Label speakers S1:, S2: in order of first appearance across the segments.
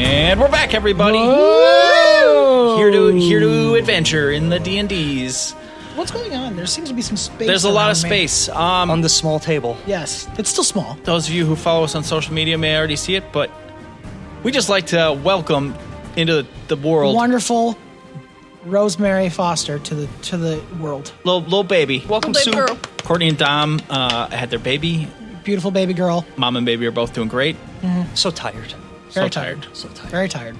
S1: And we're back, everybody.
S2: Whoa.
S1: Here to here to adventure in the D and D's.
S2: What's going on? There seems to be some space.
S1: There's a lot of
S2: around me.
S1: space. Um,
S3: on the small table.
S2: Yes, it's still small.
S1: those of you who follow us on social media may already see it, but we just like to welcome into the world
S2: Wonderful Rosemary Foster to the to the world.
S1: little, little baby. Welcome,
S4: Little baby
S1: Sue.
S4: girl.
S1: Courtney and Dom uh, had their baby.
S2: Beautiful baby girl.
S1: Mom and baby are both doing great.
S3: So tired.
S1: So
S2: Very
S1: tired.
S2: Mm-hmm. tired.
S3: So tired.
S2: Very tired.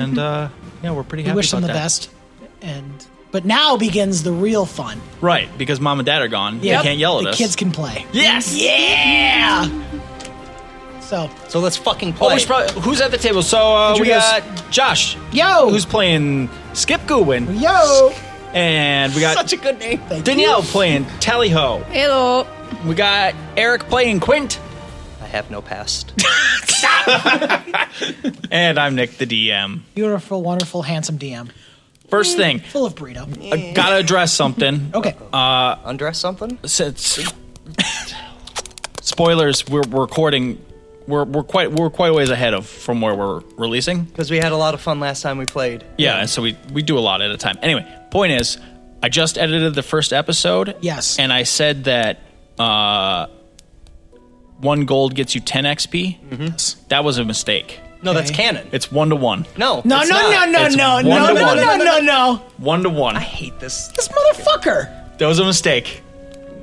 S1: And uh, yeah, we're pretty
S2: We
S1: happy
S2: wish
S1: about
S2: them the
S1: that.
S2: best. And but now begins the real fun.
S1: Right, because mom and dad are gone.
S2: Yep.
S1: They can't yell at
S2: the
S1: us.
S2: kids can play.
S1: yes.
S2: Yeah. So
S3: So let's fucking
S1: Oh,
S3: play.
S1: we should probably, who's at the table? So uh, we
S2: Introduce.
S1: got Josh.
S2: Yo.
S1: Who's playing Skip Goodwin.
S2: yo,
S1: And we got
S2: such a good name. Thank you.
S1: Danielle playing Tally Ho.
S4: Hello.
S1: We got Eric playing Quint.
S3: I have no past.
S1: And I'm Nick, the DM.
S2: Beautiful, wonderful, handsome DM,
S1: First thing,
S2: full of burrito.
S1: I gotta address something.
S2: Okay.
S1: Um,
S3: Undress something?
S1: Since spoilers, we're we're recording. We're, we're quite we're quite a ways ahead of from where we're releasing.
S3: Because we had a lot of fun last time we played.
S1: Yeah, and so we we do a lot at a time. Anyway, point is, I just edited the first episode.
S2: Yes.
S1: and I said that uh, one gold gets you ten XP.
S2: Yes.
S1: That was a mistake.
S3: No, that's
S2: Okay.
S3: canon.
S1: It's one to one.
S3: no.
S2: No,
S3: it's
S2: no,
S3: not.
S2: no,
S1: It's
S2: no, no,
S1: one
S2: no,
S1: to
S2: no,
S1: one.
S2: no, no, no.
S1: One to one.
S3: I hate this.
S2: This motherfucker.
S1: That was a mistake.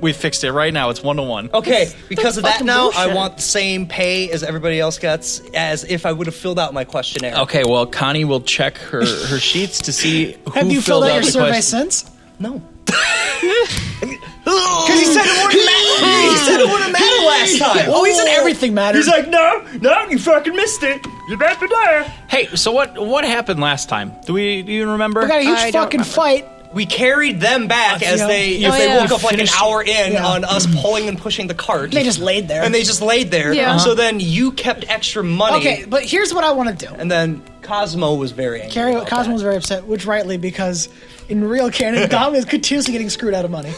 S1: We fixed it right now. It's one to one.
S2: Oh.
S3: Okay, because of that
S2: fucking
S3: now, I
S2: bullshit.
S3: want the same pay as everybody else gets, as if I would have filled out my questionnaire.
S1: Okay, well, Connie will check her, her sheets to see who
S2: Have you filled out your
S1: the
S2: survey
S1: question.
S2: since?
S3: No. Because he said it wouldn't matter. He said it wouldn't matter last time.
S2: Oh, he said everything matters.
S3: He's like, no, no, you fucking missed it. You're not the there.
S1: Hey, so what what happened last time? Do we do you remember?
S2: we got a huge
S4: I don't
S2: fucking
S4: remember.
S2: fight.
S3: We carried them back as
S2: yeah.
S3: they
S1: Oh,
S3: if they
S4: yeah.
S3: woke up like an
S1: Finished-
S3: hour in
S2: Yeah.
S3: on us pulling and pushing the cart.
S2: They just laid there.
S3: and they just laid there.
S4: Yeah.
S3: So then you kept extra money.
S2: Okay, but here's what I want to do.
S3: And then Cosmo was very angry.
S2: Carrie,
S3: about
S2: Cosmo
S3: that.
S2: was very upset, which rightly because in real canon, Dom is continuously getting screwed out of money.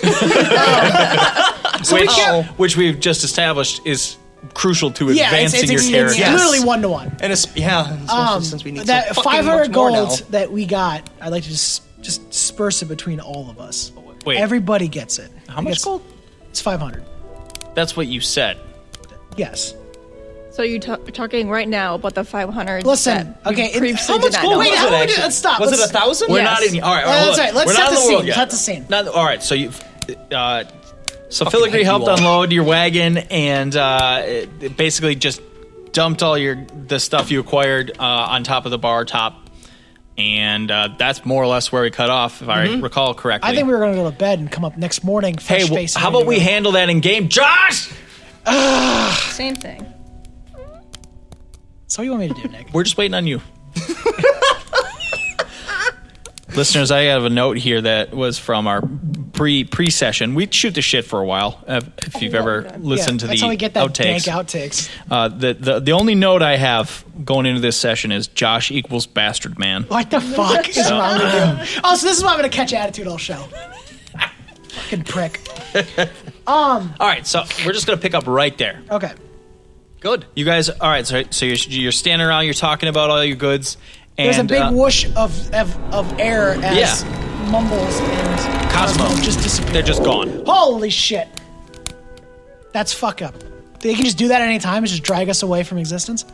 S1: which,
S2: we can't-
S1: which we've just established is crucial to
S2: yeah, it's,
S1: advancing
S2: it's, it's,
S1: your
S2: it's
S1: character.
S3: Yes.
S2: literally one to one.
S3: And it's, yeah, especially
S2: Um,
S3: since we need
S2: that
S3: so fucking
S2: 500
S3: much more now.
S2: gold that we got, I'd like to just just disperse it between all of us.
S1: Wait.
S2: everybody gets it.
S1: How much
S2: It's-
S1: gold?
S2: It's 500.
S1: That's what you said.
S2: Yes.
S4: So you're t- talking right now about the 500.
S2: Listen,
S4: that you
S2: okay, it-
S4: previously
S2: how
S4: did
S2: much
S4: not
S2: gold
S4: know
S2: wait,
S4: about.
S2: how much-
S3: actually?
S2: let's stop,
S3: Was
S2: let's-
S3: it a thousand?
S1: We're
S4: Yes.
S1: not in. All right,
S2: Uh,
S1: hold
S2: that's
S1: on.
S2: right, let's
S1: We're
S2: set
S1: not in
S2: the
S1: the world
S2: scene,
S1: yet.
S2: set the scene.
S1: Not- all right, so you. Uh, so
S3: hate
S1: Filigree
S3: you
S1: helped
S3: all.
S1: unload your wagon and uh, it- it basically just dumped all your the stuff you acquired uh, on top of the bar top, and uh, that's more or less where we cut off, if I recall correctly.
S2: Mm-hmm. I think we were going to go to bed and come up next morning fresh
S1: Hey, well,
S2: face.
S1: how about we handle that in game, Josh?
S4: Same thing.
S2: So what do you want me to do, Nick?
S1: We're just waiting on you. Listeners, I have a note here that was from our pre pre session. We shoot the shit for a while. uh, If you've ever listened to
S2: Oh, that's
S1: the
S2: how we get that
S1: outtakes,
S2: dank outtakes.
S1: Uh, the, the the only note I have going into this session is Josh equals bastard man.
S2: What the fuck is wrong with you? Oh, so this is why I'm gonna catch attitude all show. Fucking prick.
S1: All right, so we're just gonna pick up right there.
S2: Okay.
S3: Good.
S1: You guys, all right? So so you're, you're standing around, you're talking about all your goods, and
S2: There's a big
S1: uh,
S2: whoosh of, of of air as mumbles and
S1: Cosmo.
S2: just disappear.
S1: They're just gone.
S2: Holy shit. That's fuck up. They can just do that at any time. It's just drag us away from existence.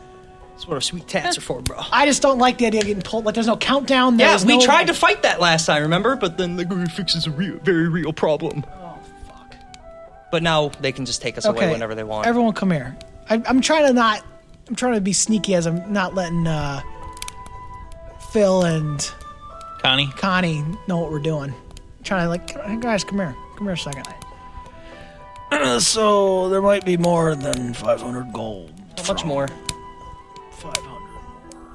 S3: That's what our sweet tats are for, bro.
S2: I just don't like the idea of getting pulled. Like there's no countdown.
S3: Yeah,
S2: there's
S3: we
S2: no-
S3: tried to fight that last time, remember? But then the guru fixes a real, very real problem.
S2: Oh fuck.
S3: But now they can just take us away whenever they want.
S2: Everyone, come here. I, I'm trying to not. I'm trying to be sneaky as I'm not letting uh, Phil and
S1: Connie,
S2: Connie know what we're doing. trying to like, "Hey, guys, come here, come here a second. so there might be more than 500 gold.
S3: How much more?
S2: 500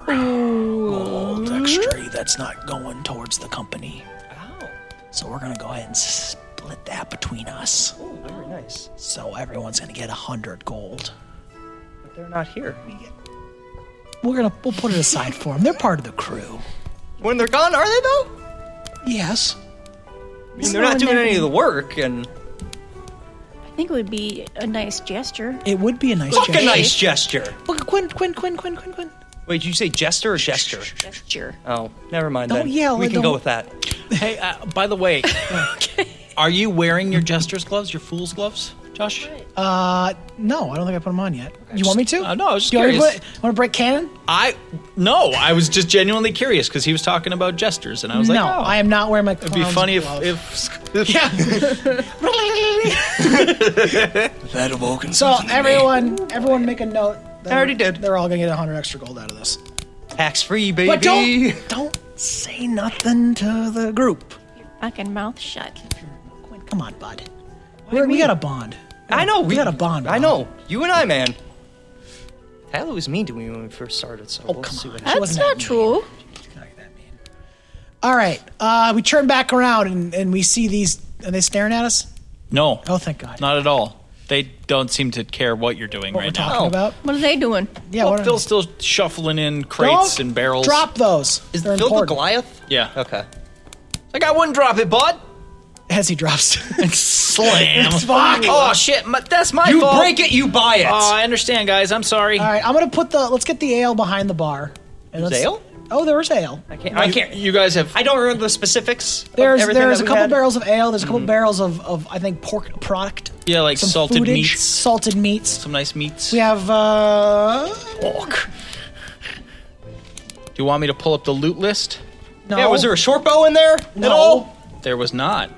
S2: gold extra that's not going towards the company.
S3: Oh,
S2: So we're gonna go ahead and split that between us.
S3: Ooh, very nice.
S2: So everyone's gonna get 100 gold.
S3: But they're not here.
S2: We're gonna we'll put it aside for them. They're part of the crew.
S3: When they're gone, are they though?
S2: Yes.
S3: I mean, they're not doing any of the work, and
S4: I think it would be a nice gesture.
S2: It would be a nice
S3: fuck a
S2: gesture.
S3: nice gesture.
S2: Look, Quinn, Quinn, Quinn, Quinn, Quinn, Quinn.
S3: Wait, did you say jester or jester?
S4: gesture.
S3: Oh, never mind.
S2: Don't
S3: then.
S2: yell,
S3: We
S2: I
S3: can go
S2: don't-
S3: with that.
S1: Hey, uh, by the way, are you wearing your jester's gloves, your fool's gloves, Josh?
S2: Uh, no, I don't think I put them on yet. you want me to?
S1: uh, no, I was just
S2: Do you want me to
S1: curious.
S2: put- wanna break canon?
S1: I no, I was just genuinely curious because he was talking about jesters, and I was
S2: no,
S1: like, oh,
S2: I am not wearing my.
S1: It'd be funny if, if, if
S2: yeah.
S3: That awoken.
S2: so everyone, everyone, make a note. that
S3: I already did.
S2: They're all gonna get hundred extra gold out of this.
S3: tax free, baby.
S2: But don't don't say nothing to the group.
S4: Fucking mouth shut.
S2: Quinn, Come on, bud. We're, we got a bond.
S3: I know
S2: we, got a bond.
S3: I
S2: Bob.
S3: know you and I, man. Tyler was mean to me when we first started, so
S2: Oh
S3: we'll
S2: come
S3: see
S2: on.
S3: what
S2: She
S4: That's
S2: wasn't that
S4: not
S2: mean.
S4: true.
S2: She's not that mean. All right. Uh, we turn back around and, and we see these. Are they staring at us?
S1: no,
S2: Oh, thank God.
S1: not at all. They don't seem to care what you're doing
S2: what
S1: right
S2: we're
S1: now.
S2: talking about.
S4: What are they doing?
S2: Yeah.
S1: Well,
S2: what are-
S1: they're still shuffling in
S2: Don't
S1: crates and barrels.
S2: Drop those.
S3: Is
S2: They're
S3: Phil the
S2: important.
S3: Goliath?
S1: Yeah.
S3: Okay.
S1: Like I wouldn't drop it, bud.
S2: As he drops.
S1: And slam.
S2: It's fine.
S1: Oh shit, my, that's my
S3: You
S1: fault.
S3: break it, you buy it.
S1: Oh, I understand, guys. I'm sorry.
S2: All right, I'm gonna put the. Let's get the ale behind the bar. And
S3: There's
S2: let's-
S3: ale?
S2: Oh, there was ale.
S3: I can't. I can't.
S1: You guys have.
S3: I don't remember the specifics. of
S2: There's
S3: everything
S2: there's a
S3: that we
S2: couple
S3: had. Mm-hmm.
S2: barrels of ale. There's a couple barrels of, of I think pork product.
S1: Yeah, like
S2: Some
S1: salted
S2: foodage,
S1: meats.
S2: Salted meats.
S1: some nice meats.
S2: We have uh pork.
S1: Do you want me to pull up the loot list?
S2: No.
S3: Yeah, was there a short bow in there
S2: No.
S3: at all?
S1: There was not.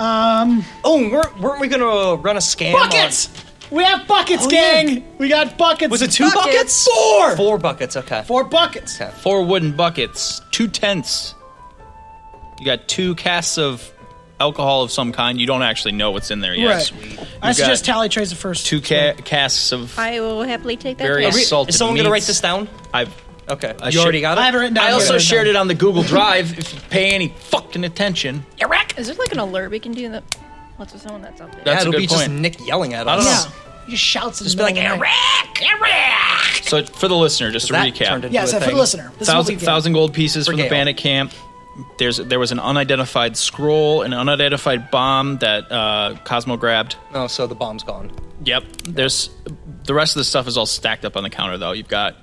S3: Oh, weren't, weren't we gonna uh, run a scam? on-
S2: buckets? We have buckets,
S3: Oh, yeah.
S2: gang. We got buckets.
S3: Was it two buckets?
S2: Four.
S3: Four buckets. Okay.
S2: Four buckets.
S3: Okay.
S1: Four wooden buckets, two tents. You got two casks of alcohol of some kind. You don't actually know what's in there yet.
S2: Right. I
S1: You
S2: suggest
S1: got
S2: Tally trades the first
S1: two ca- casks of. I,
S4: I will happily take that.
S1: Very
S4: test.
S1: re- salted
S3: Is someone gonna write
S1: meats.
S3: this down?
S1: I've.
S3: Okay.
S1: I
S3: you
S1: should-
S3: already got it.
S2: I have it written down.
S1: I
S2: here.
S1: also
S2: Right
S1: shared
S2: now.
S1: it on the Google Drive. if you pay any fucking attention,
S4: Is there like an alert we can do that? What's with someone that's up
S1: That-
S4: there?
S1: That's a
S3: yeah, it'll
S1: good
S3: be just
S1: point.
S3: Nick yelling at us.
S1: I don't
S2: Yeah. He just shouts. in
S3: Just be
S2: the
S3: like,
S2: middle of the night.
S3: Eric, Eric.
S1: So for the listener, just to
S3: That
S1: recap,
S3: turned into
S2: Yeah,
S3: a
S2: so for
S3: thing.
S2: the listener, this
S1: thousand,
S2: is what we
S1: thousand gold pieces from the
S3: Gale.
S1: bandit camp. There's there was an unidentified scroll, an unidentified bomb that uh, Cosmo grabbed.
S3: Oh, so the bomb's gone.
S1: Yep. There's the rest of the stuff is all stacked up on the counter though. You've got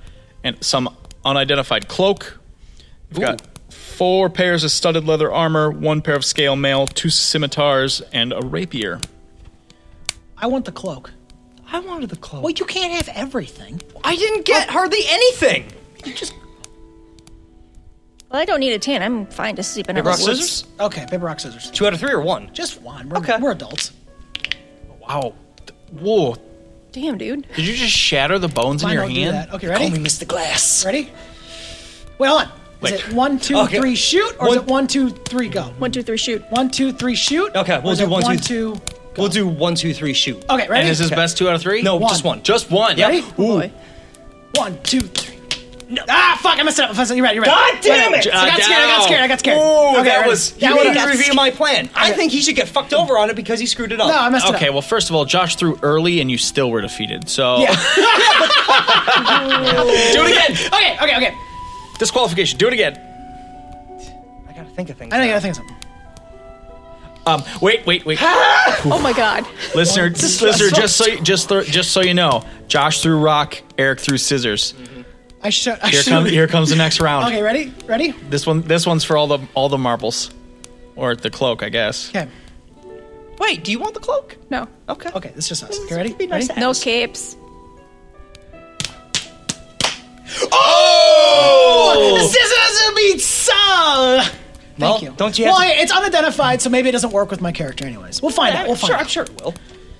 S1: and some unidentified cloak. You've got four pairs of studded leather armor, one pair of scale mail, two scimitars, and a rapier.
S2: get. I want the cloak.
S3: I wanted the cloak.
S2: Well, you can't have everything.
S3: I didn't get hardly anything.
S4: Well, I don't need a tan. I'm fine just sleeping
S3: Rock,
S4: out.
S3: scissors?
S2: Okay, paper, rock, scissors.
S3: Two out of three or one?
S2: Just one. We're,
S3: Okay.
S2: we're adults.
S1: Wow. Whoa.
S4: Damn, dude.
S1: Did you just shatter the bones in
S2: Mine
S1: your
S2: don't do
S1: hand?
S2: that. Okay, ready?
S3: Mr. Glass.
S2: Ready? Wait, hold on. Is
S1: Wait.
S2: it one, two, three,
S3: Okay.
S2: shoot, or
S3: One-
S2: is it one, two, three, go?
S4: One, two, three, shoot.
S2: One, two, three, shoot.
S3: Okay,
S2: or
S3: we'll
S2: is
S3: do
S2: it
S3: one,
S2: one,
S3: two-
S2: two.
S3: We'll do one, two, three, shoot.
S2: Okay, ready?
S1: And is this
S2: Okay.
S1: best two out of three?
S3: No,
S2: One.
S3: just one.
S1: Just one.
S2: Ready?
S1: Yep.
S4: Oh, boy.
S2: One, two, three. No. Ah, fuck! I messed it up. I messed it up. You're right. You're right.
S3: God damn
S2: Right,
S3: it!
S2: I got scared. I got scared. I got scared.
S1: Ooh,
S2: okay,
S1: that
S2: ready?
S1: was-
S2: That
S3: You
S2: would've
S3: didn't
S2: got-
S3: reveal my plan. I think he should get fucked over on it because he screwed it up.
S2: No, I messed
S1: Okay,
S2: it up.
S1: well, first of all, Josh threw early and you still were defeated. So
S2: Yeah.
S1: do it again.
S2: okay. Okay. Okay.
S1: Disqualification. Do it again.
S3: I gotta think of things.
S2: I know you
S3: now.
S2: gotta think of something.
S1: Um, wait, wait, wait.
S4: Oh my god.
S1: listener, listener, just so just th- just so you know, Josh threw rock, Eric threw scissors.
S2: I should. I
S1: Here
S2: should.
S1: comes here comes the next round.
S2: Okay. Ready? Ready?
S1: This one this one's for all the all the marbles, or the cloak, I guess.
S2: Okay.
S3: Wait, do you want the cloak?
S4: No.
S3: Okay.
S2: Okay. It's just us. Okay. Ready?
S3: Be nice
S2: Ready?
S3: to
S4: No
S3: ask.
S4: capes.
S1: Oh!
S2: Scissors meet soul. Thank
S3: Well,
S2: you.
S3: don't you have
S2: Well,
S3: to-
S2: hey, it's unidentified, so maybe it doesn't work with my character, anyways. We'll find out. We'll find
S3: sure,
S2: out.
S3: I'm sure it will.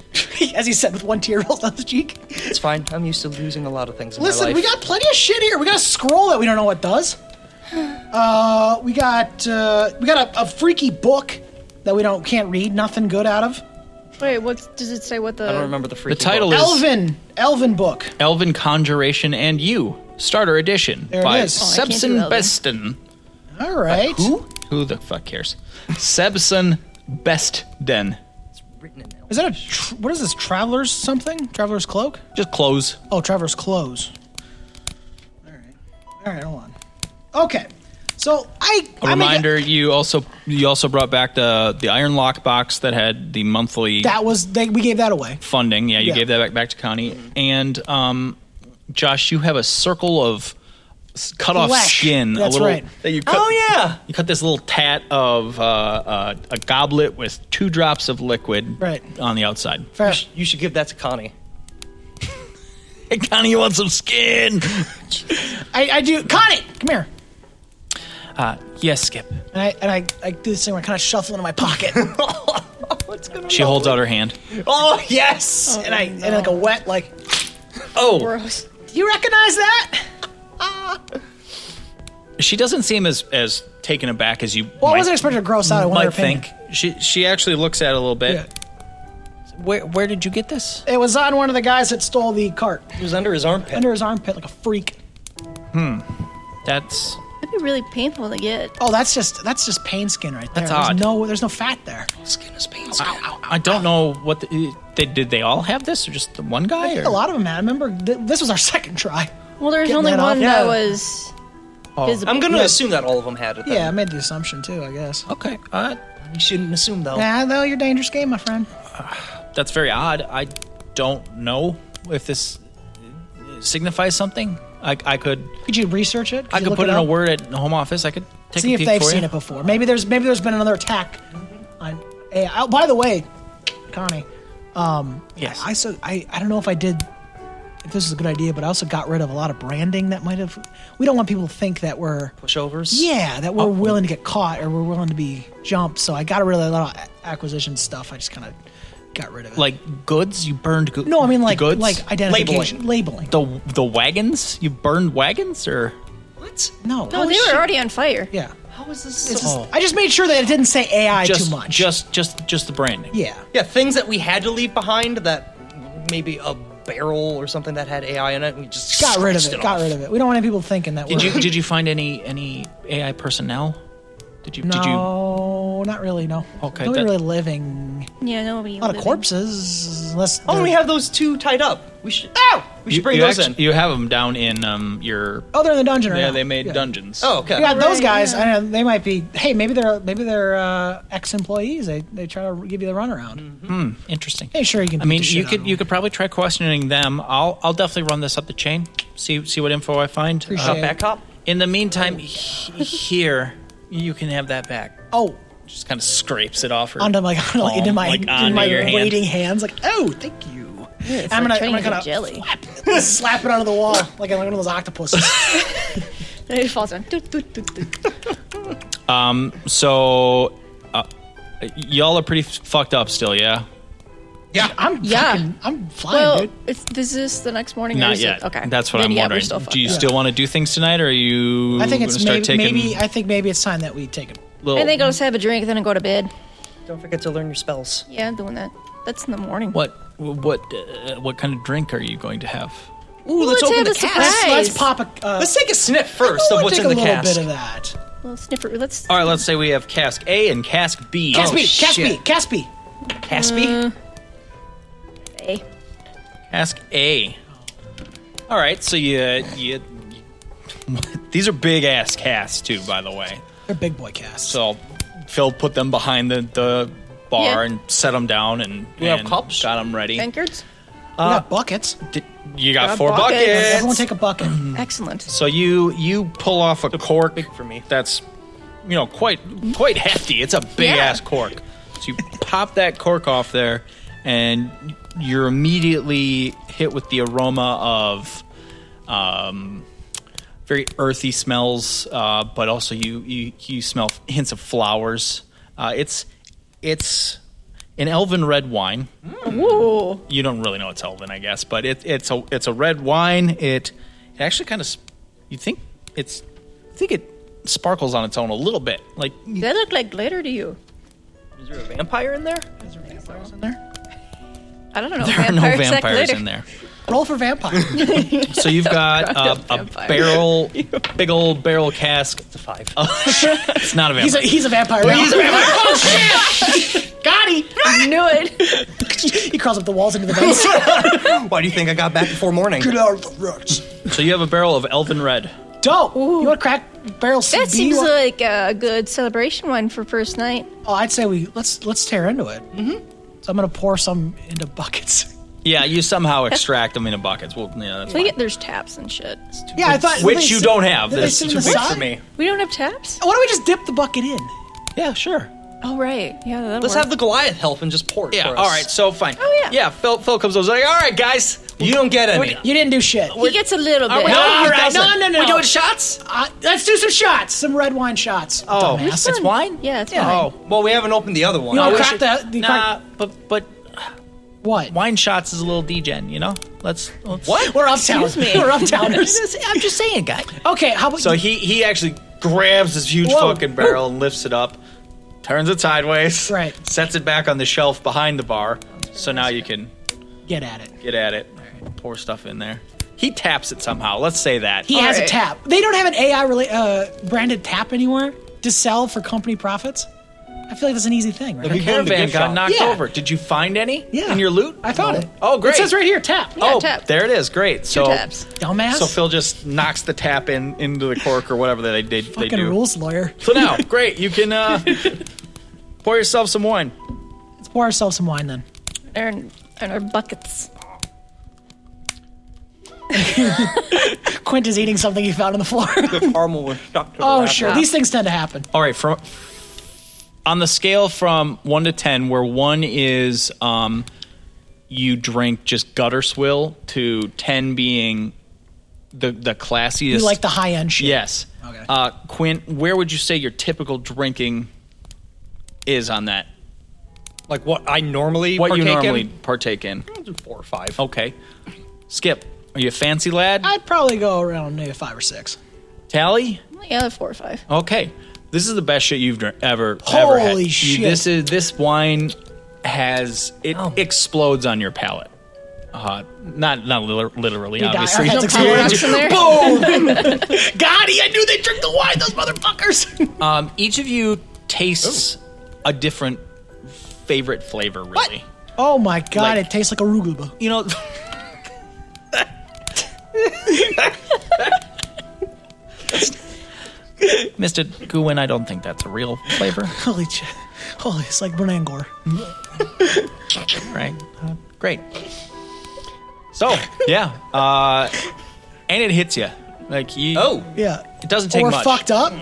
S2: As he said, with one tear rolled down his cheek.
S3: It's fine. I'm used to losing a lot of things in my
S2: Listen,
S3: life.
S2: we got plenty of shit here. We got a scroll that we don't know what does. Uh, we got uh, we got a, a freaky book that we don't can't read. Nothing good out of.
S4: Wait, what does it say? What the?
S3: I don't remember the free.
S1: The title is
S2: Elvin, Elvin book.
S1: Elven Conjuration and You Starter Edition
S2: There it
S1: by
S2: is. Oh,
S4: I can't do
S1: Sebson
S4: Elven.
S1: Beston.
S2: All right.
S1: Who? Who the fuck cares? Sebson Bestden.
S3: written in
S2: is that? A tr- what is this? Traveler's something? Traveler's cloak?
S1: Just close.
S2: Oh, Traveler's clothes. All right. All right. Hold on. Okay. So I.
S1: A
S2: I mean,
S1: reminder: you also you also brought back the the iron lock box that had the monthly
S2: that was they, we gave that away.
S1: funding. Yeah, you
S2: Yeah.
S1: gave that back, back to Connie. And um, Josh, you have a circle of s- cut off
S2: Flesh.
S1: skin.
S2: That's
S1: a little,
S2: right.
S1: That you cut,
S3: Oh yeah.
S1: You cut this little tat of uh, uh, a goblet with two drops of liquid
S2: Right.
S1: on the outside.
S2: Fair.
S3: You should give that to Connie.
S1: Hey, Connie, you want some skin?
S2: I, I do. Connie, come here.
S1: Uh, yes, Skip.
S2: And I and I, I do this thing where I kind of shuffle into my pocket,
S3: What's going on?
S1: She holds out her hand.
S3: Oh yes.
S2: and I and like a wet like.
S1: Oh,
S4: Gross.
S2: Do you recognize that?
S1: she doesn't seem as as taken aback as you
S2: Well, I
S1: might,
S2: wasn't expecting to gross out. I wanted
S1: might
S2: her opinion.
S1: think. She she actually looks at it a little bit.
S2: Yeah.
S1: Where where did you get this?
S2: It was on one of the guys that stole the cart
S3: It was under his armpit.
S2: under his armpit like a freak.
S1: That's
S4: That'd be really painful to get.
S2: Oh, that's just that's just pain skin right there.
S1: That's
S2: there's
S1: odd.
S2: no there's no fat there.
S3: skin is painful.
S1: I don't know what the, they did. They all have this, or just the one
S2: I
S1: guy?
S2: think
S1: or-
S2: a lot of them had. I remember th- this was our second try.
S4: Well, there's
S2: Getting
S4: only
S2: that off,
S4: one that
S3: yeah.
S4: was visible.
S3: I'm gonna assume that all of them had it. Then.
S2: Yeah, I made the assumption too. I guess.
S1: Okay, uh,
S3: You shouldn't assume though.
S2: Yeah, though you're dangerous game, my friend.
S1: that's very odd. I don't know if this signifies something. I, I could
S2: Could you research it? Could
S1: I
S2: you
S1: could
S2: look
S1: put
S2: it
S1: in a
S2: up?
S1: word at home office. I could take
S2: See
S1: a
S2: if
S1: peek
S2: they've
S1: for
S2: seen
S1: you.
S2: it before. Maybe there's maybe there's been another attack. On, hey, oh, by the way, Connie,
S1: Yes.
S2: I so I, I don't know if I did if this is a good idea, but I also got rid of a lot of branding that might have. We don't want people to think that we're
S3: Pushovers.
S2: yeah that we're
S1: Oh.
S2: willing to get caught or we're willing to be jumped. So I got rid of a lot of a- acquisition stuff. I just kind of got rid of it.
S1: like goods you burned. Go-
S2: no, I mean
S1: the
S2: like
S1: goods?
S2: like identification labeling.
S1: the the wagons you burned wagons or
S3: What?
S2: no,
S4: no,
S2: oh,
S4: they
S2: shit.
S4: were already on fire.
S2: yeah.
S3: How is this?
S2: It's
S3: so-
S2: just- I just made sure that it didn't say AI
S1: Oh. just
S2: too much.
S1: just just just the branding.
S2: yeah.
S3: Yeah, things that we had to leave behind that maybe a barrel or something that had AI in it. We just
S2: Got rid of
S3: scratched
S2: it. Got
S3: off.
S2: rid of it. We don't want any people thinking that
S1: Did
S2: we're
S1: you did you find any any AI personnel? Did you did you
S2: no, not really. No.
S1: Okay,
S2: Nobody
S1: that-
S2: really living.
S4: Yeah, nobody.
S2: A lot of corpses. Unless
S3: Oh, and we
S2: they're-
S3: have those two tied up. We should. Ow! We should
S1: you,
S3: bring
S1: you
S3: those
S1: actu-
S3: in.
S1: You have them down in um your.
S2: Oh, they're in the dungeon right
S1: yeah,
S2: now.
S1: they made dungeons.
S3: Oh, okay.
S2: You got those
S4: Right,
S2: guys.
S4: yeah.
S2: I don't know. They might be. Hey, maybe they're maybe they're uh, ex-employees. They they try to give you the runaround.
S1: interesting.
S2: Hey, sure you can.
S1: Hmm. I
S2: beat
S1: mean,
S2: the shit
S1: you
S2: out
S1: could
S2: of
S1: you
S2: them.
S1: could probably try questioning them. I'll I'll definitely run this up the chain. See see what info I find.
S2: Appreciate
S1: Uh,
S2: it.
S3: back up.
S1: in the meantime, he- here you can have that back.
S2: Oh,
S1: Just kind of scrapes it off her.
S2: onto my
S1: palm,
S2: into my
S1: like, onto
S2: in my
S1: your hand.
S2: waiting hands. Like, oh, thank you.
S4: It's
S2: I'm
S4: like
S2: gonna- I'm
S4: turning
S2: gonna
S4: into jelly.
S2: Slap, slap it onto the wall like I'm one of those octopuses.
S4: And it falls down. Doot, doot, doot, doot.
S1: So, uh, y'all are pretty f- fucked up still, yeah.
S2: I'm
S4: Yeah.
S2: fucking, I'm flying,
S4: well,
S2: dude.
S4: it's, is this the next morning? or
S1: Not
S4: is it-
S1: yet.
S4: okay.
S1: That's what I'm
S4: Then, yeah, we're
S1: wondering.
S4: still fucked
S1: Do you
S4: up.
S1: still want to do things tonight, or are you?
S2: I think
S1: gonna
S2: it's
S1: start
S2: maybe,
S1: taking
S2: maybe I think maybe it's time that we take it.
S1: little.
S4: I think I'll just have a drink, then I go to bed.
S3: Don't forget to learn your spells.
S4: Yeah, I'm doing that. That's in the morning.
S1: what what uh, what kind of drink are you going to have?
S3: Ooh, let's,
S4: let's
S3: open
S4: have
S3: the
S4: a
S3: cask.
S4: surprise.
S2: Let's, let's pop a. Uh,
S3: Let's take a sniff first
S2: we'll
S3: of what's
S2: take
S3: in
S2: a
S3: the
S2: little
S3: cask.
S2: bit of that.
S4: Well, sniffer. Let's.
S1: All right, let's say we have cask A and cask B.
S2: Caspi,
S3: Oh,
S2: Caspi,
S3: shit.
S2: Caspi.
S3: Caspy.
S4: Hey.
S1: Cask A. All right, so you you. These are big ass casks too, by the way.
S2: They're big boy casts.
S1: So Phil put them behind the, the bar
S4: Yeah.
S1: and set them down and,
S3: We have
S1: and
S3: cups?
S1: got them ready.
S4: Bankards?
S2: we got buckets.
S1: Did- you got
S4: Got
S1: four
S4: buckets.
S1: buckets.
S2: Everyone take a bucket.
S4: Excellent.
S1: Hmm. so you you pull off a cork
S3: big for me.
S1: that's you know quite quite hefty. It's a big
S4: Yeah.
S1: ass cork. So you pop that cork off there, and you're immediately hit with the aroma of um, very earthy smells, uh, but also you, you you smell hints of flowers. Uh, it's it's an elven red wine
S4: Whoa.
S1: you don't really know it's Elven, I guess, but it, it's a it's a red wine. It it actually kind of you think it's I think it sparkles on its own a little bit. Like
S4: Does that look like glitter to you?
S3: Is there a vampire in there?
S4: I don't know.
S1: there are no
S4: Vampires that
S1: vampires
S4: glitter.
S1: in there.
S2: Roll for vampire.
S1: So you've got uh, a
S4: vampire.
S1: barrel, big old barrel cask.
S3: It's a five.
S1: it's not a vampire.
S2: he's a he's a vampire. Now. Got him.
S4: I knew it.
S2: He crawls up the walls into the vents.
S3: "Oh, Why do you think I got back before morning?
S2: out of the rocks.
S1: so you have a barrel of Elven red.
S2: Dope. You want to crack barrel CB?
S4: That seems like a good celebration one for first night.
S2: oh, I'd say we let's let's tear into it. Mm-hmm. So I'm gonna pour some into buckets.
S1: Yeah, you somehow extract them into buckets. Well, yeah, that's
S4: We
S1: fine.
S4: get, there's taps and shit.
S2: Yeah, I thought
S1: Which
S2: they
S1: you
S2: sit-
S1: don't have.
S2: they
S1: That's
S2: sit
S1: too
S2: in
S1: big
S2: the side?
S1: for me.
S4: We don't have taps?
S2: Why don't we just dip the bucket in?
S1: Yeah, sure.
S4: Oh, right. Yeah, that'll
S3: Let's
S4: work.
S3: have the Goliath help and just pour it
S1: Yeah.
S3: for us.
S1: All right. So fine.
S4: Oh, yeah.
S1: Yeah. Phil, Phil comes over. like, all right, guys.
S3: You don't get any.
S2: You didn't do shit.
S4: He gets a little bit.
S2: we-
S1: Oh, No,
S2: No,
S1: all
S2: he
S1: right.
S2: doesn't.
S1: No, Oh, no, no.
S2: We doing
S1: shots?
S2: Uh, let's do some shots, some red wine shots.
S1: Oh,
S2: Dumbass.
S1: it's wine.
S4: Yeah, it's
S1: yeah.
S4: wine.
S1: Oh,
S3: Well, we haven't opened the other one.
S2: You
S1: I
S2: wanna
S1: wish
S2: crack
S1: it-
S2: the- the
S1: nah,
S2: crack-
S1: but but
S2: what?
S1: wine shots is a little degen, you know. Let's, let's
S3: What?
S2: We're uptowners.
S4: Excuse me.
S2: We're uptowners.
S1: I'm just saying, guy.
S2: okay, how about
S1: So he he actually grabs this huge
S2: Whoa.
S1: fucking barrel and lifts it up, turns it sideways,
S2: Right.
S1: Sets it back on the shelf behind the bar. So now you can
S2: get at it?
S1: get at it, pour stuff in there. He taps it somehow. Let's say that.
S2: He
S4: All
S2: has a
S4: right.
S2: tap. They don't have an AI rela- uh, branded tap anywhere to sell for company profits. I feel like that's an easy thing,
S1: the
S2: right?
S3: go to the
S1: caravan
S3: gift
S1: got
S3: shop.
S1: knocked
S2: Yeah.
S1: over. Did you find any
S2: Yeah.
S1: in your loot?
S2: I found it.
S1: Oh, great.
S2: It says right here, tap.
S4: Yeah,
S1: oh,
S4: tap.
S1: there it is. Great. So
S4: Two taps.
S2: Dumbass.
S1: So Phil just knocks the tap in into the cork or whatever they they, they
S2: Fucking
S1: do.
S2: rules lawyer.
S1: So now, great, you can uh, pour yourself some wine.
S2: Let's pour ourselves some wine then.
S4: They're in, in our buckets.
S2: Quint is eating something he found on the floor.
S3: the caramel was stuck to the
S2: oh,
S3: wrapper.
S2: sure. These things tend to happen.
S1: All right, from on the scale from one to ten, where one is um, you drink just gutter swill, to ten being the the classiest.
S2: You like the high end shit.
S1: yes.
S2: Okay.
S1: Uh, Quint, where would you say your typical drinking is on that?
S3: Like what I normally
S1: What you Oh.
S3: partake
S1: normally
S3: in?
S1: partake in?
S3: I'll do four or five.
S1: Okay. Skip. Are you a fancy lad?
S2: I'd probably go around maybe five or six.
S1: Tally.
S4: Yeah, four or five.
S1: Okay, this is the best shit you've dr- ever ever had.
S2: Holy
S1: You-
S2: shit.
S1: this is this wine has it
S3: Oh.
S1: explodes on your palate. Uh, not not liter- literally,
S2: We die, our
S1: obviously.
S2: heads explode.
S4: Power ups in there.
S2: Gotti, I knew they drink the wine, those motherfuckers.
S1: Um, each of you tastes a different favorite flavor, really.
S2: oh my god,
S1: Like-
S2: it tastes like arugula.
S1: You know. Mr. Gwyn, I don't think that's a real flavor,
S2: Holy shit. Holy, it's like Bernangor.
S1: right? Uh, great. So, yeah. Uh, and it hits you. Like you
S3: Oh,
S2: Yeah.
S1: It doesn't take
S2: or
S1: much.
S2: fucked up.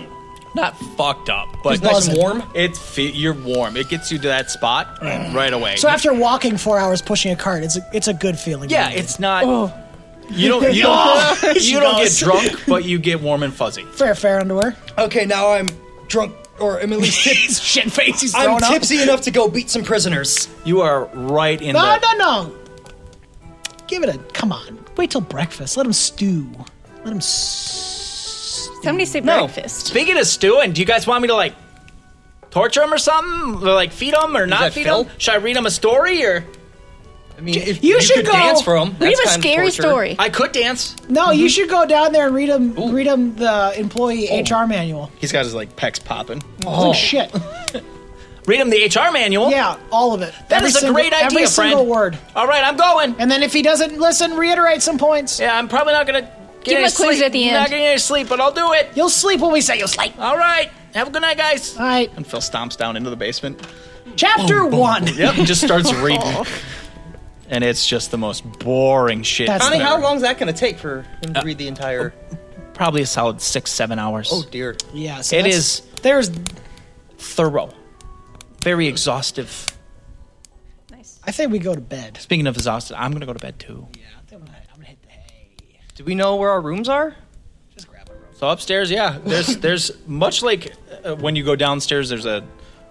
S1: Not fucked up, but
S2: It's nice and
S1: warm. It's fe- you're warm. It gets you to that spot right away.
S2: So after walking four hours pushing a cart, it's a, it's a good feeling.
S1: yeah,
S2: really.
S1: it's not. Mm. You don't. You don't.
S2: She
S1: you don't get
S2: goes.
S1: drunk, but you get warm and fuzzy.
S2: fair, fair underwear.
S3: okay. Now I'm drunk, or I'm at least tipsy.
S2: Shit face, he's
S3: I'm
S2: throwing up.
S3: tipsy enough to go beat some prisoners.
S1: You are right in
S2: No,
S1: the.
S2: no, no. Give it a. Come on. Wait till breakfast. Let him stew. Let him. S-
S4: Somebody say
S1: No.
S4: breakfast.
S1: Speaking of stewing, do you guys want me to like torture him or something, or like feed him or not
S3: that
S1: feed
S3: Phil?
S1: him? Should I read him a story or?
S3: I mean, if
S2: you
S3: you,
S2: should
S3: could
S2: go-
S3: dance for them.
S4: We have a scary story.
S1: I could dance.
S2: no, you should go down there and read him. Read him the employee
S1: Oh.
S2: HR manual.
S1: He's got his like pecs popping.
S2: Oh shit!
S1: Read him the HR manual.
S2: Yeah, all of it.
S1: That
S2: Every
S1: is
S2: single-
S1: a great idea,
S2: Every
S1: friend.
S2: single word.
S1: All right, I'm going.
S2: And then if he doesn't listen, reiterate some points.
S1: Yeah, I'm probably not gonna get
S4: Give him
S1: any
S4: a quiz
S1: sleep.
S4: at the end.
S1: Not getting any sleep, but I'll do it.
S2: You'll sleep when we say you'll sleep.
S1: All right. Have a good night, guys.
S2: All right.
S1: And Phil stomps down into the basement.
S2: Chapter one.
S1: Yep. and just starts reading. And it's just the most boring shit.
S2: That's
S3: Connie,
S1: I've
S3: how
S1: ever-
S3: long's that going to take for him to read the entire?
S1: Probably a solid six, seven hours.
S3: Oh dear.
S2: Yeah, so
S1: It
S2: that's-
S1: is-
S2: There's.
S1: Thorough. Very exhaustive.
S4: Nice.
S2: I think we go to bed.
S1: Speaking of exhausted, I'm gonna go to bed too.
S2: Yeah, I think I'm gonna, I'm gonna hit the hay.
S3: Do we know where our rooms are?
S2: Just grab a rope.
S1: So upstairs, yeah, there's there's much like uh, when you go downstairs, there's a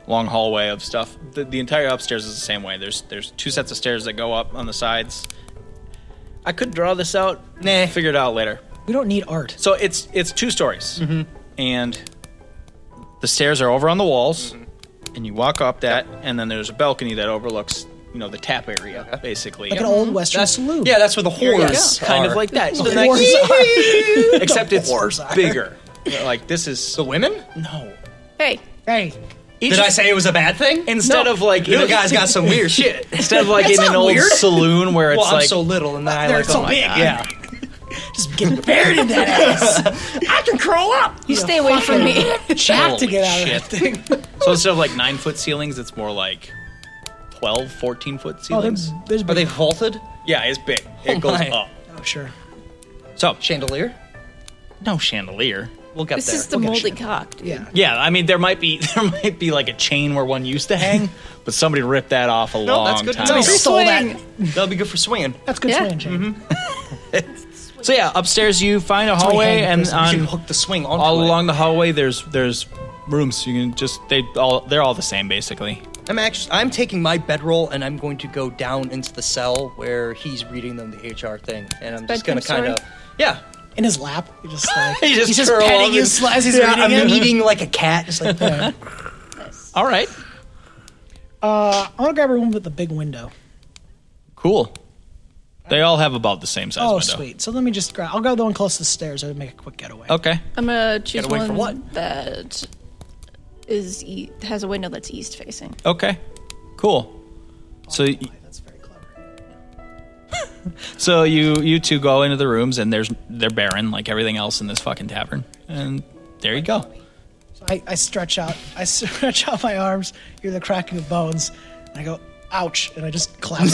S1: long hallway of stuff. The, the entire upstairs is the same way. There's there's two sets of stairs that go up on the sides. I could draw this out. Nah, figure it out later.
S2: We don't need art.
S1: So it's it's two stories, and the stairs are over on the walls, and you walk up that, and then there's a balcony that overlooks you know the tap area, basically.
S2: Like an old western saloon.
S3: Yeah, that's where the whores.
S1: Yeah, kind of
S3: are.
S1: like that. So
S2: The
S1: then-
S2: whores are-
S1: except
S2: The
S1: it's
S2: whores are.
S1: bigger. Like this is
S3: the women.
S1: no.
S4: Hey,
S2: Hey,
S3: Did I say it was a bad thing?
S1: instead of like in
S3: you
S1: a-
S3: guys got some weird shit.
S1: instead of like in
S2: not
S1: an old
S2: weird.
S1: saloon where it's
S3: Well, I'm
S1: like
S3: so little, and then I
S2: They're
S3: like
S2: so
S3: oh my
S2: big,
S3: God.
S1: yeah
S2: just getting buried in that ass. I can curl up.
S4: you stay away from me.
S2: Jack to get out
S1: Holy
S2: of that thing.
S1: so instead of like 9 foot ceilings it's more like 12 14 foot
S2: Oh,
S1: ceilings
S2: there's
S3: Are they vaulted?
S1: Yeah, it's big. It
S3: Oh
S1: goes
S3: my.
S1: up.
S2: Oh, sure.
S1: So
S3: Chandelier.
S1: no chandelier.
S3: We'll get
S4: This
S3: there.
S4: is the
S3: We'll get
S4: moldy
S3: Chandelier.
S4: cock. dude.
S2: Yeah.
S1: Yeah, I mean there might be there might be like a chain where one used to hang, but somebody ripped that off a
S3: No,
S1: long
S3: that's good. to
S1: time.
S3: know.
S2: Somebody
S1: ago.
S2: stole that.
S4: Swing.
S3: That'll be good for swinging.
S2: That's good
S4: Yeah.
S2: swing, Jane.
S1: So yeah, upstairs you find a
S2: why I
S1: hallway
S2: hate
S1: and
S2: this. We
S3: You
S1: on
S3: should hook the swing onto
S1: all
S3: it.
S1: along the hallway there's there's rooms you can just they all they're all the same basically.
S3: I'm actually I'm taking my bedroll and I'm going to go down into the cell where he's reading them the HR thing, and I'm just
S4: Bedtime
S3: gonna kind of
S4: story?
S3: yeah.
S2: In his lap. He just like,
S1: You just
S2: he's just
S1: curl
S2: petting
S1: up
S2: his
S1: and-
S2: sli- as he's
S3: Yeah,
S2: reading
S3: I'm
S2: it.
S3: eating like a cat. Just like
S2: Yeah.
S1: All right.
S2: I'm going to grab a room with the big window.
S1: Cool. They all have about the same size
S2: Oh,
S1: window.
S2: sweet. So let me just grab. I'll grab the one close to the stairs. I'll make a quick getaway.
S1: Okay.
S4: I'm gonna choose
S3: Gotta wait for
S4: one
S3: what?
S4: that is e- has a window that's east facing.
S1: Okay. Cool. So y-
S2: That's very clever.
S1: so you you two go into the rooms and there's they're barren like everything else in this fucking tavern. And there you go.
S2: So I, I stretch out. I stretch out my arms. Hear the cracking of bones, and I go, "Ouch!" And I just collapse.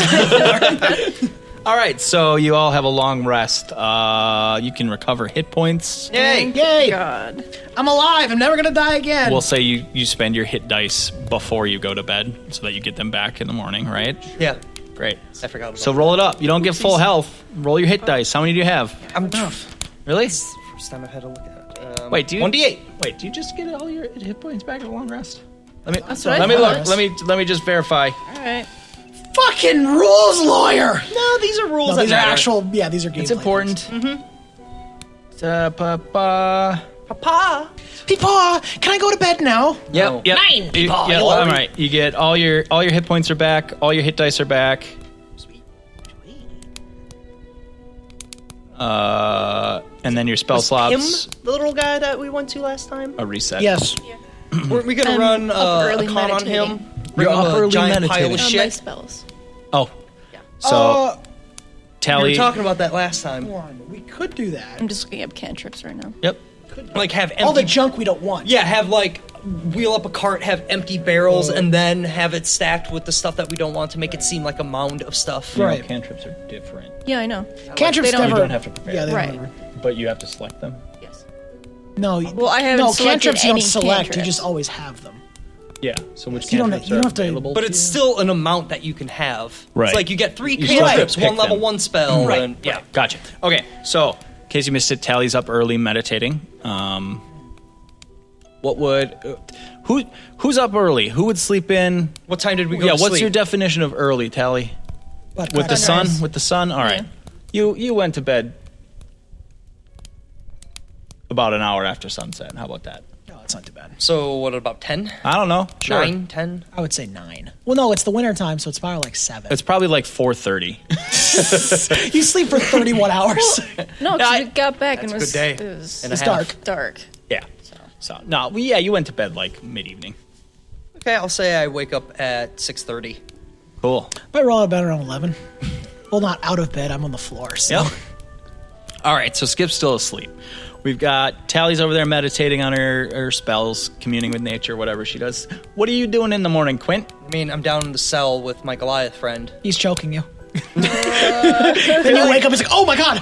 S1: All right, so you all have a long rest. Uh, you can recover hit points.
S3: hey,
S2: Yay!
S4: God.
S2: I'm alive. I'm never gonna die again.
S1: We'll say you, you spend your hit dice before you go to bed so that you get them back in the morning, right?
S3: yeah.
S1: Great.
S3: I forgot. About
S1: So roll it up. You don't get full health. Roll your hit dice. How many do you have?
S3: I'm tough.
S1: Really?
S3: First time I've had a look at. Um,
S1: Oh. Wait, do you
S3: one d eight?
S1: Wait, do you just get all your hit points back at a long rest? Let me
S4: what I
S1: let me look.
S4: thought.
S1: Let me let me just verify.
S4: All right.
S2: fucking rules lawyer.
S3: No, these are rules.
S2: No,
S3: that
S2: these are
S3: matter.
S2: actual. Yeah, these are gameplay.
S1: It's important. Mm-hmm. Da, ba, ba.
S3: Papa.
S2: Peepaw, can I go to bed now?
S1: Yep.
S3: No.
S1: yep.
S2: Nine
S1: You-
S2: people,
S1: Yeah,
S2: you
S1: all
S2: lorry.
S1: right. You get all your all your hit points are back. All your hit dice are back.
S3: Sweet.
S1: Uh, and then your spell slots
S3: Him, the little guy that we went to last time.
S1: are reset.
S2: Yes.
S3: Weren't we
S2: Um,
S3: gonna
S4: I'm
S3: run
S4: up
S3: uh, a
S4: early
S3: con on
S4: meditating.
S3: him? Bring
S1: You're
S3: him
S1: up
S3: a
S1: early
S3: giant pile
S1: meditating.
S3: of
S4: Um, my
S3: shit.
S4: spells.
S1: Oh.
S4: Yeah.
S1: So
S2: uh,
S1: tally.
S3: We were talking about that last time.
S2: one. We could do that.
S4: I'm just looking up cantrips right now.
S1: yep.
S3: Like have empty
S2: All the junk we don't want.
S3: Yeah, have like wheel up a cart, have empty
S2: Mm.
S3: barrels, and then have it stacked with the stuff that we don't want to make it seem like a mound of stuff.
S2: Right. You know,
S1: cantrips are different,
S4: Yeah, I know.
S2: Cantrips
S4: They don't-
S2: never.
S1: You don't have to prepare.
S2: Yeah, they
S4: Right.
S2: never.
S1: but you have to select them.
S4: Yes.
S2: No.
S4: Well, I haven't
S2: No,
S4: selected
S2: cantrips you don't
S4: any
S2: select. You
S4: cantrips.
S2: just always have them.
S1: Yeah. So which
S2: You don't- cantrips you don't are have to- available?
S3: But it's still an amount that you can have.
S1: Right.
S3: It's like you get three
S1: You still have to
S3: cantrips,
S1: pick
S3: one level,
S1: them.
S3: one spell.
S2: Right,
S3: And, yeah.
S1: Gotcha. Okay. So in case you missed it, tally's up early meditating. Um, what would uh, who who's up early? Who would sleep in?
S3: What time did we go?
S1: Yeah.
S3: to
S1: What's
S3: sleep?
S1: your definition of early, Tally?
S2: But
S1: With the sun.
S4: Sunrise.
S1: With the sun. All right.
S4: Yeah.
S1: You you went to bed about an hour after sunset. How about that?
S2: No, it's not too bad.
S3: So what about ten?
S1: I don't know. Uh, Sure.
S3: Nine, ten?
S2: I would say nine. Well, no, it's the winter time, so it's probably like seven.
S1: It's probably like 4:30.
S2: you sleep for 31 hours.
S4: No, 'cause
S1: I-
S4: we got back and it
S3: That's
S4: was,
S3: a good
S4: it
S3: day.
S4: was
S3: And a
S2: it's
S3: half.
S2: dark.
S4: dark.
S1: yeah. So no, well, yeah, you went to bed like mid evening.
S3: Okay, I'll say I wake up at six thirty.
S1: Cool.
S2: Might roll out of bed around 11. Well, not out of bed. I'm on the floor. So.
S1: Yep. All right, so Skip's still asleep. We've got Tally's over there meditating on her, her spells, communing with nature, whatever she does. What are you doing in the morning, Quint?
S3: I mean, I'm down in the cell with my Goliath friend.
S2: He's choking you. then you wake up. It's like, oh my god.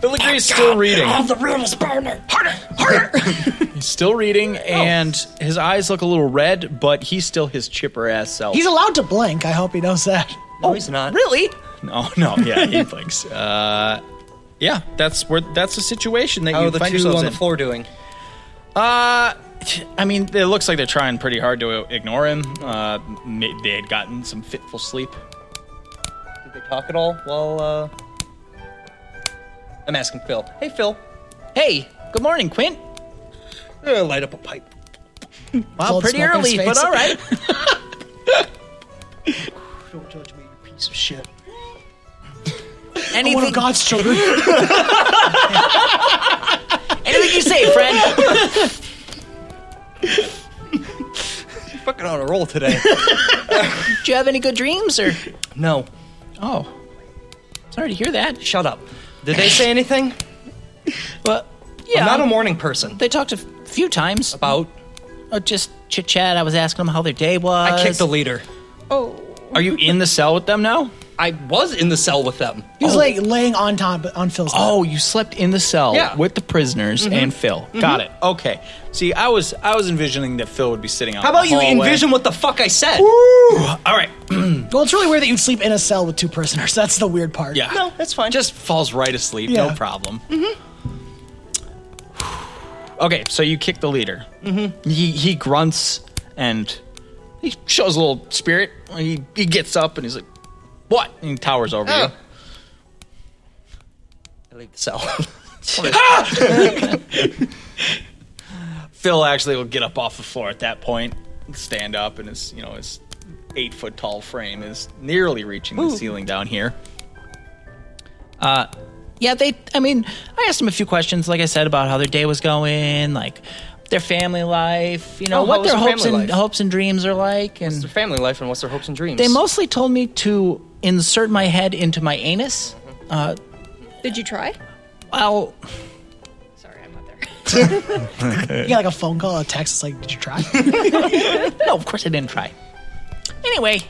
S1: Filigrae's still reading.
S2: Ah, the riddles burner. Harder, harder.
S1: He's still
S2: Oh.
S1: reading, and his eyes look a little red, but he's still his chipper ass self.
S2: He's allowed to blink. I hope he knows that.
S3: No, he's not.
S2: Really?
S1: no, no, yeah, he blinks. Uh, yeah, that's where that's the situation that
S3: How
S2: Oh,
S1: you
S3: are the
S1: find
S3: two
S1: yourselves
S3: on
S1: in.
S3: the floor doing?
S1: Uh, I mean, it looks like they're trying pretty hard to ignore him. Uh, may- they had gotten some fitful sleep.
S3: Did they talk at all? Well, uh. I'm asking Phil. Hey, Phil. Hey!
S1: Good morning, Quint.
S3: Uh, light up a pipe.
S1: Wow,
S2: Cold
S1: pretty
S2: smoke in his
S1: early,
S2: face.
S1: but all right.
S3: Don't judge me, you piece of shit.
S2: One of God's children.
S1: Anything you say, friend.
S3: You're fucking on a roll today.
S1: Do you have any good dreams, or?
S3: no.
S1: Oh, sorry to hear that.
S3: Shut up. Did they say anything?
S1: Well, yeah,
S3: I'm not a morning person.
S1: they talked a few times
S3: About.
S1: uh, just chit chat. I was asking them how their day was.
S3: I kicked the leader.
S4: Oh.
S1: Are you in the cell with them now?
S3: I was in the cell with them.
S2: He
S4: Oh.
S2: was like laying on top on Phil's. lap.
S1: Oh, you slept in the cell
S3: Yeah.
S1: with the prisoners and Phil. Got it. Mm-hmm. Okay. See, I was I was envisioning that Phil would be sitting on.
S3: How about you envision what the fuck I said?
S1: All right.
S2: Well, it's really weird that you'd sleep in a cell with two prisoners. That's the weird part.
S1: Yeah.
S3: No, that's fine.
S1: Just falls right asleep.
S2: Yeah.
S1: No problem. Mm-hmm. Okay, so you kick the leader. Mm-hmm. He he grunts and he shows a little spirit. He he gets up and he's like, "What?" And he towers over
S3: Oh.
S1: you.
S3: I leave the cell.
S1: Phil actually will get up off the floor at that point, stand up, and his you know his eight foot tall frame is nearly reaching the ceiling down here. Uh, yeah, they. I mean, I asked him a few questions, like I said, about how their day was going, like their family life, you know,
S3: Oh, how
S1: what
S3: was
S1: their
S3: their
S1: hopes and
S3: family life?
S1: hopes and dreams are like,
S3: What's their
S1: and
S3: family life and what's their hopes and dreams?
S1: they mostly told me to insert my head into my anus.
S3: Mm-hmm.
S1: Uh,
S4: Did you try?
S1: well,
S4: Sorry, I'm not there.
S2: You get like a phone call, a text. It's like, did you try?
S1: No, of course I didn't try. Anyway,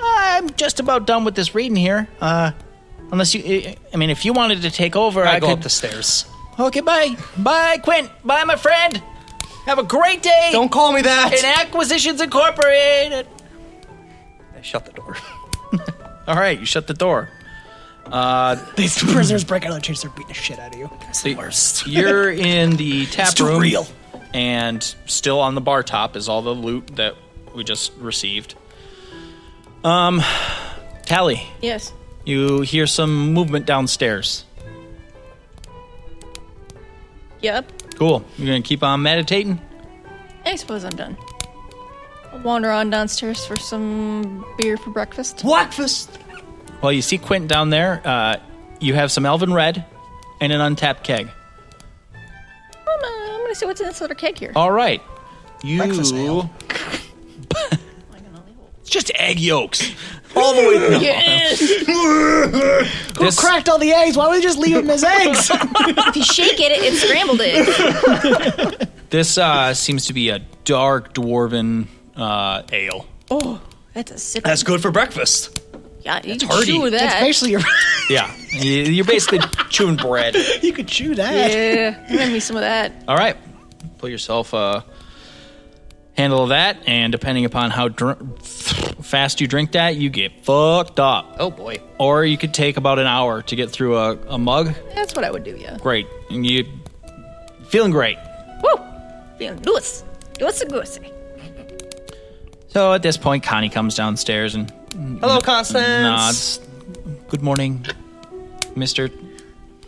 S1: I'm just about done with this reading here. Uh, unless you, I mean, if you wanted to take over, I,
S3: I, go
S1: could.
S3: up the stairs.
S1: okay, bye, bye, Quint, bye, my friend. Have a great day.
S3: Don't call me that.
S1: in Acquisitions Incorporated.
S3: I shut the door.
S1: All right, you shut the door.
S2: These prisoners break out of the chairs. They're beating the shit out of you. It's the worst.
S1: You're in the tap
S2: too
S1: room,
S2: real.
S1: and still on the bar top is all the loot that we just received. Um, Tally,
S4: Yes.
S1: you hear some movement downstairs.
S4: Yep.
S1: Cool. You're gonna keep on meditating.
S4: I suppose I'm done. I'll wander on downstairs for some beer for breakfast.
S3: Breakfast.
S1: Well, you see Quint down there. Uh, you have some Elven Red and an untapped keg.
S4: I'm, uh, I'm gonna see what's in this little keg
S3: Oh,
S4: here.
S1: All right. You.
S2: Breakfast ale.
S1: It's just egg yolks.
S3: All the way down.
S4: Yes.
S2: Who
S1: This-
S2: cracked all the eggs? Why would they just leave them as eggs?
S4: if you shake it, it's scrambled eggs.
S1: This uh, seems to be a dark dwarven uh, ale.
S4: Oh, that's a sick.
S3: That's good for breakfast.
S4: yeah, you can
S3: hearty.
S4: chew
S2: It's
S4: that.
S2: basically your.
S1: Yeah. You- You're basically chewing bread.
S2: you could chew that.
S4: yeah, I'm gonna need some of that.
S1: All right. Pull yourself a handle of that, and depending upon how dr- fast you drink that, you get fucked up.
S3: Oh boy.
S1: Or you could take about an hour to get through a, a mug.
S4: That's what I would do. Yeah.
S1: Great. And you feeling great.
S4: Woo! Feeling loose. Loose and goosey.
S1: So at this point, Connie comes downstairs and
S3: Hello, Constance.
S1: nods. Good morning, Mister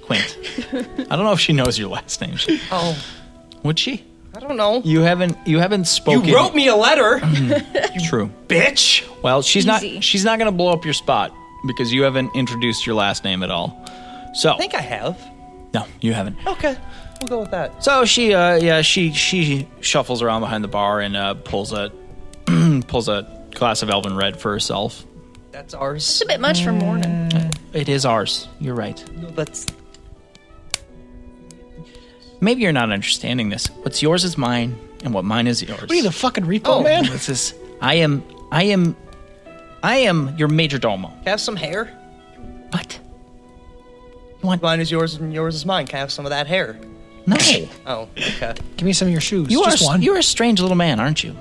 S1: Quint. I don't know if she knows your last name. She-
S3: Oh,
S1: Would she?
S3: I don't know.
S1: You haven't. You haven't spoken.
S3: You wrote me a letter,
S1: True.
S3: bitch.
S1: Well, she's
S4: Easy.
S1: not. She's not going to blow up your spot because you haven't introduced your last name at all. So
S3: I think I have.
S1: no, you haven't.
S3: Okay, we'll go with that.
S1: So she, uh, yeah, she she shuffles around behind the bar and uh, pulls a pulls a glass of Elven Red for herself.
S3: That's ours.
S4: It's a bit much for morning.
S1: It is ours. You're right.
S3: That's
S1: Maybe you're not understanding this. What's yours is mine, and what mine is yours.
S2: What are you, the fucking repo
S3: Oh.
S2: man?
S1: This is. I am. I am. I am your major domo.
S3: Can I have some hair?
S1: What?
S3: Mine is yours and yours is mine. Can I have some of that hair?
S1: No.
S3: Oh, okay.
S2: Give me some of your shoes.
S1: You
S2: just
S1: are.
S2: one.
S1: You are a strange little man, aren't you?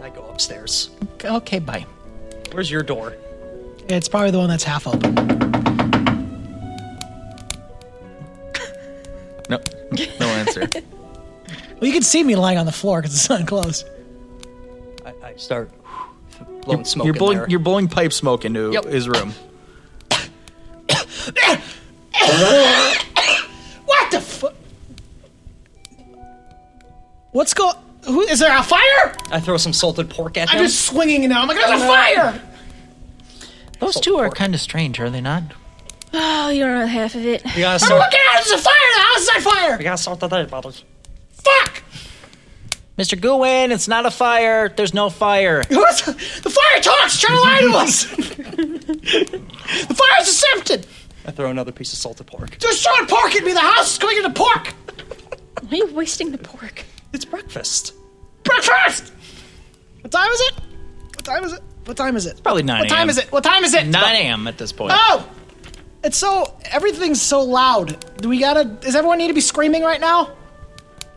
S3: I go upstairs.
S1: Okay. Bye.
S3: Where's your door?
S2: It's probably the one that's half open.
S1: No. No answer.
S2: Well, you can see me lying on the floor because it's unclosed.
S3: I, I start blowing smoke
S1: you're
S3: in
S1: blowing.
S3: there.
S1: You're blowing pipe smoke into
S3: Yep.
S1: his room.
S2: What the fuck? What's going? Who is there a fire?
S3: I throw some salted pork at
S2: I'm
S3: him.
S2: just swinging now. I'm like, there's a fire.
S1: Those two are kind of strange, are they not?
S4: Oh, you don't know half of it.
S3: We gotta sort.
S2: Look out! There's a fire. The house is on fire.
S3: We gotta sort that out, brothers.
S2: Fuck!
S1: Mr. Gowen, it's not a fire. There's no fire.
S2: Who's- the fire talks. Try to lie to us. the fire's deceptive.
S3: I throw another piece of salted pork.
S2: There's throwing pork at me. The house is going into pork.
S4: Why are you wasting the pork?
S3: It's breakfast.
S2: Breakfast. What time is it? What time is it? What time is it?
S5: Probably 9
S2: What time
S5: a.m..
S2: is it? What time is it?
S5: 9 a.m. at this point.
S2: Oh, it's so everything's so loud. Do we gotta? Does everyone need to be screaming right now?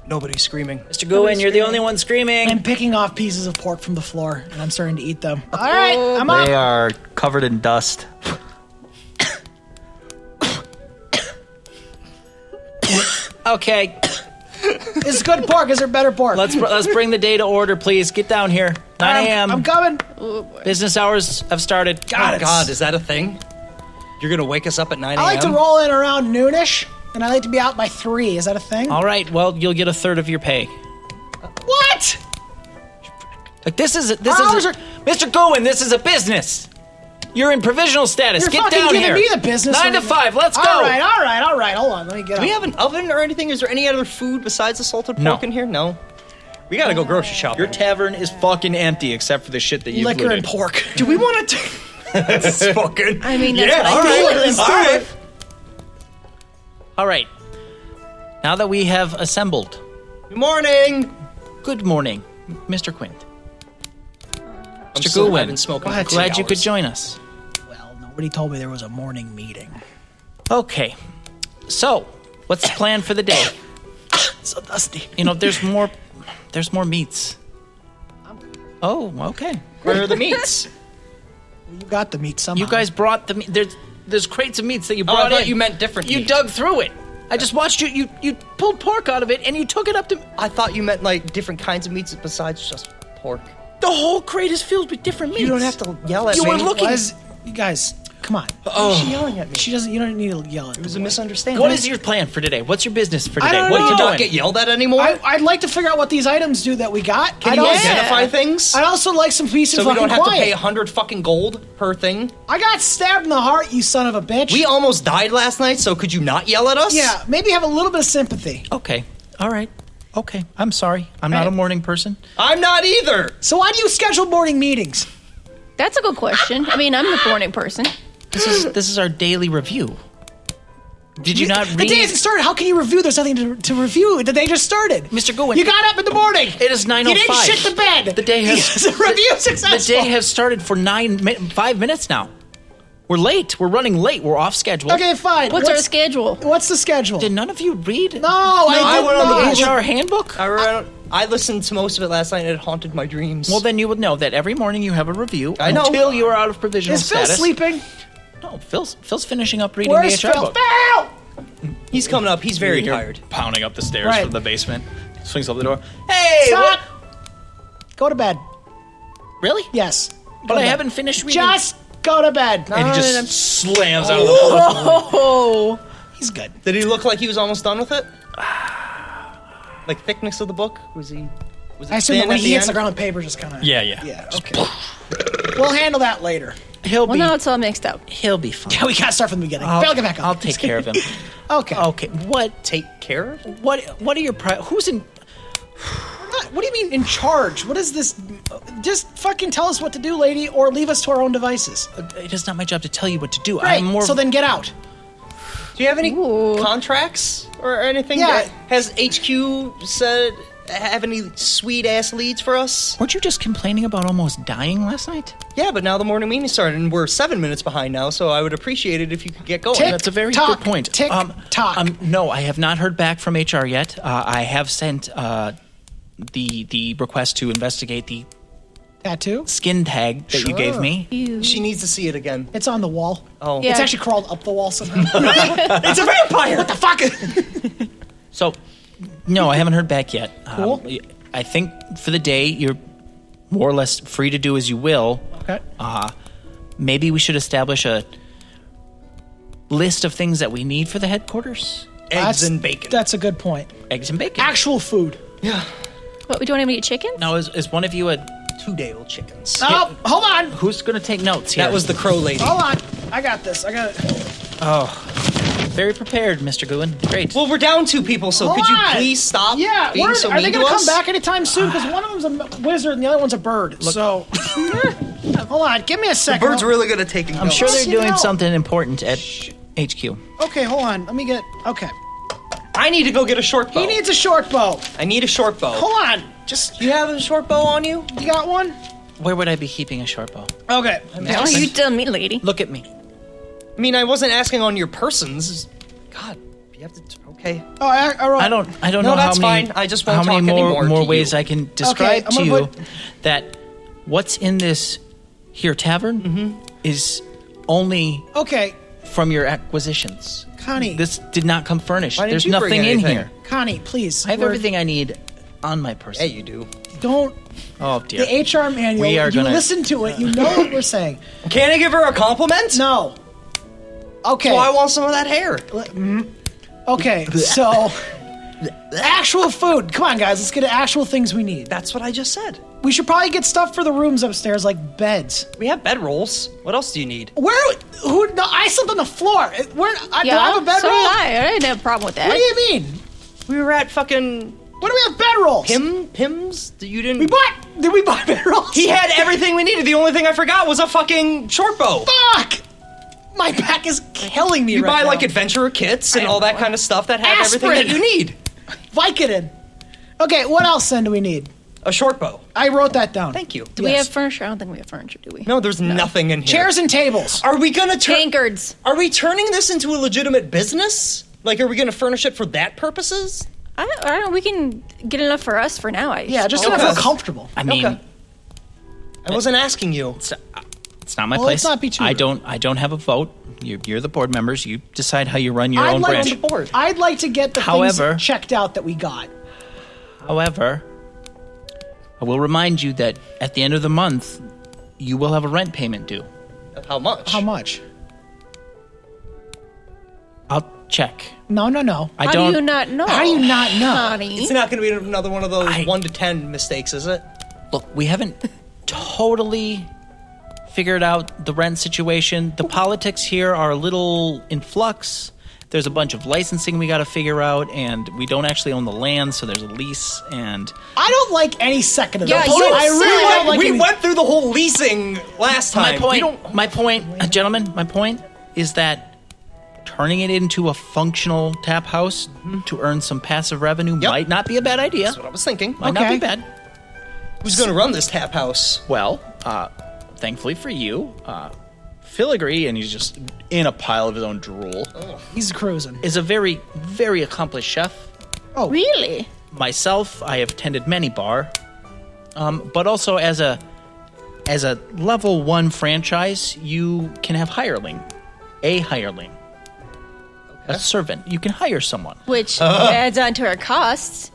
S3: Nobody's screaming.
S5: Mr. Goodwin, you're the only one screaming.
S2: I'm picking off pieces of pork from the floor and I'm starting to eat them. All right,
S5: Oh,
S2: I'm up.
S5: They are covered in dust. okay,
S2: It's good pork. Is there better pork?
S5: let's let's bring the day to order, please. Get down here. 9
S2: I'm, Um,
S5: a.m.
S2: I'm coming.
S5: Business hours have started.
S3: God,
S5: God,
S3: God, is that a thing? You're gonna wake us up at 9 a.m.
S2: I like to roll in around noonish, and I like to be out by three. Is that a thing?
S5: All right. Well, you'll get a third of your pay.
S2: What?
S5: Like this is a, this
S2: Our
S5: is a,
S2: hours
S5: Mr. Goodwin. This is a business. You're in provisional status.
S2: You're
S5: get
S2: fucking
S5: down
S2: giving
S5: here.
S2: me the business.
S5: Nine to
S2: right now.
S5: five. Let's go.
S2: All right, all right, all right. Hold on, let me get.
S3: Do we
S2: up.
S3: have an oven or anything? Is there any other food besides the salted pork
S5: No.
S3: in here? No. We gotta go grocery shopping.
S5: Your tavern is fucking empty except for the shit that you
S2: liquor and pork.
S3: Do we want to? That's fucking.
S4: I mean, that's what
S2: do.
S4: I
S3: All right.
S2: Let's
S3: All
S2: do
S3: right.
S5: All right. Now that we have assembled,
S3: Good morning.
S5: good morning, Mr. Quint.
S3: I'm
S5: Mr.
S3: still-
S5: Goodwin.
S3: I've been smoking.
S2: What?
S3: for two
S5: Glad you could
S3: hours.
S5: join us.
S2: Well, nobody told me there was a morning meeting.
S5: Okay. So, what's the plan for the day?
S2: So dusty.
S5: You know, there's more. There's more meats. Oh, okay. Where are the meats?
S2: You got the meat somehow.
S5: You guys brought the me- there's there's crates of meats that you
S3: Uh-huh. Oh, I
S5: brought
S3: thought
S5: in.
S3: you meant different
S5: You
S3: meat.
S5: dug through it. I just watched you. You you pulled pork out of it and you took it up to.
S3: I thought you meant like different kinds of meats besides just pork.
S5: The whole crate is filled with different meats.
S3: You don't have to yell at
S5: You
S3: me.
S5: were looking-
S2: Why is- you guys, come on.
S3: Why is she yelling at me?
S2: She doesn't. You don't need to yell at me.
S3: It was a misunderstanding.
S5: What is your plan for today? What's your business for today?
S2: don't
S5: what
S2: know.
S5: are you
S2: Did you
S5: doing?
S3: not get yelled at anymore?
S2: I, I'd like to figure out what these items do that we got.
S3: Can
S2: I'd
S3: you
S2: also,
S3: identify
S4: Yeah.
S3: things?
S2: I'd also like some peace and
S3: so we
S2: fucking
S3: don't have to
S2: quiet.
S3: pay a hundred fucking gold per thing.
S2: I got stabbed in the heart, you son of a bitch.
S3: We almost died last night, so could you not yell at us?
S2: yeah, maybe have a little bit of sympathy.
S5: Okay. All right. Okay. I'm sorry. I'm not
S2: Right.
S5: a morning person.
S3: I'm not either.
S2: So why do you schedule morning meetings?
S4: That's a good question. I mean, I'm the morning person.
S5: This is this is our daily review. Did you not
S2: The
S5: read?
S2: day hasn't started. How can you review? There's nothing to, to review. The day just started.
S5: Mr. Goodwin.
S2: You got up in the morning.
S5: It is nine
S2: You
S5: oh
S2: didn't
S5: five.
S2: shit the bed.
S5: The day has
S2: The review
S5: The
S2: successful.
S5: day has started for nine min- five minutes now. We're late. We're running late. We're off schedule.
S2: Okay, fine.
S4: What's our schedule?
S2: What's the schedule?
S5: Did none of you read?
S2: no, I,
S3: I
S2: did
S3: went on the
S2: not.
S5: HR handbook.
S3: I, re- I listened to most of it last night, and it haunted my dreams.
S5: Well, then you would know that every morning you have a review
S3: I know.
S5: until you are out of provisional
S2: Is Phil
S5: status.
S2: sleeping?
S5: No, Phil's Phil's finishing up reading
S2: Where's
S5: the HR
S2: Phil?
S5: book.
S2: Phil!
S3: he's coming up. He's very
S5: You hear
S3: tired.
S5: Pounding up the stairs
S2: Right.
S5: from the basement. Swings up the door. Hey,
S2: Stop!
S5: what?
S2: Go to bed.
S5: Really?
S2: Yes.
S5: But I haven't finished reading.
S2: Just go to bed.
S5: and he just
S2: No, no, no.
S5: slams out of the door.
S4: Oh,
S2: he's good.
S3: Did he look like he was almost done with it? Like thickness of the book? Was he? Was it
S2: I assume
S3: thin
S2: that when
S3: at
S2: he hits the
S3: end?
S2: ground, the paper just kind of.
S5: Yeah, yeah.
S2: Yeah, okay. we'll handle that later.
S5: He'll
S4: well,
S5: be
S4: now it's all mixed up.
S5: he'll be fine.
S2: Yeah, we gotta start from the beginning. Phil, get back up.
S5: I'll take care of him.
S2: Okay.
S3: Oh.
S5: Okay. What take?
S3: Take care. of him?
S5: What? What are your pri- Who's in?
S2: What, what do you mean in charge? What is this? Just fucking tell us what to do, lady, or leave us to our own devices.
S5: It is not my job to tell you what to do.
S2: Right.
S5: I'm more.
S2: So then get out.
S3: Do you have any
S4: Ooh.
S3: contracts or anything?
S2: Yeah.
S3: that- Has HQ said have any sweet ass leads for us?
S5: weren't you just complaining about almost dying last night?
S3: Yeah, but now the morning meeting started, and we're seven minutes behind now. So I would appreciate it if you could get going.
S2: Tick.
S5: That's a very
S2: Tock,
S5: good point. Um,
S2: tick, tock.
S5: no, I have not heard back from HR yet. Uh, I have sent uh, the the request to investigate the
S2: Tattoo?
S5: skin tag that you gave
S2: Sure.
S5: me.
S3: She needs to see it again.
S2: It's on the wall.
S3: Oh,
S4: Yeah.
S2: It's actually crawled up the wall somehow. it's a vampire! What the fuck?
S5: So, no, I haven't heard back yet. Um,
S2: Cool.
S5: I think for the day, you're more or less free to do as you will.
S2: okay.
S5: Uh, maybe we should establish a list of things that we need for the headquarters.
S3: eggs and bacon.
S2: That's a good point.
S5: Eggs and bacon.
S2: Actual food.
S3: yeah,
S4: What, we don't even eat chicken?
S5: now, is, is one of you a
S3: two day old chickens.
S2: Oh, hold on.
S5: who's going to take notes? Here?
S3: that was the crow lady.
S2: Hold on. I got this. I got it.
S5: very prepared, Mr. Goodwin. Great.
S3: Well, we're down two people, so
S2: Hold
S3: could you
S2: on.
S3: please stop
S2: Yeah,
S3: being
S2: where-
S3: so
S2: are
S3: mean
S2: they
S3: to
S2: gonna come
S3: us?
S2: back anytime soon? Because one of them's a wizard and the other one's a bird. so, hold on, give me a second.
S3: Bird's really good at taking.
S5: I'm sure they're
S2: you
S5: doing
S2: know-
S5: something important at HQ.
S2: Okay, hold on. Let me get. Okay,
S3: I need to go get a short bow.
S2: he needs a short bow.
S3: I need a short bow.
S2: Hold on, just
S3: Do you have a short bow on you?
S2: you got one?
S5: Where would I be keeping a short bow?
S3: Okay.
S4: Oh, you tell me, lady.
S5: Look at me.
S3: I mean, I wasn't asking on your persons. God, you have to. Okay.
S2: Oh, I, I, wrote,
S5: I don't. I don't
S3: No,
S5: know
S3: that's
S5: how many.
S3: fine. I just won't
S5: how many
S3: talk
S5: more
S3: anymore
S5: more
S3: to
S5: ways
S3: you.
S5: I can describe
S2: I'm
S5: to you
S2: gonna put-
S5: that what's in this here tavern
S3: Mm-hmm.
S5: is only
S2: Okay,
S5: from your acquisitions.
S2: Connie.
S5: this did not come furnished.
S3: Why didn't
S5: There's
S3: you bring
S5: nothing in
S3: anything?
S5: here.
S2: Connie, please.
S5: I have
S2: we're-
S5: everything I need on my person.
S3: Hey, you do.
S2: Don't.
S5: oh dear.
S2: The HR manual.
S5: We are
S2: you
S5: gonna-
S2: listen to it. You know what we're saying.
S3: Can I give her a compliment?
S2: No. Okay.
S3: Well, I want some of that hair.
S2: Okay, so actual food. Come on, guys, let's get actual things we need.
S3: That's what I just said.
S2: We should probably get stuff for the rooms upstairs, like beds.
S3: We have bed rolls. What else do you need?
S2: Where? Who? No, I slept on the floor. Where? I, do
S4: Yeah,
S2: I have a
S4: so
S2: bedroll?
S4: did I. I didn't have a problem with that.
S2: what do you mean?
S3: We were at fucking
S2: What do we have bedrolls?
S3: Pim Pims. You didn't.
S2: We bought. Did we buy bedrolls?
S3: He had everything we needed. The only thing I forgot was a fucking short bow.
S2: Fuck! My back is killing me
S3: You
S2: right
S3: buy
S2: now.
S3: like adventurer kits and all that kind of stuff that have everything that
S2: Aspirin.
S3: you need.
S2: Vicodin. Okay, what else then do we need?
S3: A short bow.
S2: I wrote that down.
S3: Thank you.
S4: Do we have furniture? I don't think we have furniture, do we?
S3: No, there's nothing in here.
S2: Chairs and tables.
S3: Are we gonna turn?
S4: Tankards.
S3: Are we turning this into a legitimate business? Like, are we gonna furnish it for that purposes?
S4: I don't, I don't know. We can get enough for us for now. I
S2: Yeah, just
S3: Okay.
S2: to feel comfortable.
S5: I mean,
S3: Okay. I wasn't asking you.
S5: it's, it's not my
S2: Well, let's
S5: place.
S2: not be too
S5: I
S2: rude.
S5: don't. I don't have a vote. You're, you're the board members. You decide how you run your
S2: I'd
S5: own
S2: like
S5: branch.
S2: to
S3: board.
S2: I'd like to get the
S5: However-
S2: things checked out that we got.
S5: However, I will remind you that at the end of the month, you will have a rent payment due.
S3: How much?
S2: How much?
S5: I'll check.
S2: No, no, no.
S5: I
S4: How
S5: don't.
S4: do you not know?
S2: How do you not know?
S4: Honey.
S3: It's not gonna be another one of those
S5: I-
S3: one to ten mistakes, is it?
S5: Look, we haven't totally figured out the rent situation. The politics here are a little in flux. There's a bunch of licensing we got to figure out, and we don't actually own the land, so there's a lease. And
S2: I don't like any second of
S4: Yeah,
S2: this.
S4: you
S2: I
S4: said-
S2: really don't like
S3: we
S2: any-
S3: went through the whole leasing last time.
S5: my
S3: We
S5: point,
S3: don't-
S5: my point, uh, gentlemen, my point is that turning it into a functional tap house to earn some passive revenue
S3: Mm-hmm. Yep.
S5: might not be a bad idea.
S3: That's what I was thinking.
S5: Might not be
S2: Okay.
S5: bad.
S3: Who's gonna run this tap house?
S5: Well, uh, thankfully for you, uh, Filigree, and he's just in a pile of his own drool,
S2: He's cruising.
S5: is a very, very accomplished chef.
S4: Really?
S5: Myself, I have tended many bar, um, but also as a as a level one franchise, you can have hireling, a hireling, a servant. You can hire someone.
S4: Which
S2: Uh.
S4: adds on to our costs.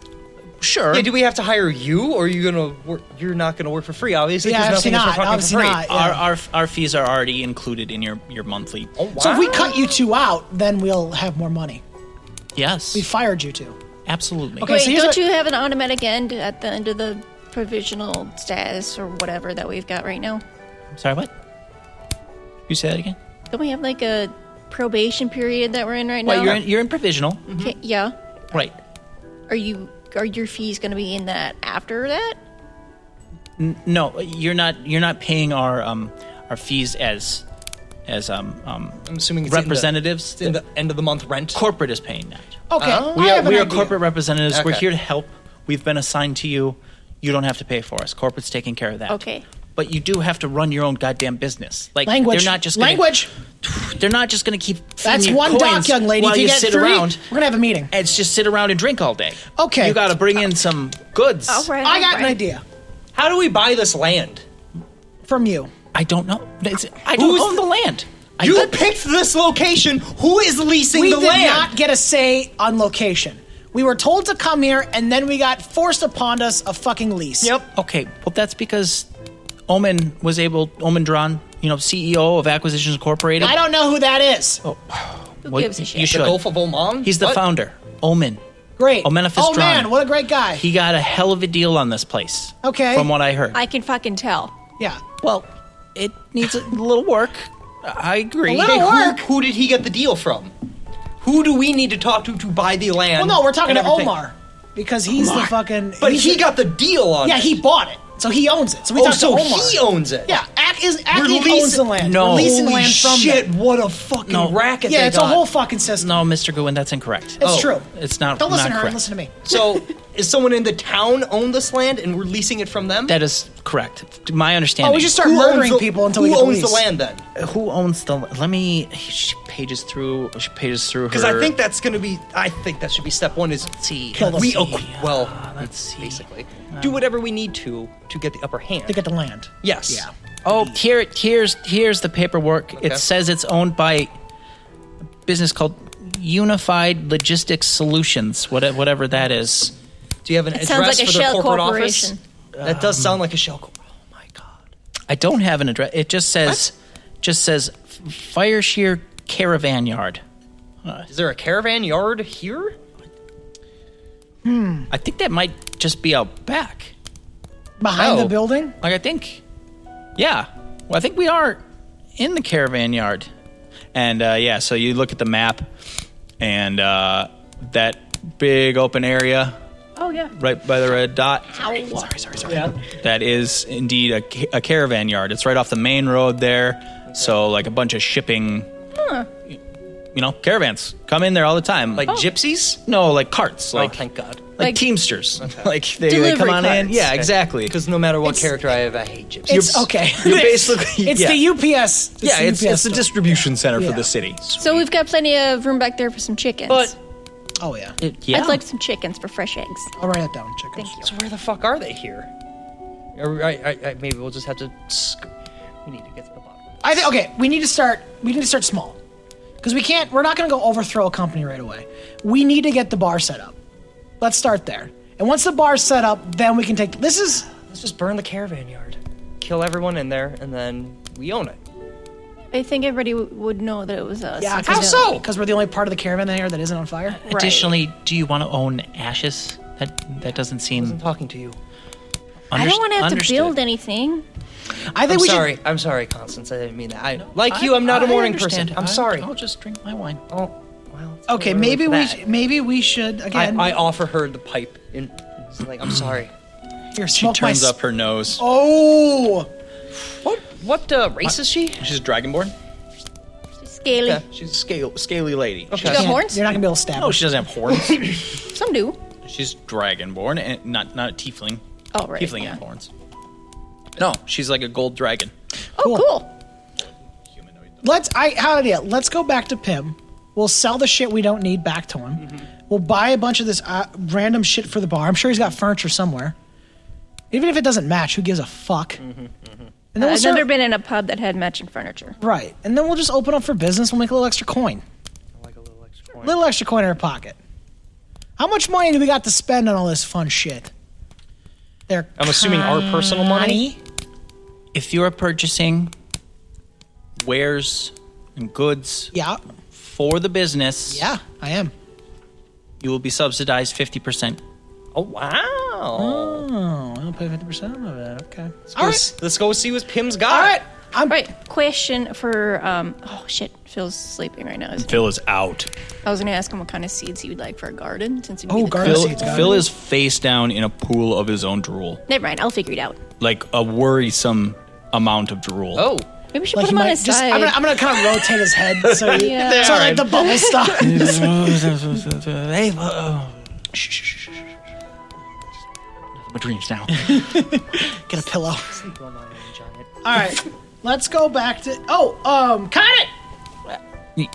S5: Sure.
S3: Yeah, do we have to hire you, or are you gonna work? You're not gonna work for free, obviously.
S2: Yeah,
S3: 'cause
S2: obviously
S3: nothing is for
S2: not,
S3: fucking
S2: obviously
S3: free.
S2: not.
S5: our,
S2: yeah.
S5: our our fees are already included in your your monthly.
S3: Oh, wow.
S2: So if we cut you two out, then we'll have more money.
S5: Yes,
S2: We fired you two.
S5: absolutely.
S2: Okay,
S4: Wait,
S2: so here's
S4: don't
S2: what-
S4: you have an automatic end at the end of the provisional status or whatever that we've got right now?
S5: Sorry, what? You say that again?
S4: Don't we have like a probation period that we're in right
S5: Well,
S4: now?
S5: you're in, you're in provisional,
S2: Mm-hmm.
S4: Okay, yeah.
S5: right?
S4: Are you? Are your fees going to be in that after that?
S5: No, you're not. You're not paying our um our fees as as um um
S3: I'm assuming it's in the-
S5: representatives.
S3: It's in the end of the month rent.
S5: corporate is paying that.
S2: Okay.
S3: Uh,
S5: We
S2: I
S5: are
S2: have an
S5: we are
S2: idea.
S5: corporate representatives. We're
S3: Okay.
S5: here to help. We've been assigned to you. You don't have to pay for us. Corporate's taking care of that.
S4: Okay.
S5: But you do have to run your own goddamn business. Like
S2: Language.
S5: They're not just gonna,
S2: Language.
S5: They're not just going to keep. feeding
S2: That's
S5: you
S2: one doc,
S5: coins
S2: young lady.
S5: While
S2: If you, get
S5: sit
S2: three,
S5: around,
S2: we're going to have a meeting.
S5: and just sit around and drink all day.
S2: Okay.
S5: You got to bring in some goods.
S4: All Oh, right.
S2: I
S4: all
S2: got an
S4: right.
S2: idea
S3: How do we buy this land?
S2: from you.
S5: I don't know. It's- I don't
S3: Who's
S5: own
S3: the-
S5: the land. I
S3: You
S5: don't-
S3: picked this location. Who is leasing
S2: We
S3: the
S2: did
S3: land?
S2: not get a say on location. We were told to come here, and then we got forced upon us a fucking lease.
S3: Yep.
S5: Okay, well that's because Omen was able Omen Dron, you know, CEO of Acquisitions Incorporated.
S2: I don't know who that is.
S3: Oh,
S4: Who
S5: Well,
S4: gives a shit?
S5: You should.
S3: The Gulf of Oman.
S5: He's the
S3: What?
S5: founder. Omen.
S2: Great.
S5: Omenifus
S2: oh
S5: Dron.
S2: man, what a great guy.
S5: He got a hell of a deal on this place.
S2: Okay.
S5: From what I heard.
S4: I can fucking tell.
S2: yeah.
S5: well, it needs a little work. I agree.
S2: A little
S3: Hey, who,
S2: work.
S3: who did he get the deal from? Who do we need to talk to to buy the land?
S2: Well, no, we're talking
S3: and
S2: to
S3: everything?
S2: Omar because he's the fucking.
S3: But
S2: he's
S3: he
S2: the-
S3: got the deal on
S2: Yeah,
S3: it.
S2: he bought it, so he owns it. So we
S3: Oh,
S2: talked
S3: so
S2: to Omar.
S3: he owns it.
S2: Yeah, Ack is Ack
S3: We're
S2: owns the
S3: leasing-
S2: land.
S5: No.
S2: We're leasing
S3: Holy
S2: land from
S3: shit!
S2: them.
S3: What a fucking
S5: No.
S3: racket!
S2: Yeah,
S3: they
S2: it's
S3: got. Oh,
S2: a whole fucking system.
S5: No, Mr. Gwyn, that's incorrect.
S2: It's true.
S5: It's not.
S2: Don't listen
S5: not
S2: to her.
S5: correct.
S2: Listen to me.
S3: So, is someone in the town own this land and we're leasing it from them?
S5: That is correct. My understanding.
S2: Oh, we should start-
S3: Who owns
S2: murdering
S3: the-
S2: people until
S3: who
S2: we get the
S3: owns the
S2: lease.
S3: land then?
S5: Who owns the? Let me. She pages through. She pages through her.
S3: Because I think that's going to be. I think that should be step one. Is
S5: see.
S2: Kill them.
S3: we
S2: Let's
S3: acqu- E well,
S5: Let's see.
S3: basically do whatever we need to to get the upper hand.
S2: They get the land.
S3: yes.
S2: Yeah.
S5: Oh, here it here's here's the paperwork.
S3: Okay.
S5: It says it's owned by a business called Unified Logistics Solutions, whatever, whatever that is.
S3: Do you have an
S4: It sounds
S3: address
S4: like a
S3: for their
S4: shell
S3: corporate office?
S4: corporation.
S3: That does sound like a shell. corp- Oh my god.
S5: I don't have an address. It just says just says Fire Shear Caravan Yard.
S3: Is there a caravan yard here?
S5: I think that might just be out back.
S2: Behind
S3: Oh.
S2: the building?
S5: Like I think, yeah. Well, I think we are in the caravan yard, and uh, yeah. So you look at the map, and uh, that big open area
S4: Oh yeah.
S5: right by the red dot.
S4: Sorry, sorry, sorry.
S2: Yeah.
S5: That is indeed a, ca- a caravan yard. It's right off the main road there. So, like a bunch of shipping, you know, caravans come in there all the time.
S3: Like
S5: Like,
S3: gypsies?
S5: no, like carts,
S3: Oh,
S5: like,
S3: thank God.
S5: like,
S4: Like-
S5: Teamsters. like, they, they
S4: Delivery
S5: come on in.
S4: carts.
S5: Yeah, exactly.
S3: Because no matter what
S2: It's-
S3: character I have, I hate gypsies.
S2: It's okay.
S5: You're basically,
S2: It's
S5: yeah.
S2: the UPS. It's
S5: yeah,
S2: the UPS
S5: it's, it's the
S2: store.
S5: distribution center
S2: Yeah.
S5: for the city.
S4: So we've got plenty of room back there for some chickens.
S3: But
S2: Oh yeah.
S5: yeah.
S4: I'd like some chickens for fresh eggs.
S2: I'll write that down. Chickens.
S4: Thank you.
S3: so where the fuck are they here? Or I, I, I, maybe we'll just have to. Sc- we need to get to the bottom.
S2: I think okay, we need to start we need to start small. Cuz we can't we're not going to go overthrow a company right away. We need to get the bar set up. Let's start there. And once the bar's set up, then we can take This is
S3: Let's just burn the caravan yard, kill everyone in there, and then we own it.
S4: I think everybody w- would know that it was us.
S2: yeah,
S4: since we don't-
S2: Cuz we're the only part of the caravan there that isn't on fire.
S4: Right.
S5: Additionally, do you want to own ashes? That that doesn't
S3: I'm
S5: seem.
S3: talking to you.
S4: I
S5: underst-
S4: don't want to have
S5: understood.
S4: to build anything.
S2: I think
S3: I'm
S2: we
S3: sorry.
S2: should
S3: I'm sorry, Constance. I didn't mean that. I, like you, I'm not a
S5: a
S3: morning person. I'm sorry.
S5: I'll just drink my wine.
S3: Oh, well. it's
S2: Okay,
S3: over
S2: maybe
S3: with
S2: we
S3: that.
S2: sh- maybe we should again.
S3: I, I offer her the pipe, and it's like, I'm sorry.
S2: here,
S5: She
S2: smoke my
S5: turns
S2: s-
S5: up her nose.
S2: Oh.
S3: What? What uh, race is she?
S5: She's dragonborn.
S4: Scaly.
S3: Yeah.
S5: She's a scale, scaly lady.
S3: Okay.
S4: You got horns?
S2: You're not going to be able to stab.
S3: Oh,
S5: No,
S2: her.
S5: oh, she doesn't have horns.
S4: Some do.
S5: she's dragonborn, and not not a tiefling.
S4: Oh, right.
S5: Tiefling
S4: yeah.
S5: have horns. No, she's like a gold dragon.
S4: Oh,
S2: Cool.
S4: cool.
S5: Humanoid.
S2: Let's. I how idea. Let's go back to Pim. We'll sell the shit we don't need back to him.
S3: Mm-hmm.
S2: We'll buy a bunch of this uh, random shit for the bar. I'm sure he's got furniture somewhere. Even if it doesn't match, who gives a fuck?
S3: Mm-hmm,
S2: And then we'll
S4: I've
S2: start,
S4: never been in a pub that had matching furniture.
S2: right. And then we'll just open up for business. We'll make a little extra coin.
S3: Like a little extra coin.
S2: Little extra coin in our pocket. How much money do we got to spend on all this fun shit? There.
S3: I'm assuming our personal money.
S2: Connie?
S5: If you're purchasing wares and goods
S2: Yeah.
S5: for the business,
S2: Yeah. I am.
S5: you will be subsidized fifty percent.
S3: Oh wow!
S2: Oh, I'll pay fifty percent of it. Okay.
S3: Let's,
S2: All
S3: go,
S2: right.
S3: s- let's go see what Pim's got.
S2: All right. I'm
S4: Right. Question for um. Oh shit, Phil's sleeping right now. isn't he?
S5: Phil is out.
S4: I was gonna ask him what kind of seeds he would like for a garden since he'd
S2: Oh,
S4: be the
S2: garden
S4: cook.
S5: Phil,
S2: seeds. got
S5: Phil
S2: it.
S5: is face down in a pool of his own drool,
S4: Never mind. I'll figure it out.
S5: like a worrisome amount of drool.
S3: Oh,
S4: Maybe we should
S2: Like
S4: put
S2: he
S4: him on
S2: might
S4: his
S2: just,
S4: side.
S2: I'm gonna, I'm gonna kind of rotate his head so, he,
S4: Yeah.
S2: so like the bubbles stop.
S5: hey, whoa. Shh, shh, shh, shh, shh. My dreams now.
S2: Get a pillow.
S3: Well, not really giant.
S2: All right, let's go back to. Oh, um, cut it.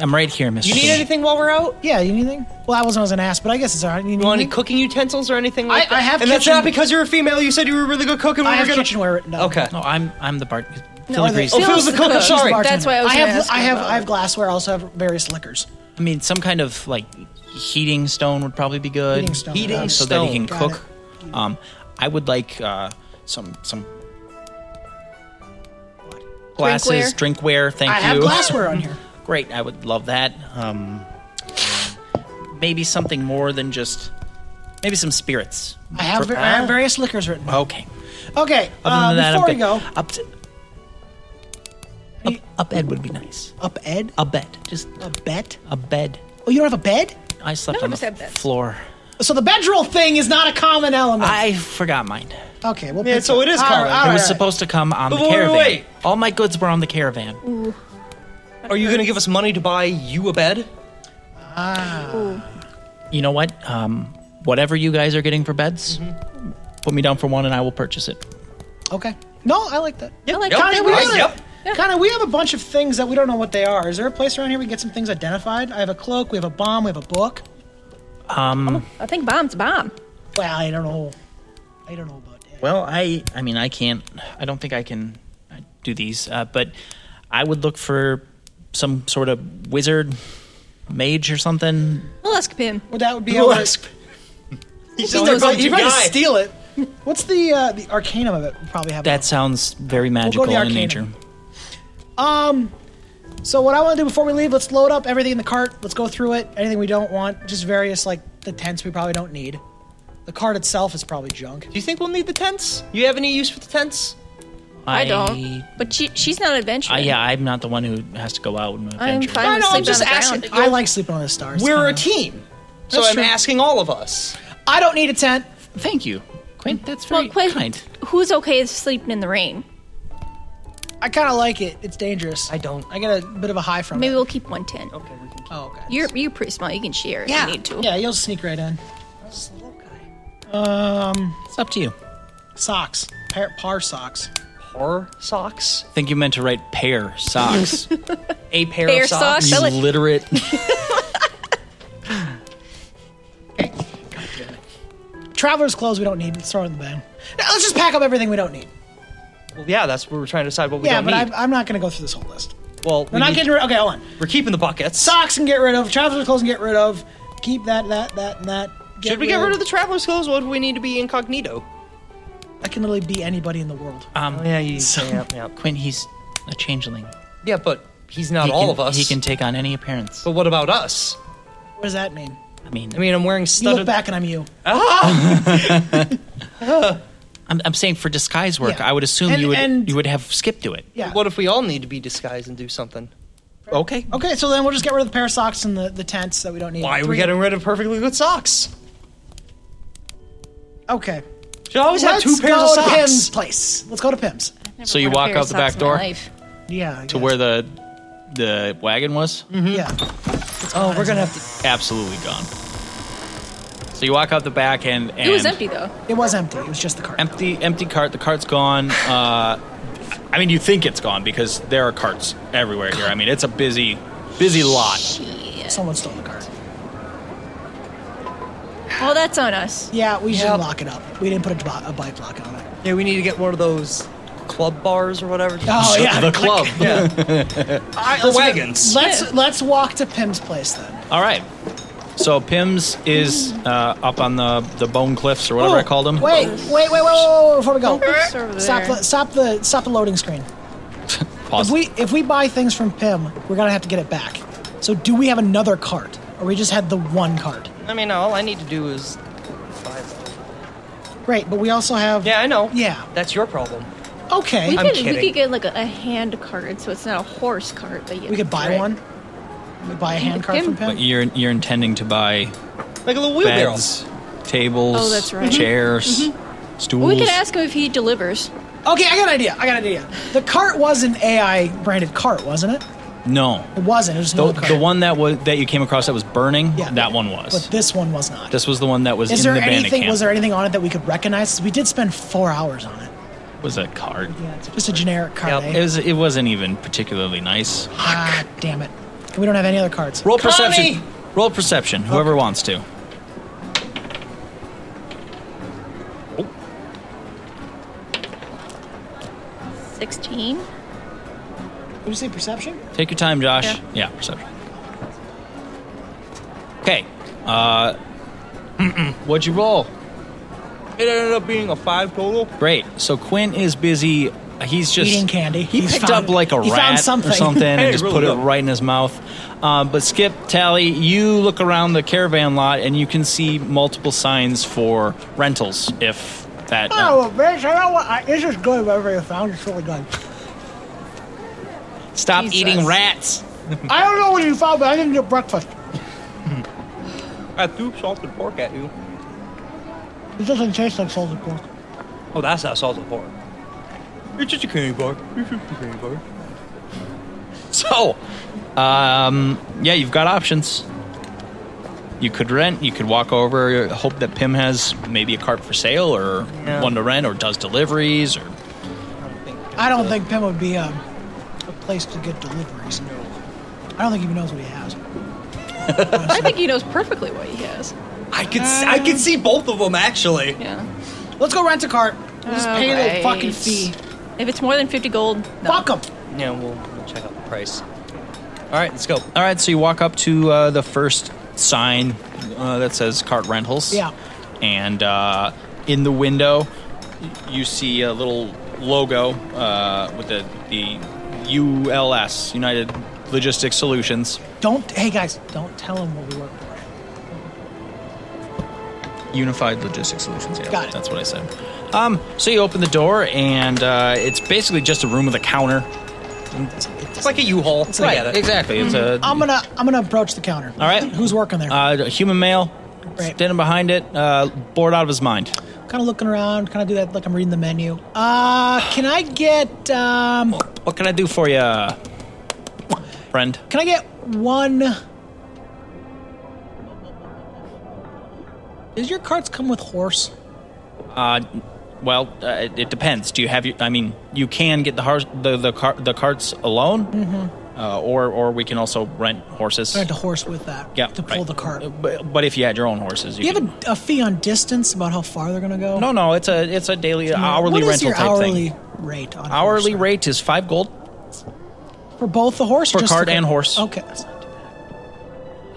S5: I'm right here, Mr.
S3: you need anything while we're out?
S2: Yeah, you need anything? Well, that wasn't what I was gonna ask, but I guess it's all right. You need
S3: You want any
S2: anything?
S3: cooking utensils or anything? Like
S2: I-
S3: that?
S2: I have
S3: And that's
S2: kitchen-
S3: not because you're a female. You said you were a really good cook, and we
S2: I
S3: were
S2: have
S3: gonna.
S2: kitchenware written up.
S3: Okay.
S5: No, I'm I'm the Bart. Phil
S2: No, I
S5: agrees.
S2: think-
S3: Oh, Phil's the cook, I'm
S4: She's
S3: sorry.
S2: Bartender.
S4: That's why I was
S2: I
S4: gonna
S2: have
S4: ask
S2: I
S4: him
S2: have
S4: about
S2: I have
S4: it.
S2: glassware. I also have various liquors.
S5: I mean, some kind of like heating stone would probably be good.
S2: Heating stone.
S3: Heating
S5: Uh, so that
S3: stone.
S5: he can
S2: Got
S5: cook. Um, I would like uh, some some glasses, drinkware. thank
S2: I
S5: you.
S2: have glassware on here.
S5: Great, I would love that. Um, maybe something more than just maybe some spirits.
S2: I have
S5: For-
S2: I have
S5: ah,
S2: various liquors written. up.
S5: okay.
S2: Okay, uh,
S5: Other than that,
S2: before
S5: I'm
S2: we go,
S5: good. Up, to, up, up bed would be nice.
S2: up Ed,
S5: A bed, just
S2: a bet.
S5: a bed.
S2: Oh, you don't have a bed?
S5: I slept
S4: None
S5: on
S4: of us
S5: the
S4: have beds.
S5: floor.
S2: So the bedroll thing is not a common element.
S1: I forgot mine.
S2: okay, well,
S3: Yeah,
S2: pick
S3: so it is
S2: all
S3: common.
S2: right, all
S3: It
S1: It was
S2: right.
S1: supposed to come on
S3: But
S1: the
S3: wait, wait,
S1: caravan.
S3: wait.
S1: All my goods were on the caravan.
S3: Are you going to give us money to buy you a bed?
S1: You know what? Um, whatever you guys are getting for beds, put me down for one and I will purchase it.
S2: Okay. No, I like that.
S4: I like
S3: Yep.
S4: that.
S2: Connie,
S4: they
S2: we,
S4: were-
S3: Right,
S2: have,
S3: yep.
S2: Connie, we have a bunch of things that we don't know what they are. Is there a place around here we can get some things identified? I have a cloak, we have a bomb, we have a book.
S4: I think bomb's a bomb.
S2: Well, I don't know. I don't know about that.
S1: Well, I I mean I can't I don't think I can uh, do these, uh, but I would look for some sort of wizard, mage or something.
S4: We'll ask him.
S2: Well, that would be
S3: We'll
S2: able to-
S3: ask- He's
S4: Who
S3: just
S4: knows?
S3: a
S2: You
S3: budget
S2: might
S3: guy.
S2: steal it. What's the uh, the arcanum of it? We'll probably have
S1: That sounds very magical in
S2: arcana.
S1: nature.
S2: Um, So what I want to do before we leave, let's load up everything in the cart. Let's go through it. Anything we don't want, just various like the tents we probably don't need. The cart itself is probably junk.
S3: Do you think we'll need the tents? You have any use for the tents?
S4: I don't. But she, she's not adventuring.
S1: I, Uh, yeah, I'm not the one who has to go out and
S4: I am
S1: adventure.
S4: fine with
S3: no, I'm
S4: sleeping
S3: just
S4: on the
S3: asking.
S4: ground.
S2: I like sleeping on the stars.
S3: We're a
S2: kinda.
S3: team. So
S2: That's
S3: I'm
S2: true.
S3: asking all of us.
S2: I don't need a tent.
S1: Thank you, Quint. That's very
S4: Well, Quinn,
S1: kind.
S4: who's okay with sleeping in the rain?
S2: I kind of like it. It's dangerous.
S3: I don't.
S2: I get a bit of a high from
S4: Maybe
S2: it.
S4: we'll keep one tent.
S3: Okay, we can
S2: Oh, okay.
S4: You're you're pretty small. You can share if
S3: Yeah.
S4: you need to.
S2: yeah, you'll sneak right in.
S3: slow guy.
S2: Um,
S1: It's up to you.
S2: socks, par, par socks.
S3: Par socks.
S1: I think you meant to write pair socks.
S3: A pair
S4: Bear
S3: of socks.
S4: socks.
S1: you
S4: Billy.
S1: literate.
S2: Traveler's clothes we don't need. Let's throw it in the bin. No, let's just pack up everything we don't need.
S3: Well, yeah, that's what we're trying to decide what we
S2: yeah,
S3: don't
S2: but
S3: need.
S2: I'm, I'm not going to go through this whole list.
S3: well,
S2: We're
S3: we
S2: not
S3: need-
S2: getting rid. Okay, hold on.
S3: we're keeping the buckets.
S2: Socks can get rid of. Traveler's clothes can get rid of. Keep that, that, that, and that.
S3: Should we get rid of the traveler's clothes? What do we need to be incognito?
S2: I can literally be anybody in the world.
S3: Uh,
S1: Um,
S3: you. yeah, yeah.
S1: Quint, he's a changeling.
S3: Yeah, but he's not
S1: He
S3: all
S1: can-
S3: of us.
S1: He can take on any appearance.
S3: But what about us?
S2: What does that mean?
S1: I mean,
S3: I mean, I'm wearing
S2: You look
S3: studded. Ah!
S2: back and I'm you.
S1: I'm, I'm saying for disguise work,
S2: Yeah.
S1: I would assume
S2: And-
S1: you would
S2: and-
S1: you would have skipped to it.
S2: Yeah.
S3: What if we all need to be disguised and do something?
S1: Okay.
S2: Okay, so then we'll just get rid of the pair of socks and the, the tents that we don't need.
S3: Why are we
S2: Three-
S3: getting rid of perfectly good socks?
S2: Okay.
S3: Should I always
S2: Let's
S3: have two pairs
S2: go
S3: of
S2: to
S3: socks?
S2: Pim's place. Let's go to Pim's.
S4: Never
S1: So you
S4: worn a
S1: walk
S4: pair
S1: out
S4: of
S1: the back
S4: socks in my
S1: door?
S4: life.
S2: Yeah. I
S1: To
S2: guess.
S1: where the the wagon was?
S2: Yeah.
S3: Oh, we're gonna have to.
S1: Absolutely gone. So you walk out the back and, and
S4: It was empty though.
S2: It was empty. It was just the cart.
S1: empty empty cart. The cart's gone. Uh, I mean, you think it's gone because there are carts everywhere here. I mean, it's a busy busy lot.
S4: Shit.
S2: Someone stole the cart.
S4: Well, that's on us.
S2: Yeah, we should
S3: Yep.
S2: lock it up. We didn't put a, bo- a bike lock on it.
S3: Yeah, we need to get one of those club bars or whatever.
S2: Oh yeah.
S1: the club.
S3: Yeah. I, or wagons.
S2: Let's
S4: Yeah.
S2: let's walk to Pim's place then.
S1: All right. So Pims is uh, up on the the bone cliffs or whatever I called them.
S2: Oh, Wait, wait, wait, wait, wait, wait, before we go.
S4: Don't go over
S2: Stop
S4: there.
S2: the stop the stop the loading screen.
S1: Pause.
S2: If we if we buy things from Pim, we're gonna have to get it back. So do we have another cart, or we just had the one cart?
S3: I mean, all I need to do is buy them.
S2: Great, but we also have
S3: Yeah, I know.
S2: Yeah.
S3: That's your problem.
S2: Okay,
S4: We
S3: I'm
S4: could we
S3: kidding.
S4: could get like a, a hand cart, so it's not a horse cart. That you
S2: we could buy
S4: Right.
S2: one. We buy a hand cart from
S1: But
S2: Pim.
S1: Uh, you're you're intending to buy
S3: Like a little wheelbarrow.
S1: beds, tables,
S4: Oh, that's right. Mhm.
S1: chairs, stools.
S4: Well, we could ask him if he delivers.
S2: Okay, I got an idea. I got an idea. The cart was an AI branded cart, wasn't it?
S1: No.
S2: It wasn't. It was
S1: The,
S2: another cart.
S1: the one that was that you came across that was burning,
S2: Yeah.
S1: that one was.
S2: but this one was not.
S1: this was the one that was
S2: Is
S1: in
S2: there
S1: the bandit
S2: anything?
S1: camp.
S2: Was there anything on it that we could recognize? 'Cause We did spend four hours on it.
S1: was a card.
S2: Just a generic card.
S3: Yep.
S1: It
S2: eh?
S1: was. It wasn't even particularly nice.
S2: Ah, damn it. We don't have any other cards.
S1: Roll
S3: Connie!
S1: perception. Roll perception. Whoever wants to.
S4: Sixteen.
S2: Did you say perception?
S1: Take your time, Josh.
S4: Yeah.
S1: Yeah, perception. Okay. Uh, what'd you roll?
S3: It ended up being a five total.
S1: Great. So Quinn is busy. He's just
S2: Eating candy.
S1: He
S2: He's
S1: picked
S2: found-
S1: up like a
S2: he
S1: rat
S2: found something.
S1: or something and
S3: Hey,
S1: just
S3: really
S1: put it
S3: good.
S1: right in his mouth. Um, but Skip, Tally, you look around the caravan lot and you can see multiple signs for rentals. If that. uh,
S2: Oh, bitch, I don't want. I, it's just good whatever you found. It's really good.
S1: stop
S4: Jesus.
S1: eating rats.
S2: I don't know what you found, but I didn't get breakfast.
S3: I threw salted pork at you.
S5: It doesn't taste like salted pork.
S3: Oh, that's not salted pork.
S1: It's just a candy bar. It's just a candy bar. So, um, yeah, you've got options. You could rent. You could walk over. Hope that Pim has maybe a cart for sale, or
S3: Yeah.
S1: one to rent, or does deliveries, or
S2: I don't think Pim would be um, a place to get deliveries. I don't think he even knows what he has.
S4: I think he knows perfectly what he has.
S3: I could s I I could see both of them actually.
S4: Yeah.
S2: Let's go rent a cart. We'll just pay the
S4: Alright.
S2: fucking fee.
S4: If it's more than 50 gold, no.
S2: Fuck him.
S3: Yeah, we'll, we'll check out the price. All right, let's go.
S1: All right, so you walk up to uh, the first sign uh, that says cart rentals.
S2: Yeah.
S1: And uh, in the window, y- you see a little logo uh, with the, the ULS, United Logistics Solutions.
S2: Don't. Hey guys, don't tell him what we work for.
S1: Unified Logistics Solutions. Yeah,
S2: Got it.
S1: That's what I said. Um, so you open the door, and uh, it's basically just a room with a counter.
S3: It's like a U-Haul. I get it.
S1: Exactly. It's a.
S2: I'm gonna. I'm gonna approach the counter.
S1: All right.
S2: Who's working there?
S1: uh, human male
S2: Mm-hmm. Right.
S1: standing behind it, uh, bored out of his mind.
S2: kind of looking around. Kind of do that like I'm reading the menu. Uh, can I get um?
S1: What can I do for you, friend?
S2: Can I get one? Does your carts come with horse?
S1: Uh, well, uh, it, it depends. Do you have your? I mean, you can get the har- the the, car- the carts alone, mm-hmm. uh, or or we can also rent horses.
S2: I had to horse with that.
S1: yeah,
S2: To pull
S1: right.
S2: the cart.
S1: Uh,
S2: Do
S1: But, but if you had your own horses, you,
S2: you
S1: could-
S2: have a, a fee on distance about how far they're gonna go?
S1: no, no. It's a it's a daily hourly
S2: What is
S1: rental
S2: your
S1: type
S2: hourly
S1: thing.
S2: rate on a horse,
S1: Hourly
S2: right?
S1: rate is five gold.
S2: for both the horse or
S1: For
S2: just the
S1: cart
S2: cart?
S1: and horse.
S2: Okay.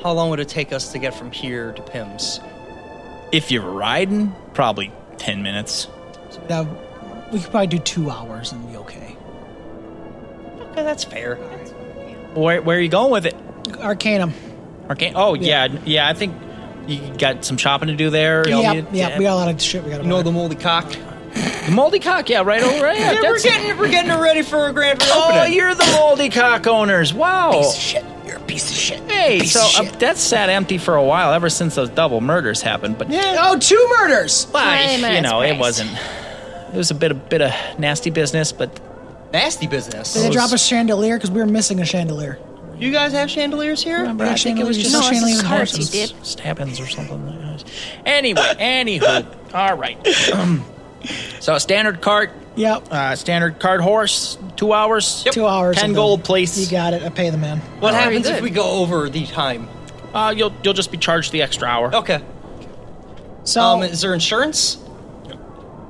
S3: How long would it take us to get from here to Pim's?
S1: If you're riding, probably ten minutes.
S2: Now, we could probably do two hours and be okay.
S3: Okay, that's fair.
S1: Where where are you going with it?
S2: Arcanum.
S1: Okay. Oh yeah, yeah. I think you got some shopping to do there. You'll
S2: Yeah,
S1: need-
S2: yeah, we got a lot of shit we got to
S3: You know the moldy cock.
S1: The moldy cock. Yeah, right over. Yeah,
S3: Yeah, we're
S1: that's-
S3: getting we're getting her ready for a grand reopening.
S1: Oh, you're the moldy cock owners. Wow.
S2: shit. You're a piece of shit.
S1: Hey,
S2: piece
S1: so
S2: of
S1: uh,
S2: shit.
S1: that's sat empty for a while ever since those double murders happened. But
S2: Yeah. Oh, two murders.
S1: why,
S4: Claim
S1: you
S4: it,
S1: know, it
S4: Christ.
S1: wasn't. It was a bit a bit of nasty business, but
S3: nasty business.
S2: Did they
S1: was-
S2: drop a chandelier because we were missing a chandelier?
S3: You guys have chandeliers here?
S1: remember, I think it was
S2: chandeliers.
S1: just
S2: No,
S1: no,
S2: it's chandeliers and
S4: carts,
S2: horses.
S4: you did.
S1: stabbings or something. like that. Anyway, anywho, all right. so standard cart,
S2: Yep.
S1: uh, standard cart horse, two hours,
S2: Two hours.
S1: ten
S2: and
S1: gold,
S2: then-
S1: place.
S2: You got it. I pay the man.
S3: What
S4: Very
S3: happens if
S4: good.
S3: we go over the time?
S1: Uh, you'll you'll just be charged the extra hour.
S3: Okay.
S2: So
S3: Um, is there insurance?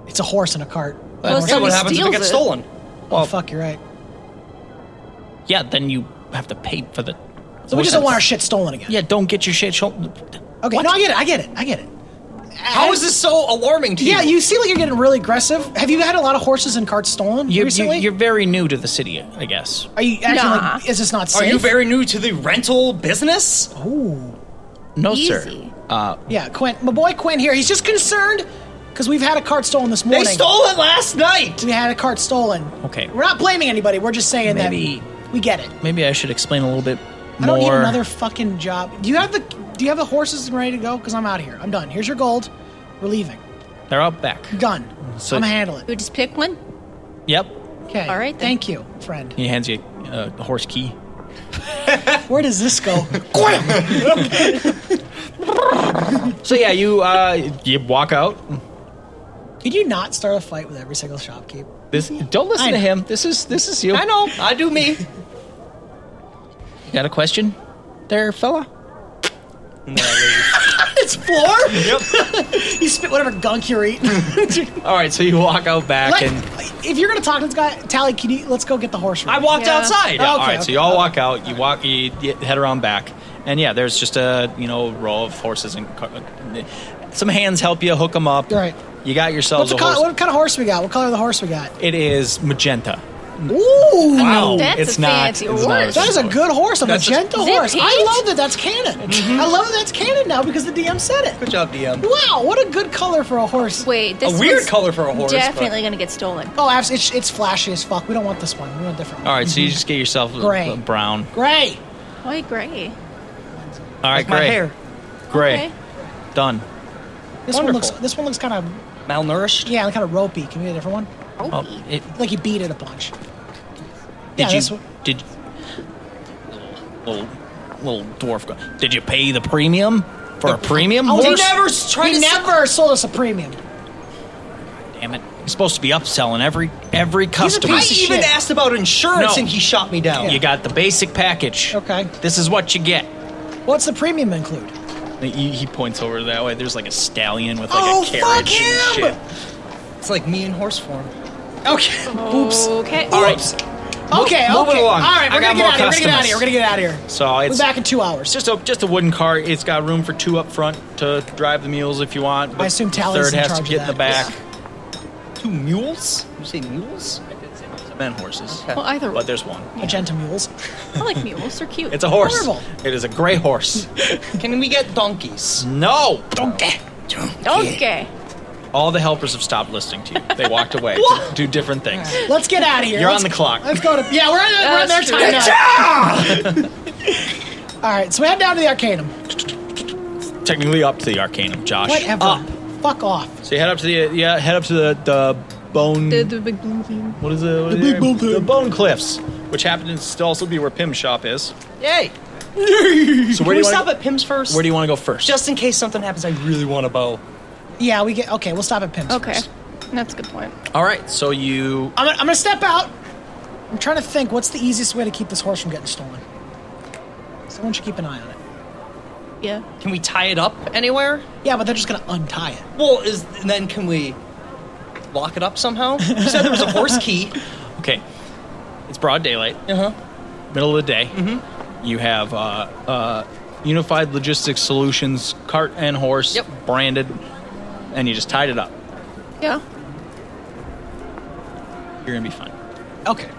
S2: it's a horse and a cart.
S4: Well,
S2: Horse-
S3: Yeah,
S4: so-
S3: what
S4: Somebody
S3: happens if it
S4: steals
S3: gets
S4: it.
S3: stolen?
S2: oh, fuck, you're right.
S1: Yeah, then you have to pay for the.
S2: So we just don't want our shit stolen again.
S1: Yeah, don't get your shit. Show-
S2: Okay. No, I get it. I get it. I get it.
S3: How is this so alarming to you?
S2: Yeah, you seem like you're getting really aggressive. Have you had a lot of horses and carts stolen
S1: You, you,
S2: recently?
S1: you're very new to the city, I guess.
S2: Are you acting
S4: Nah.
S2: like is this not
S3: Are
S2: safe?
S3: you very new to the rental business?
S1: No, sir.
S4: Easy.
S1: Uh,
S2: Yeah, Quint, my boy Quint here. He's just concerned because we've had a cart stolen this
S3: They
S2: morning.
S3: stole it last night.
S2: We had a cart stolen.
S1: Okay.
S2: We're not blaming anybody. We're just saying
S1: Maybe-
S2: that we get it.
S1: maybe I should explain a little bit more.
S2: I don't need another fucking job. Do you have the Do you have the horses ready to go? Because I'm out of here. I'm done. Here's your gold. We're leaving.
S1: They're out back.
S2: Done.
S1: So-
S2: I'm gonna handle it.
S4: We just pick one?
S1: Yep.
S2: Okay.
S4: All right, then.
S2: Thank you, friend.
S1: He hands you uh, a horse key.
S2: Where does this go?
S1: So yeah, you uh, you walk out.
S2: Could you not start a fight with every single shopkeep?
S1: This don't listen
S2: I
S1: to
S2: know.
S1: him. This is this is you.
S3: I know. I do me.
S1: You got a question, there, fella?
S2: It's floor. Yep. you spit whatever gunk you're eating.
S1: All right, so you walk out back
S2: Let-
S1: and.
S2: if you're gonna talk to this guy, Tally, can you? Let's go get the horse.
S3: I
S2: ready.
S3: walked
S4: Yeah.
S3: outside.
S1: Yeah,
S2: Okay,
S1: all right.
S2: okay,
S1: so you all walk out. You walk. You, you head around back, and yeah, there's just a you know row of horses and car- some hands help you hook them up.
S2: Right.
S1: You got yourselves
S2: What's
S1: a
S2: the color,
S1: horse.
S2: what kind of horse we got? What color of the horse we got?
S1: It is magenta.
S2: Ooh,
S1: Wow,
S4: that's a
S1: it's not.
S4: fancy
S1: it's not
S4: horse.
S2: that is a good horse, a
S3: That's a-
S2: magenta
S4: Is it
S2: horse. I
S4: pink?
S2: love that. That's canon. I love that that's canon now because the DM said it.
S3: Good job, DM.
S2: Wow, what a good color for a horse.
S4: Wait,
S3: A
S4: this
S3: weird
S4: one's
S3: color for a horse. but-
S4: Definitely going to get stolen.
S2: Oh, absolutely, it's, it's flashy as fuck. We don't want this one. We want a different one.
S1: All right, so you just get yourself a-
S2: Gray.
S1: a brown.
S2: Gray.
S4: Why gray?
S1: All right,
S3: Like my
S1: gray.
S3: hair.
S1: Gray.
S4: Okay.
S1: Done.
S2: This one looks
S3: Wonderful.
S2: this one looks kind of
S3: Malnourished?
S2: yeah, kind of ropey. Can we get a different one?
S1: Oh, it,
S2: Like he beat it a bunch.
S1: did
S2: yeah, this
S1: you
S2: one-
S1: did little little dwarf? Go, did you pay the premium for a premium
S2: Oh,
S1: horse?
S2: he
S3: never s- tried
S2: he
S3: to sell-
S2: never sold us a premium.
S1: Damn it! You're supposed to be upselling every every customer.
S3: I
S2: piece of
S3: even
S2: shit.
S3: asked about insurance
S1: No.
S3: and he shot me down.
S1: You got the basic package.
S2: Okay.
S1: This is what you get.
S2: What's the premium include?
S1: He, he points over that way. There's like a stallion with like
S2: Oh,
S1: a
S2: fuck
S1: carriage and
S2: him!
S1: shit.
S3: It's like me in horse form.
S2: Okay. Oops.
S4: Okay.
S1: All right.
S2: Okay,
S1: Move it
S2: okay.
S1: along.
S2: All right,
S1: I
S2: we're
S1: got
S2: gonna
S1: more
S2: get out of here. We're gonna get out of here. We're gonna get out of here.
S1: So
S2: we're
S1: it's
S2: back in two hours.
S1: It's just a just a wooden cart. It's got room for two up front to drive the mules if you want. but
S2: assume
S1: the
S2: Tally's
S1: third
S2: in
S1: has
S2: charge
S1: to
S2: of
S1: get in the
S2: that.
S1: back.
S3: Two mules? You say mules?
S1: Men horses.
S4: Well, either way.
S1: But there's one.
S2: magenta mules.
S4: I like mules. They're cute.
S1: It's a horse.
S2: Horrible.
S1: It is a gray horse.
S3: Can we get donkeys?
S1: no. Donkey.
S4: Okay.
S1: All the helpers have stopped listening to you. They walked away to do different things.
S2: Let's get out of here.
S1: You're
S2: Let's-
S1: on the clock.
S2: Let's go to yeah. We're on, we're on their
S4: That's
S2: time now. All right, so we head down to the Arcanum.
S1: Technically up to the Arcanum, Josh. Uh,
S2: Whatever.
S1: Up.
S2: Fuck off.
S1: So you head up to the yeah, head up to the the bone.
S4: The, the big blinking.
S1: what is it? The
S2: big bone cliff.
S1: The bone cliffs, which happens to also be where Pim's shop is.
S3: Yay!
S1: So
S3: Can
S1: where
S3: we
S1: do you
S3: stop
S1: want?
S3: at Pim's first?
S1: Where do you want to go first?
S3: Just in case something happens, I really want a bow.
S2: Yeah, we get okay. We'll stop at Pim's.
S4: Okay.
S2: first.
S4: That's a good point.
S1: All right. So you
S2: I'm gonna, I'm gonna step out. I'm trying to think. What's the easiest way to keep this horse from getting stolen? Someone should keep an eye on it.
S4: Yeah.
S3: Can we tie it up anywhere?
S2: Yeah, but they're just gonna untie it.
S3: Well, is and then can we lock it up somehow? You said there was a horse key.
S1: okay? It's broad daylight,
S3: Uh huh.
S1: middle of the day.
S3: Mm-hmm.
S1: You have uh, uh, Unified Logistics Solutions cart and horse
S3: Yep.
S1: branded, and you just tied it up.
S4: Yeah.
S1: You're gonna be fine.
S2: Okay.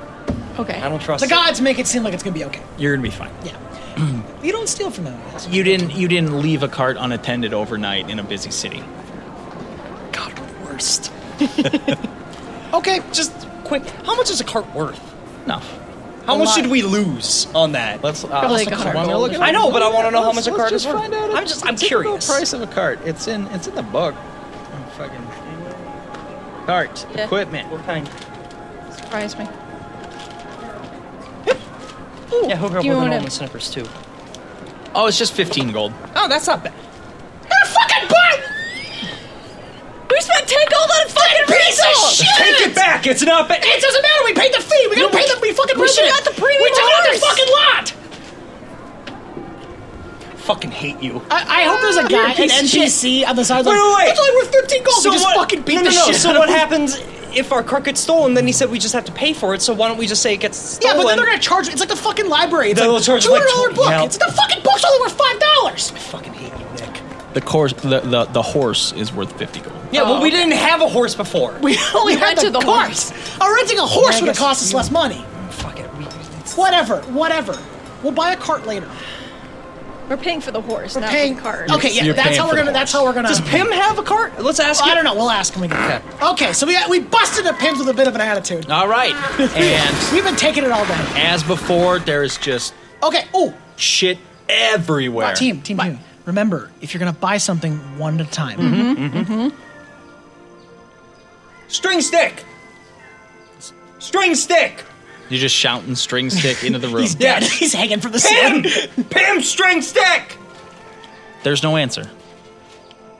S4: Okay.
S3: I don't trust
S2: The gods make it seem like it's gonna be okay.
S1: You're gonna be fine.
S2: Yeah. you don't steal from them. That's-
S1: You didn't you didn't leave a cart unattended overnight in a busy city.
S3: it. God, we're the worst.
S2: Okay.
S3: Just quick, how much is a cart worth?
S1: Enough.
S3: How
S2: A
S3: much
S2: lot.
S3: did we lose on that?
S1: Let's uh,
S4: Probably like
S1: let's-
S4: 100
S1: why don't we look
S4: dollars.
S1: it up?
S3: I know, but I want to know how
S1: Let's-
S3: much a
S1: let's
S3: cart
S1: just
S3: is worth.
S1: find out.
S3: I'm just, I'm
S1: Typical
S3: curious.
S1: Price of a cart. It's in it's in the book. Oh, fucking cart
S4: Yeah.
S1: equipment.
S3: We're kind.
S4: Surprise me.
S3: Yeah, hook her up
S4: Do you
S3: with an
S4: wanna-
S3: almond snippers too.
S1: Oh, it's just fifteen gold.
S3: Oh, that's not bad.
S4: fucking We spent ten gold on a fucking piece of
S3: Take it back. It's not bad.
S2: It doesn't matter. We paid the fee. We gotta pay the. We fucking.
S4: We
S2: paid
S4: should've
S2: it.
S4: got the premium
S2: We took it at the
S4: horse.
S2: fucking lot.
S3: Fucking hate you.
S2: I, I hope there's a guy, an
S3: piece of
S2: NPC on the side. Wait,
S3: Wait, wait, wait.
S2: It's only worth 15 gold. we just fucking beat
S3: no,
S2: the
S3: no, no.
S2: shit
S3: So
S2: out of
S3: what
S2: him.
S3: happens if our cart gets stolen? Then he said we just have to pay for it. So why don't we just say it gets
S2: Yeah,
S3: stolen?
S2: but then they're gonna charge. It's like the fucking library. It's
S3: They'll
S2: like
S3: charge
S2: two
S3: you like
S2: hundred dollar book.
S3: 20, yeah.
S2: It's the fucking book's only worth five dollars.
S3: fucking hate you, Nick.
S1: The course the, the, the horse is worth fifty gold.
S3: Yeah, well, we didn't have a horse before.
S2: We only
S4: We
S2: had
S4: rented
S2: the
S4: the
S2: cart.
S4: horse.
S2: Uh, renting a
S3: Yeah,
S2: horse
S3: I
S2: would have
S3: guess
S2: cost us
S3: you-
S2: less money.
S3: Fuck it. We, it's,
S2: Whatever, whatever. We'll buy a cart later.
S4: We're paying for the horse,
S2: We're
S4: not
S2: paying
S4: for the card.
S2: Okay, yeah,
S1: You're
S2: that's
S1: paying
S2: how
S1: for
S2: we're
S1: the
S2: gonna. That's how we're gonna.
S3: Does Pim have a cart? Let's ask.
S2: I
S3: him.
S2: don't know. We'll ask him again. Okay, so we got, we busted at Pim's with a bit of an attitude.
S3: Oh,
S1: All right. and
S2: We've been taking it all day.
S1: as before, there is just
S2: Okay. Oh,
S1: shit everywhere.
S2: team, team, team. Remember, if you're gonna buy something, one at a time.
S3: Mm-hmm. String stick. String stick.
S1: You're just shouting string stick into the room.
S2: He's dead.
S3: Yes.
S2: He's hanging from the
S3: Pim.
S2: ceiling.
S3: Pim. String stick.
S1: There's no answer.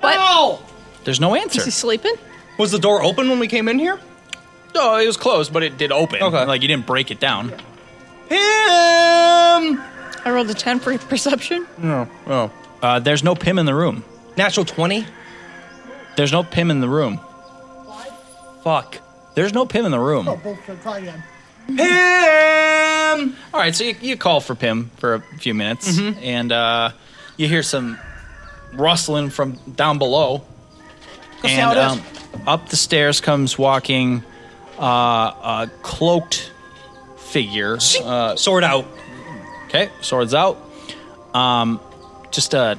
S4: What?
S3: No.
S1: There's no
S4: Is he
S1: answer.
S4: sleeping?
S3: Was the door open Oh! when we came in here?
S1: No, it was closed, but it did open.
S3: Okay.
S1: Like you didn't break it down.
S3: Pim.
S4: I rolled a ten for perception.
S1: Oh. Uh, there's no Pim in the room.
S3: Natural twenty.
S1: There's no Pim in the room.
S3: Fuck.
S1: There's no Pim in the room.
S2: Oh, both are probably on.
S3: Pim.
S1: All right, so you, you call for Pim for a few minutes, and uh, you hear some rustling from down below. um,
S2: see how it is.
S1: up the stairs comes walking uh, a cloaked figure. Uh,
S3: Sword out.
S1: okay, swords out. Um, just a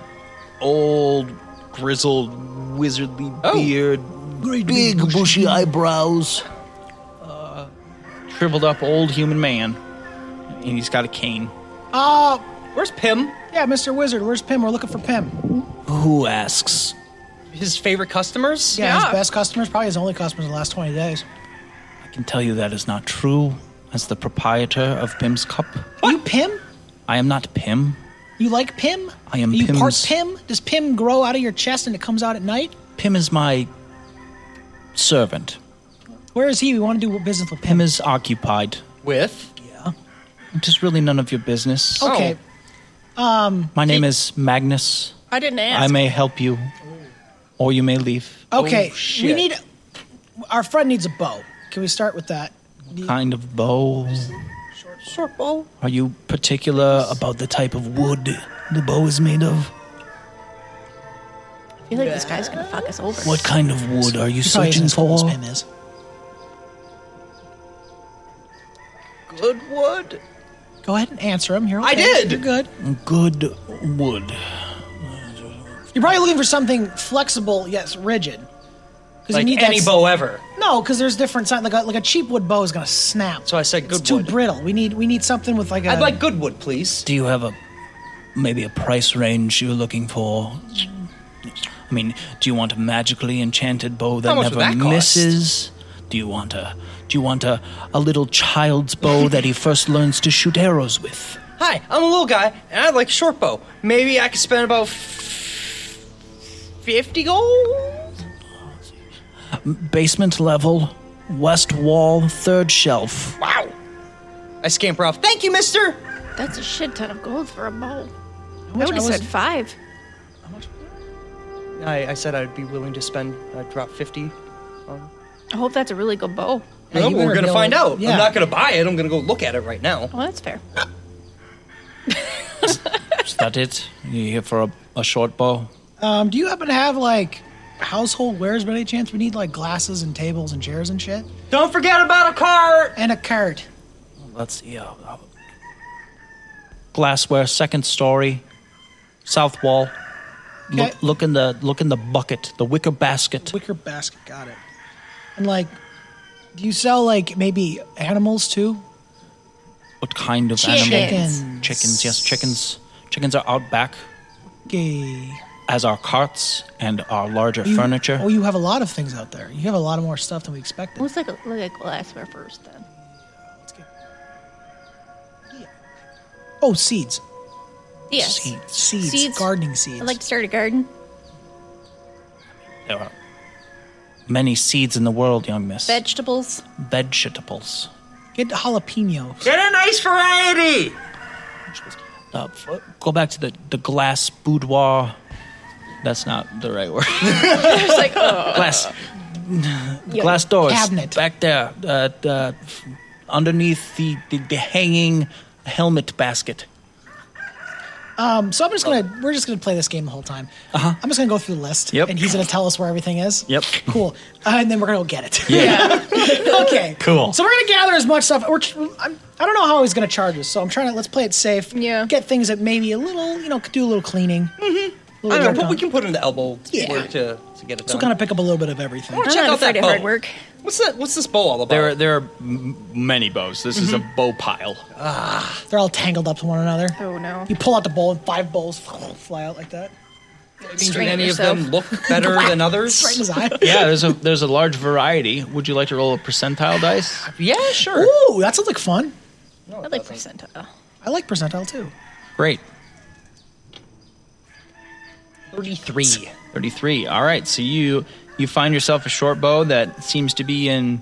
S1: old grizzled wizardly
S5: Oh.
S1: beard, big bushy eyebrows, uh, shriveled up old human man, and he's got a cane.
S2: Uh,
S3: Where's Pim?
S2: yeah, Mr. Wizard, where's Pim? We're looking for Pim.
S1: Who asks?
S3: his favorite customers.
S2: Yeah,
S4: Yeah.
S2: his best customers, probably his only customers in the last 20 days.
S5: I can tell you that is not true. As the proprietor of Pim's Cup,
S2: You Pim?
S5: I am not Pim.
S2: You like Pim?
S5: I am
S2: Are you part
S5: Pim's-
S2: Pim? Does Pim grow out of your chest and it comes out at night?
S5: Pim is my servant.
S2: Where is he? We want to do business with Pim.
S5: Pim is occupied.
S3: With
S5: It is really none of your
S1: Oh,
S5: business.
S2: Okay.
S5: My name is Magnus.
S4: I didn't ask.
S5: I may help you, or you may leave.
S2: Okay.
S3: Oh,
S2: we
S3: shit.
S2: need. Our friend needs a bow. Can we start with that?
S5: Kind of bow.
S3: short bow.
S5: Are you particular about the type of wood the bow is made of?
S4: I feel like this guy's gonna fuck us over.
S5: What kind of wood are you
S2: He probably isn't
S5: searching
S2: as cool
S5: for?
S2: as Pim is.
S3: Good wood.
S2: Go ahead and answer him. You're
S3: I
S2: okay.
S3: did.
S2: You're good.
S5: Good wood.
S2: You're probably looking for something flexible, yes, rigid. Because
S3: Like
S2: you need
S3: any
S2: that, Uh,
S3: bow ever.
S2: No, because there's different size. Like a, like a cheap wood bow is gonna snap.
S3: So I said
S2: it's
S3: good
S2: too
S3: wood.
S2: brittle. We need we need something with like a.
S3: I'd like good wood, please.
S5: Do you have a maybe a price range you're looking for? I mean, do you want a magically enchanted bow that
S3: How much
S5: never
S3: would that cost?
S5: misses? Do you want a do you want a, a little child's bow that he first learns to shoot arrows with?
S3: Hi, I'm a little guy, and I like short bow. Maybe I could spend about f- fifty gold.
S5: Basement level, west wall, third shelf.
S3: Wow. I scamper off. Thank you, Mister.
S4: That's a shit ton of gold for a bowl. I
S2: much
S4: would have
S2: was-
S4: said five.
S3: I, I said I'd be willing to spend. I'd drop fifty.
S4: I hope that's a really good bow.
S2: Yeah, you
S3: we're
S2: better
S3: gonna
S2: be
S3: find
S2: able-
S3: out.
S2: yeah.
S3: I'm not gonna buy it. I'm gonna go look at it right now.
S4: Well, that's fair.
S5: Is that it? You here for a, a short bow?
S2: Um, do you happen to have like household wares by any chance? We need like glasses and tables and chairs and shit,
S3: Don't forget about a cart.
S2: and a cart.
S5: Let's see. Uh, uh, glassware, second story, south wall. Look,
S2: Okay.
S5: look in the look in the bucket, the wicker basket.
S2: wicker basket. Got it. And like, do you sell like maybe animals too?
S5: What kind of animal?
S4: Chickens.
S5: Chickens. Yes, chickens. Chickens are out back
S2: Okay.
S5: as our carts and our larger
S2: You-
S5: furniture.
S2: Oh, you have a lot of things out there. You have a lot of more stuff than we expected.
S4: Let's like look at glassware first, then.
S2: Let's get- Yeah. Oh, seeds.
S4: Yes.
S5: Seeds.
S2: seeds,
S4: Seeds.
S2: gardening seeds.
S4: I'd like to start a garden.
S5: There are many seeds in the world, young miss.
S4: Vegetables.
S5: Vegetables.
S2: Get jalapeno.
S3: Get a nice variety.
S5: Uh, f- go back to the, the glass boudoir. That's not the right word.
S4: Just like oh,
S5: glass glass doors
S2: Cabinet.
S5: back there uh, the, underneath the, the, the hanging helmet basket
S2: Um, so I'm just gonna we're just gonna play this game the whole time. Uh-huh. I'm just gonna go through the list,
S5: Yep.
S2: and he's gonna tell us where everything is.
S5: Yep.
S2: Cool. Uh, and then we're gonna go get it.
S5: yeah
S2: okay.
S5: Cool.
S2: So we're gonna gather as much stuff. We're, tr- I'm, I don't know how he's gonna charge us, so I'm trying to let's play it safe.
S4: Yeah.
S2: Get things that maybe a little, you know, could do a little cleaning. Mm-hmm.
S3: I don't know, but we can put in the elbow
S2: Yeah.
S3: work to, to get it done.
S2: Still kind of pick up a little bit of everything.
S4: I'm
S3: Check
S4: not
S3: out that
S4: afraid of hard
S3: bow.
S4: work.
S3: What's that? What's this bow all about?
S1: There, are, there are m- many bows. This is a
S5: Mm-hmm.
S1: bow pile.
S2: They're all tangled up to one another.
S4: Oh no.
S2: You pull out the bowl, and five bowls fly out like that.
S3: Do
S4: Straighten
S3: any
S4: yourself.
S3: of them look better than
S2: Right in
S3: others?
S2: his eye.
S1: yeah, there's a there's a large variety. Would you like to roll a percentile dice?
S3: Yeah, sure.
S2: Ooh, that sounds like fun.
S4: I like uh, percentile.
S2: I like percentile too.
S1: Great.
S3: Thirty-three.
S1: 33 all right so you you find yourself a short bow that seems to be in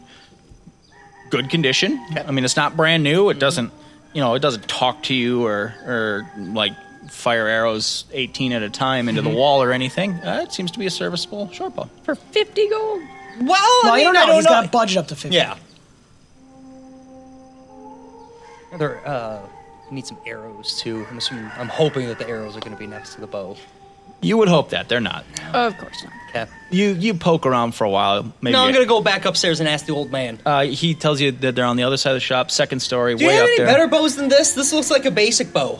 S1: good condition i mean it's not brand new it doesn't you know it doesn't talk to you or or like fire arrows 18 at a time into
S3: Mm-hmm.
S1: the wall or anything uh, it seems to be a serviceable short bow
S4: For fifty gold.
S3: Well, I,
S2: Well, you
S3: mean,
S2: don't know.
S3: I don't
S2: he's
S3: know.
S2: got a budget up to fifty.
S3: Yeah. There, uh, we need some arrows too. I'm assuming, I'm hoping that the arrows are going to be next to the bow.
S1: you would hope that they're not
S4: of course not.
S3: Okay.
S1: you you poke around for a while maybe
S3: No, I'm going to go back upstairs and ask the old man.
S1: uh, he tells you that they're on the other side of the shop second story
S3: Do you
S1: way
S3: have
S1: up
S3: any
S1: there
S3: better bows than this? This looks like a basic bow.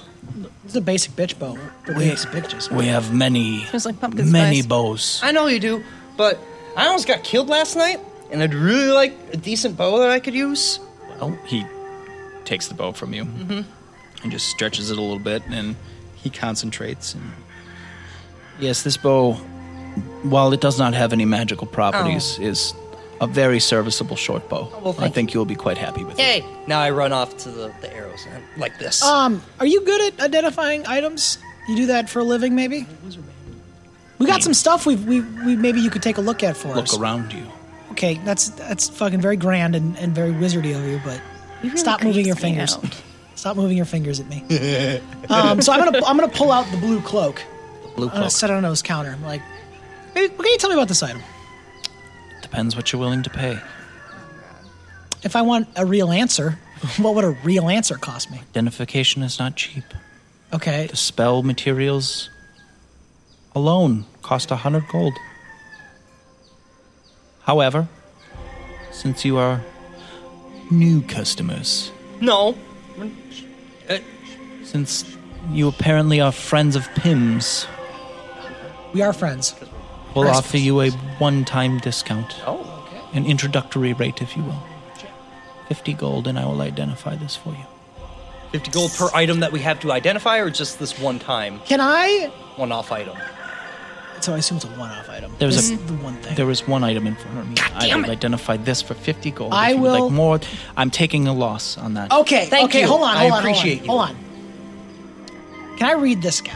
S2: It's a basic bitch bow. The basic bitches.
S5: we have many
S4: Smells like pumpkin
S5: many
S4: spice.
S5: bows
S3: I know you do, but I almost got killed last night, and I'd really like a decent bow that I could use.
S1: Oh, he takes the bow from you and just stretches it a little bit, and he concentrates. And yes, this bow while it does not have any magical properties, is a very serviceable short bow.
S3: Oh, well,
S1: I
S3: thank
S1: think you'll be quite happy with it.
S3: Yay! Now I run off to the, the arrows and like this.
S2: Um, are you good at identifying items? You do that for a living, maybe. We got some stuff we've, we we maybe you could take a look at for us.
S1: Look around you.
S2: Okay, that's that's fucking very grand and, and very wizardy of you, but
S4: really
S2: stop moving
S4: creeped
S2: your
S4: me
S2: fingers.
S4: out.
S2: Stop moving your fingers at me. um, so I'm gonna I'm gonna pull out the blue cloak.
S1: Blue
S2: I'm
S3: Uh,
S2: gonna
S1: cloak.
S2: set it on his counter. I'm like, hey, what can you tell me about this item?
S1: Depends what you're willing to pay.
S2: If I want a real answer, what would a real answer cost me?
S1: Identification is not cheap.
S2: Okay,
S1: The spell materials alone cost a hundred gold. However, since you are new customers,
S3: no.
S1: since you apparently are friends of Pim's,
S2: we are friends.
S1: we'll
S2: Christmas.
S1: offer you a one-time discount,
S3: Oh, okay.
S1: an introductory rate, if you will. Fifty gold, and I will identify this for you.
S3: 50 gold per item that we have to identify, or just this one time,
S2: Can I?
S3: one off item?
S2: So I assume it's a one-off item.
S1: There's
S2: this
S1: a-
S2: is the one thing.
S1: There was one item in front of me. I have identified this for fifty gold.
S2: I
S1: if you would
S2: will- Oh,
S1: like more. I'm taking a loss on that.
S2: Okay.
S3: Thank
S2: okay,
S3: you.
S2: hold on.
S3: I
S2: Hold on,
S3: appreciate you.
S2: hold on, Hold on. Can I read this guy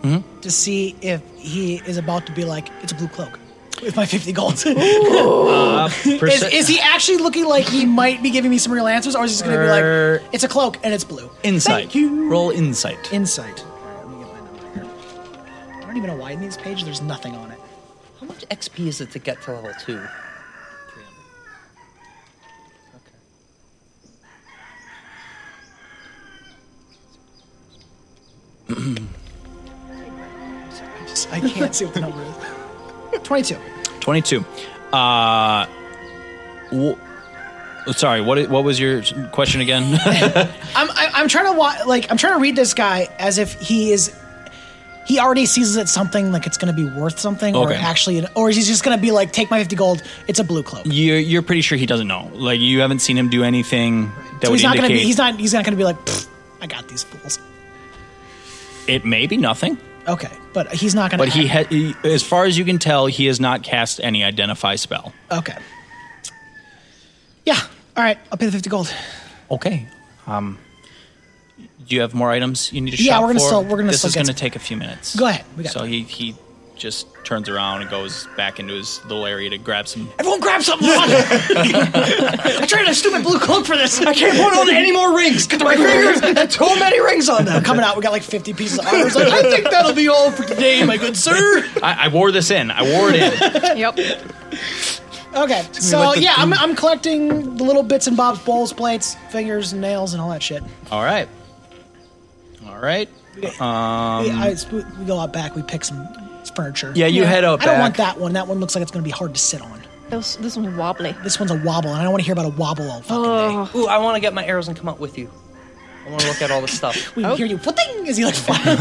S3: Hmm?
S2: to see if he is about to be like, it's a blue cloak with my 50 gold? is,
S3: Uh,
S2: is he actually looking like he might be giving me some real answers, or is he just going to be
S1: Er,
S2: like, it's a cloak and it's blue?
S1: insight.
S2: Thank you.
S1: Roll insight.
S2: Insight. All right, let me get my number here. I don't even know why it needs page. There's nothing on it.
S3: How much XP is it to get to level 2? 300. Okay.
S2: I, just, I can't see what the number is. 22.
S1: 22. Uh, w- sorry, what what was your question again?
S2: I'm, I, I'm trying to wa- like I'm trying to read this guy as if he is he already sees it something like it's going to be worth something or
S1: Okay.
S2: actually or is he just going to be like take my 50 gold it's a blue cloak
S1: you're, you're pretty sure he doesn't know. Like, you haven't seen him do anything that
S2: so
S1: would
S2: he's not
S1: indicate
S2: going to be he's not he's not going to be like "Pfft, I got these fools
S1: it may be nothing.
S2: okay but he's not going to
S1: But he, ha- he, as far as you can tell, he has not cast any identify spell.
S2: okay yeah all right I'll pay the 50 gold
S1: Okay. Um, do you have more items you need to
S2: Yeah,
S1: shop
S2: we're gonna
S1: for?
S2: still- we're gonna
S1: This
S2: still
S1: is
S2: get
S1: going to
S2: some-
S1: take a few minutes.
S2: Go ahead, we got
S1: so
S2: time.
S1: he he just turns around and goes back into his little area to grab some
S2: everyone grab something run. I traded a stupid blue cloak for this I can't
S3: Put on any more rings! Get the right fingers! That's so many rings on them!
S2: coming out we got like 50 pieces of armor It's like, I think that'll be all for today my good sir
S1: I, I wore this in. I wore it in.
S4: Yep.
S2: Okay, so
S1: like the
S2: yeah, I'm,
S1: boot.
S2: I'm collecting the little bits and bobs, bowls, plates, fingers, nails, and all that shit.
S1: All right. All right.
S2: we, I, we we go out back, we pick some furniture.
S1: Um, Yeah, you head
S2: I
S1: out
S2: don't want
S1: back.
S2: that one. That one looks like it's going to be hard to sit on.
S4: This, this one's wobbly.
S2: This one's a wobble, and I don't want to hear about a wobble all fucking day.
S3: Ooh, I want to get my arrows and come out with you. I want to look at all this stuff.
S2: We hear you. What thing is he like? flying?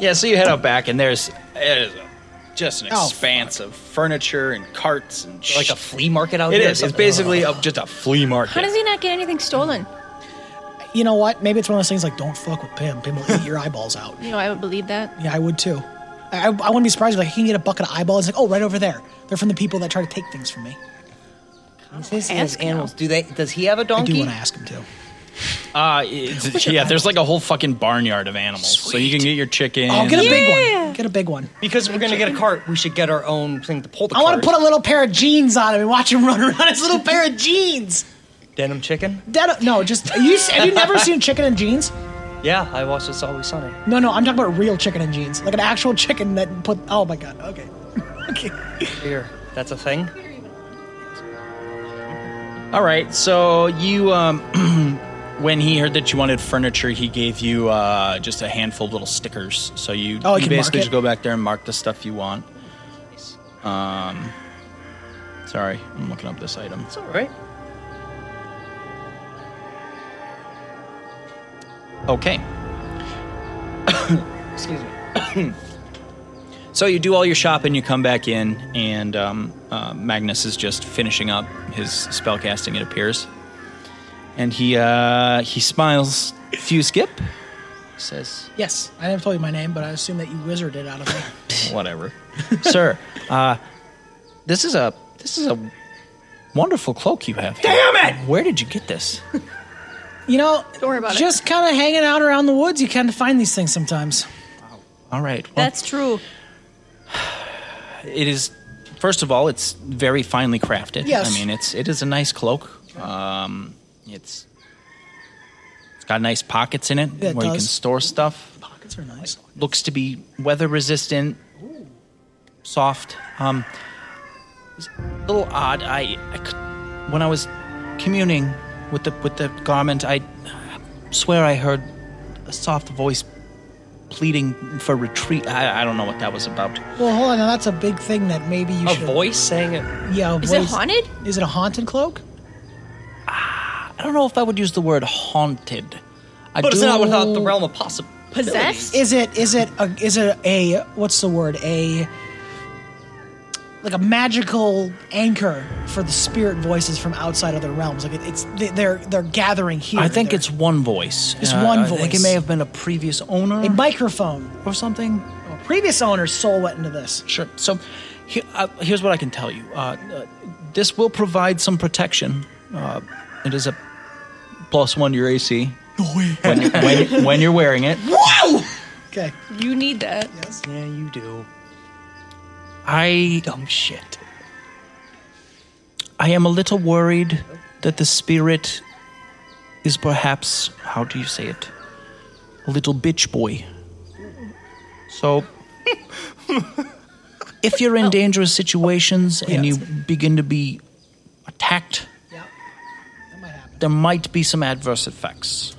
S1: Yeah, so you head out back, and there's it is a- just an
S2: Oh,
S1: expanse of furniture and carts and
S3: Like a flea market out
S1: It
S3: there. or
S1: is. It's
S3: something?
S1: basically a, just a flea market.
S4: How does he not get anything stolen?
S2: you know what? Maybe it's one of those things like don't fuck with Pim. Pim will eat your eyeballs out.
S4: You know, I would believe that.
S2: Yeah, I would too. I, I, I wouldn't be surprised if like, he can get a bucket of eyeballs. It's like, oh, right over there. They're from the people that try to take things from me.
S3: This is
S4: Ask now.
S3: animals. Do they? Does he have a
S2: I
S3: donkey?
S2: do want to ask him to.
S1: Uh, it's- yeah, there's like a whole fucking barnyard of animals. So you can get your chicken.
S2: Oh, get a big
S4: Yeah.
S2: one. Get a big one.
S3: Because we're gonna get a cart, we should get our own thing to pull the
S2: I
S3: cart.
S2: want to put a little pair of jeans on him and watch him run around his little pair of jeans.
S3: denim chicken.
S2: That, no, just you, have you never seen chicken and jeans?
S3: Yeah, I watched It's Always Sunny.
S2: No, no, I'm talking about real chicken and jeans, like an actual chicken that put. Oh my god. Okay. Okay.
S3: Here, that's a thing.
S1: All right. So you, um, when he heard that you wanted furniture, he gave you uh, just a handful of little stickers. So you,
S2: Oh, I
S1: you
S2: can mark
S1: basically
S2: it?
S1: just go back there and mark the stuff you want. Um, sorry, I'm looking up this item.
S3: It's all right.
S1: Okay.
S3: Excuse me.
S1: So you do all your shopping, you come back in, and um, uh, Magnus is just finishing up his spell casting. It appears, and he uh, he smiles to you, Skip, says,
S2: Yes, I never told you my name, but I assume that you wizarded out of me.
S1: whatever. Sir, uh, this is a this is a wonderful cloak you have. Here. Damn it! Where did you get this?
S2: You know,
S4: Don't worry about it.
S2: just kind of hanging out around the woods, you kind of find these things sometimes.
S1: All right. Well,
S4: That's true.
S1: it is. First of all, it's very finely crafted.
S2: Yes.
S1: I mean, it's it is a nice cloak. Um, it's it's got nice pockets in it
S2: Yeah, it
S1: where you can
S2: does.
S1: store stuff.
S2: Pockets are nice.
S1: looks to be weather resistant, soft. Um, it's a little odd. I, I c- when I was communing with the with the garment, I swear I heard a soft voice pleading for retreat. I, I don't know what that was about.
S2: Well, hold on, now that's a big thing that maybe you
S3: A
S2: should.
S3: voice saying it.
S2: Yeah, a
S4: Is it
S2: voice-
S4: haunted?
S2: Is it a haunted cloak?
S1: I don't know if I would use the word haunted. I
S3: But it's
S1: do-
S3: not without the realm of possibility.
S4: Possessed?
S2: Is it is it a is it a what's the word a like a magical anchor for the spirit voices from outside other realms? Like it, it's they- they're they're gathering here.
S1: I think
S2: They're-
S1: it's one voice. Uh,
S2: It's one
S1: I think
S2: voice.
S1: it may have been a previous owner
S2: a microphone.
S1: or something.
S2: A previous owner's soul went into this.
S1: Sure. So he, uh, here's what I can tell you. Uh, uh, this will provide some protection. Uh, it is a plus one to your AC when, you- when, when you're wearing it.
S2: Okay,
S4: You need that.
S3: Yeah, you do.
S1: I
S3: Dumb shit.
S1: I am a little worried that the spirit is perhaps how do you say it? A little bitch boy. So if you're
S4: Oh.
S1: in dangerous situations and you begin to be attacked
S2: that might happen.
S1: there might be some adverse effects.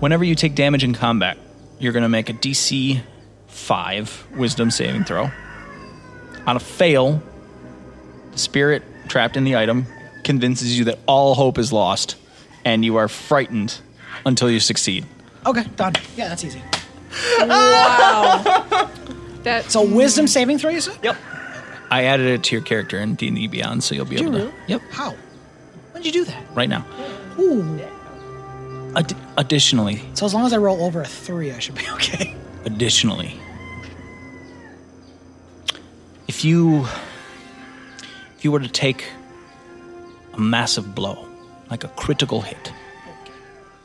S1: Whenever you take damage in combat, you're going to make a DC 5 wisdom saving throw. On a fail, the spirit trapped in the item convinces you that all hope is lost and you are frightened until you succeed.
S2: Okay, done. Yeah, that's easy.
S4: That's
S2: So wisdom saving throw, you said?
S3: Yep.
S1: I added it to your character in D&D Beyond so you'll be able to Yep,
S2: How? When did you do that?
S1: right now.
S2: Ooh.
S1: Ad- additionally,
S2: So as long as I roll over a three, I should be okay.
S1: Additionally, if you if you were to take a massive blow, like a critical hit,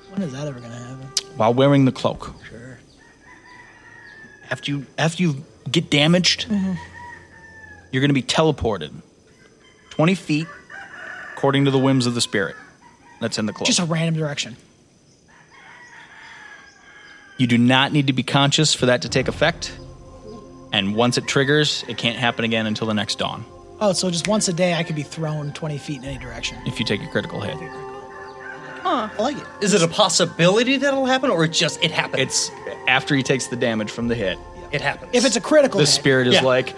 S2: When is that ever gonna happen?
S1: while wearing the cloak,
S2: Sure.
S1: after you after you get damaged,
S2: Mm-hmm.
S1: you're going to be teleported twenty feet, according to the whims of the spirit that's in the cloak.
S2: Just a random direction.
S1: You do not need to be conscious for that to take effect, and once it triggers, it can't happen again until the next dawn.
S2: Oh, so just once a day I could be thrown 20 feet in any direction.
S1: If you take a critical hit.
S2: I like it.
S3: Is it a possibility that'll happen, or it just it happens?
S1: It's after he takes the damage from the hit.
S3: it happens.
S2: If it's a critical
S1: The
S2: hit.
S1: spirit is
S3: Yeah.
S1: like,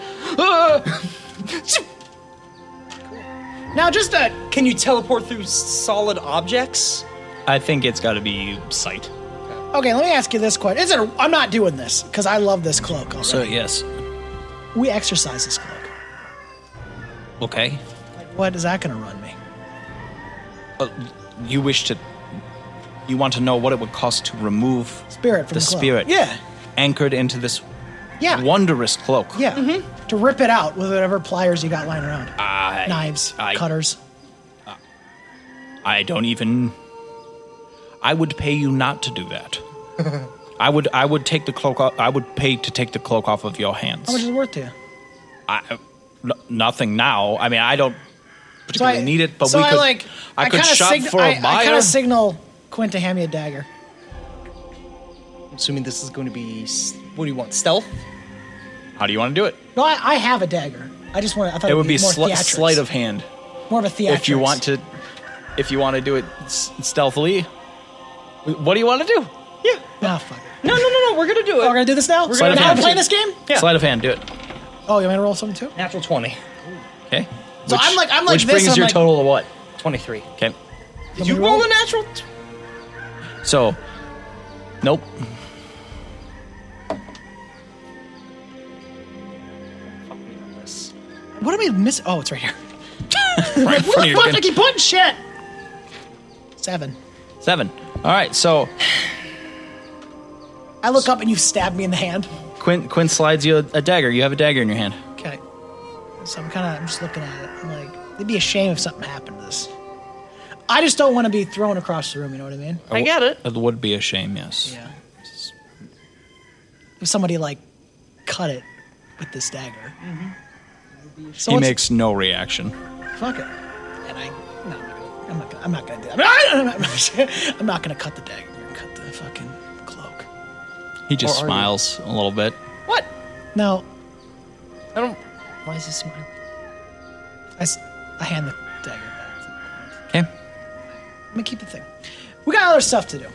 S2: Now just a
S3: can you teleport through s- solid objects?
S1: I think it's got to be sight.
S2: Okay, let me ask you this question. Is it I'm not doing this cuz I love this cloak already.
S1: So yes,
S2: we exercise this cloak.
S1: okay.
S2: What is that going to run me?
S1: You wish to, you want to know what it would cost to remove
S2: Spirit from
S1: the
S2: the cloak.
S1: spirit,
S2: Yeah.
S1: anchored into this
S2: Yeah.
S1: wondrous cloak.
S2: Yeah. To rip it out with whatever pliers you got lying around.
S1: I,
S2: Knives,
S1: I-
S2: cutters.
S1: I don't even. I would pay you not to do that. I would. I would take the cloak. Off, I would pay to take the cloak off of your hands.
S2: How much is it worth to you?
S1: I, n- nothing now. I mean, I don't particularly need it, but
S2: so
S1: we
S2: I
S1: could.
S2: like
S1: I could
S2: kinda
S1: shop
S2: sign-
S1: for a
S2: I- I kind
S1: buyer.
S2: of signal Quinn to hand me a dagger.
S3: I'm assuming this is going to be. s- What do you want? Stealth.
S1: How do you want to do it?
S2: No, I, I have a dagger. I just want. I thought
S1: It would be
S2: more
S1: sli-
S2: theatrics.
S1: sleight of hand
S2: more of a theatrics.
S1: if you want to. If you want to do it s- stealthily, what do you want to do?
S3: Yeah.
S2: Ah, fuck.
S3: No, no, no, no. We're gonna do it.
S2: Oh, we're gonna do this now. We're
S1: Sleight of
S2: now
S1: hand.
S2: we're playing this game.
S3: Yeah.
S1: Sleight of hand, do it.
S2: Oh, you want me to roll something too?
S3: Natural 20.
S1: Okay.
S2: So I'm like- I'm like
S1: which
S2: this,
S1: brings
S2: I'm
S1: your
S2: like-
S1: total to what?
S3: 23.
S1: Okay.
S2: Let
S3: Did you
S2: me
S3: roll a natural? T-
S1: So, nope.
S2: What am I miss? Oh, it's right here.
S1: Right in front of
S2: What
S1: your
S2: the fuck? I
S1: skin.
S2: keep putting shit. Seven.
S1: Seven. All right. So
S2: I look up and you stab me in the hand.
S1: Quinn Quinn slides you a, a dagger. You have a dagger in your hand.
S2: Okay. So I'm kind of, I'm just looking at it. I'm like, it'd be a shame if something happened to this. I just don't want to be thrown across the room, you know what I mean?
S3: I get it.
S1: It would be a shame. Yes.
S2: Yeah. If somebody, like, cut it with this dagger. So
S1: he
S2: it's-
S1: makes no reaction.
S2: fuck it. And I, no, I'm not gonna, I'm not gonna do that. I'm not, I'm not gonna cut the dagger. I'm gonna cut the fucking cloak.
S1: He just
S3: Or are you?
S1: smiles a little bit.
S3: What?
S2: Now,
S3: I don't. Why is this smiling?
S2: I, s- I hand the dagger back.
S1: Okay.
S2: I'm gonna keep the thing. We got other stuff to do.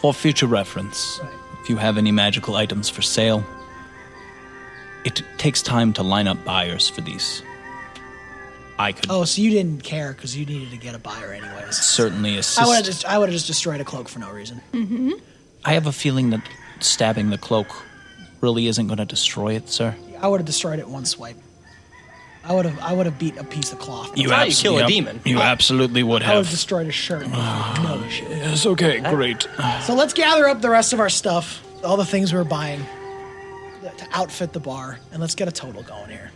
S1: For future reference, if you have any magical items for sale, it takes time to line up buyers for these. I could
S2: Oh, so you didn't care because you needed to get a buyer anyways.
S1: certainly assist.
S2: I would have just, I would have just destroyed a cloak for no reason.
S1: I have a feeling that stabbing the cloak really isn't going to destroy it, sir.
S2: I would have destroyed it one swipe. I would have, I would have beat a piece of cloth.
S3: That's how you kill a demon.
S1: You absolutely would
S2: I would have
S1: have. Ah.
S2: destroyed a shirt. no shit.
S1: It's Oh, okay, great.
S2: So let's gather up the rest of our stuff, all the things we were buying to outfit the bar, and let's get a total going here.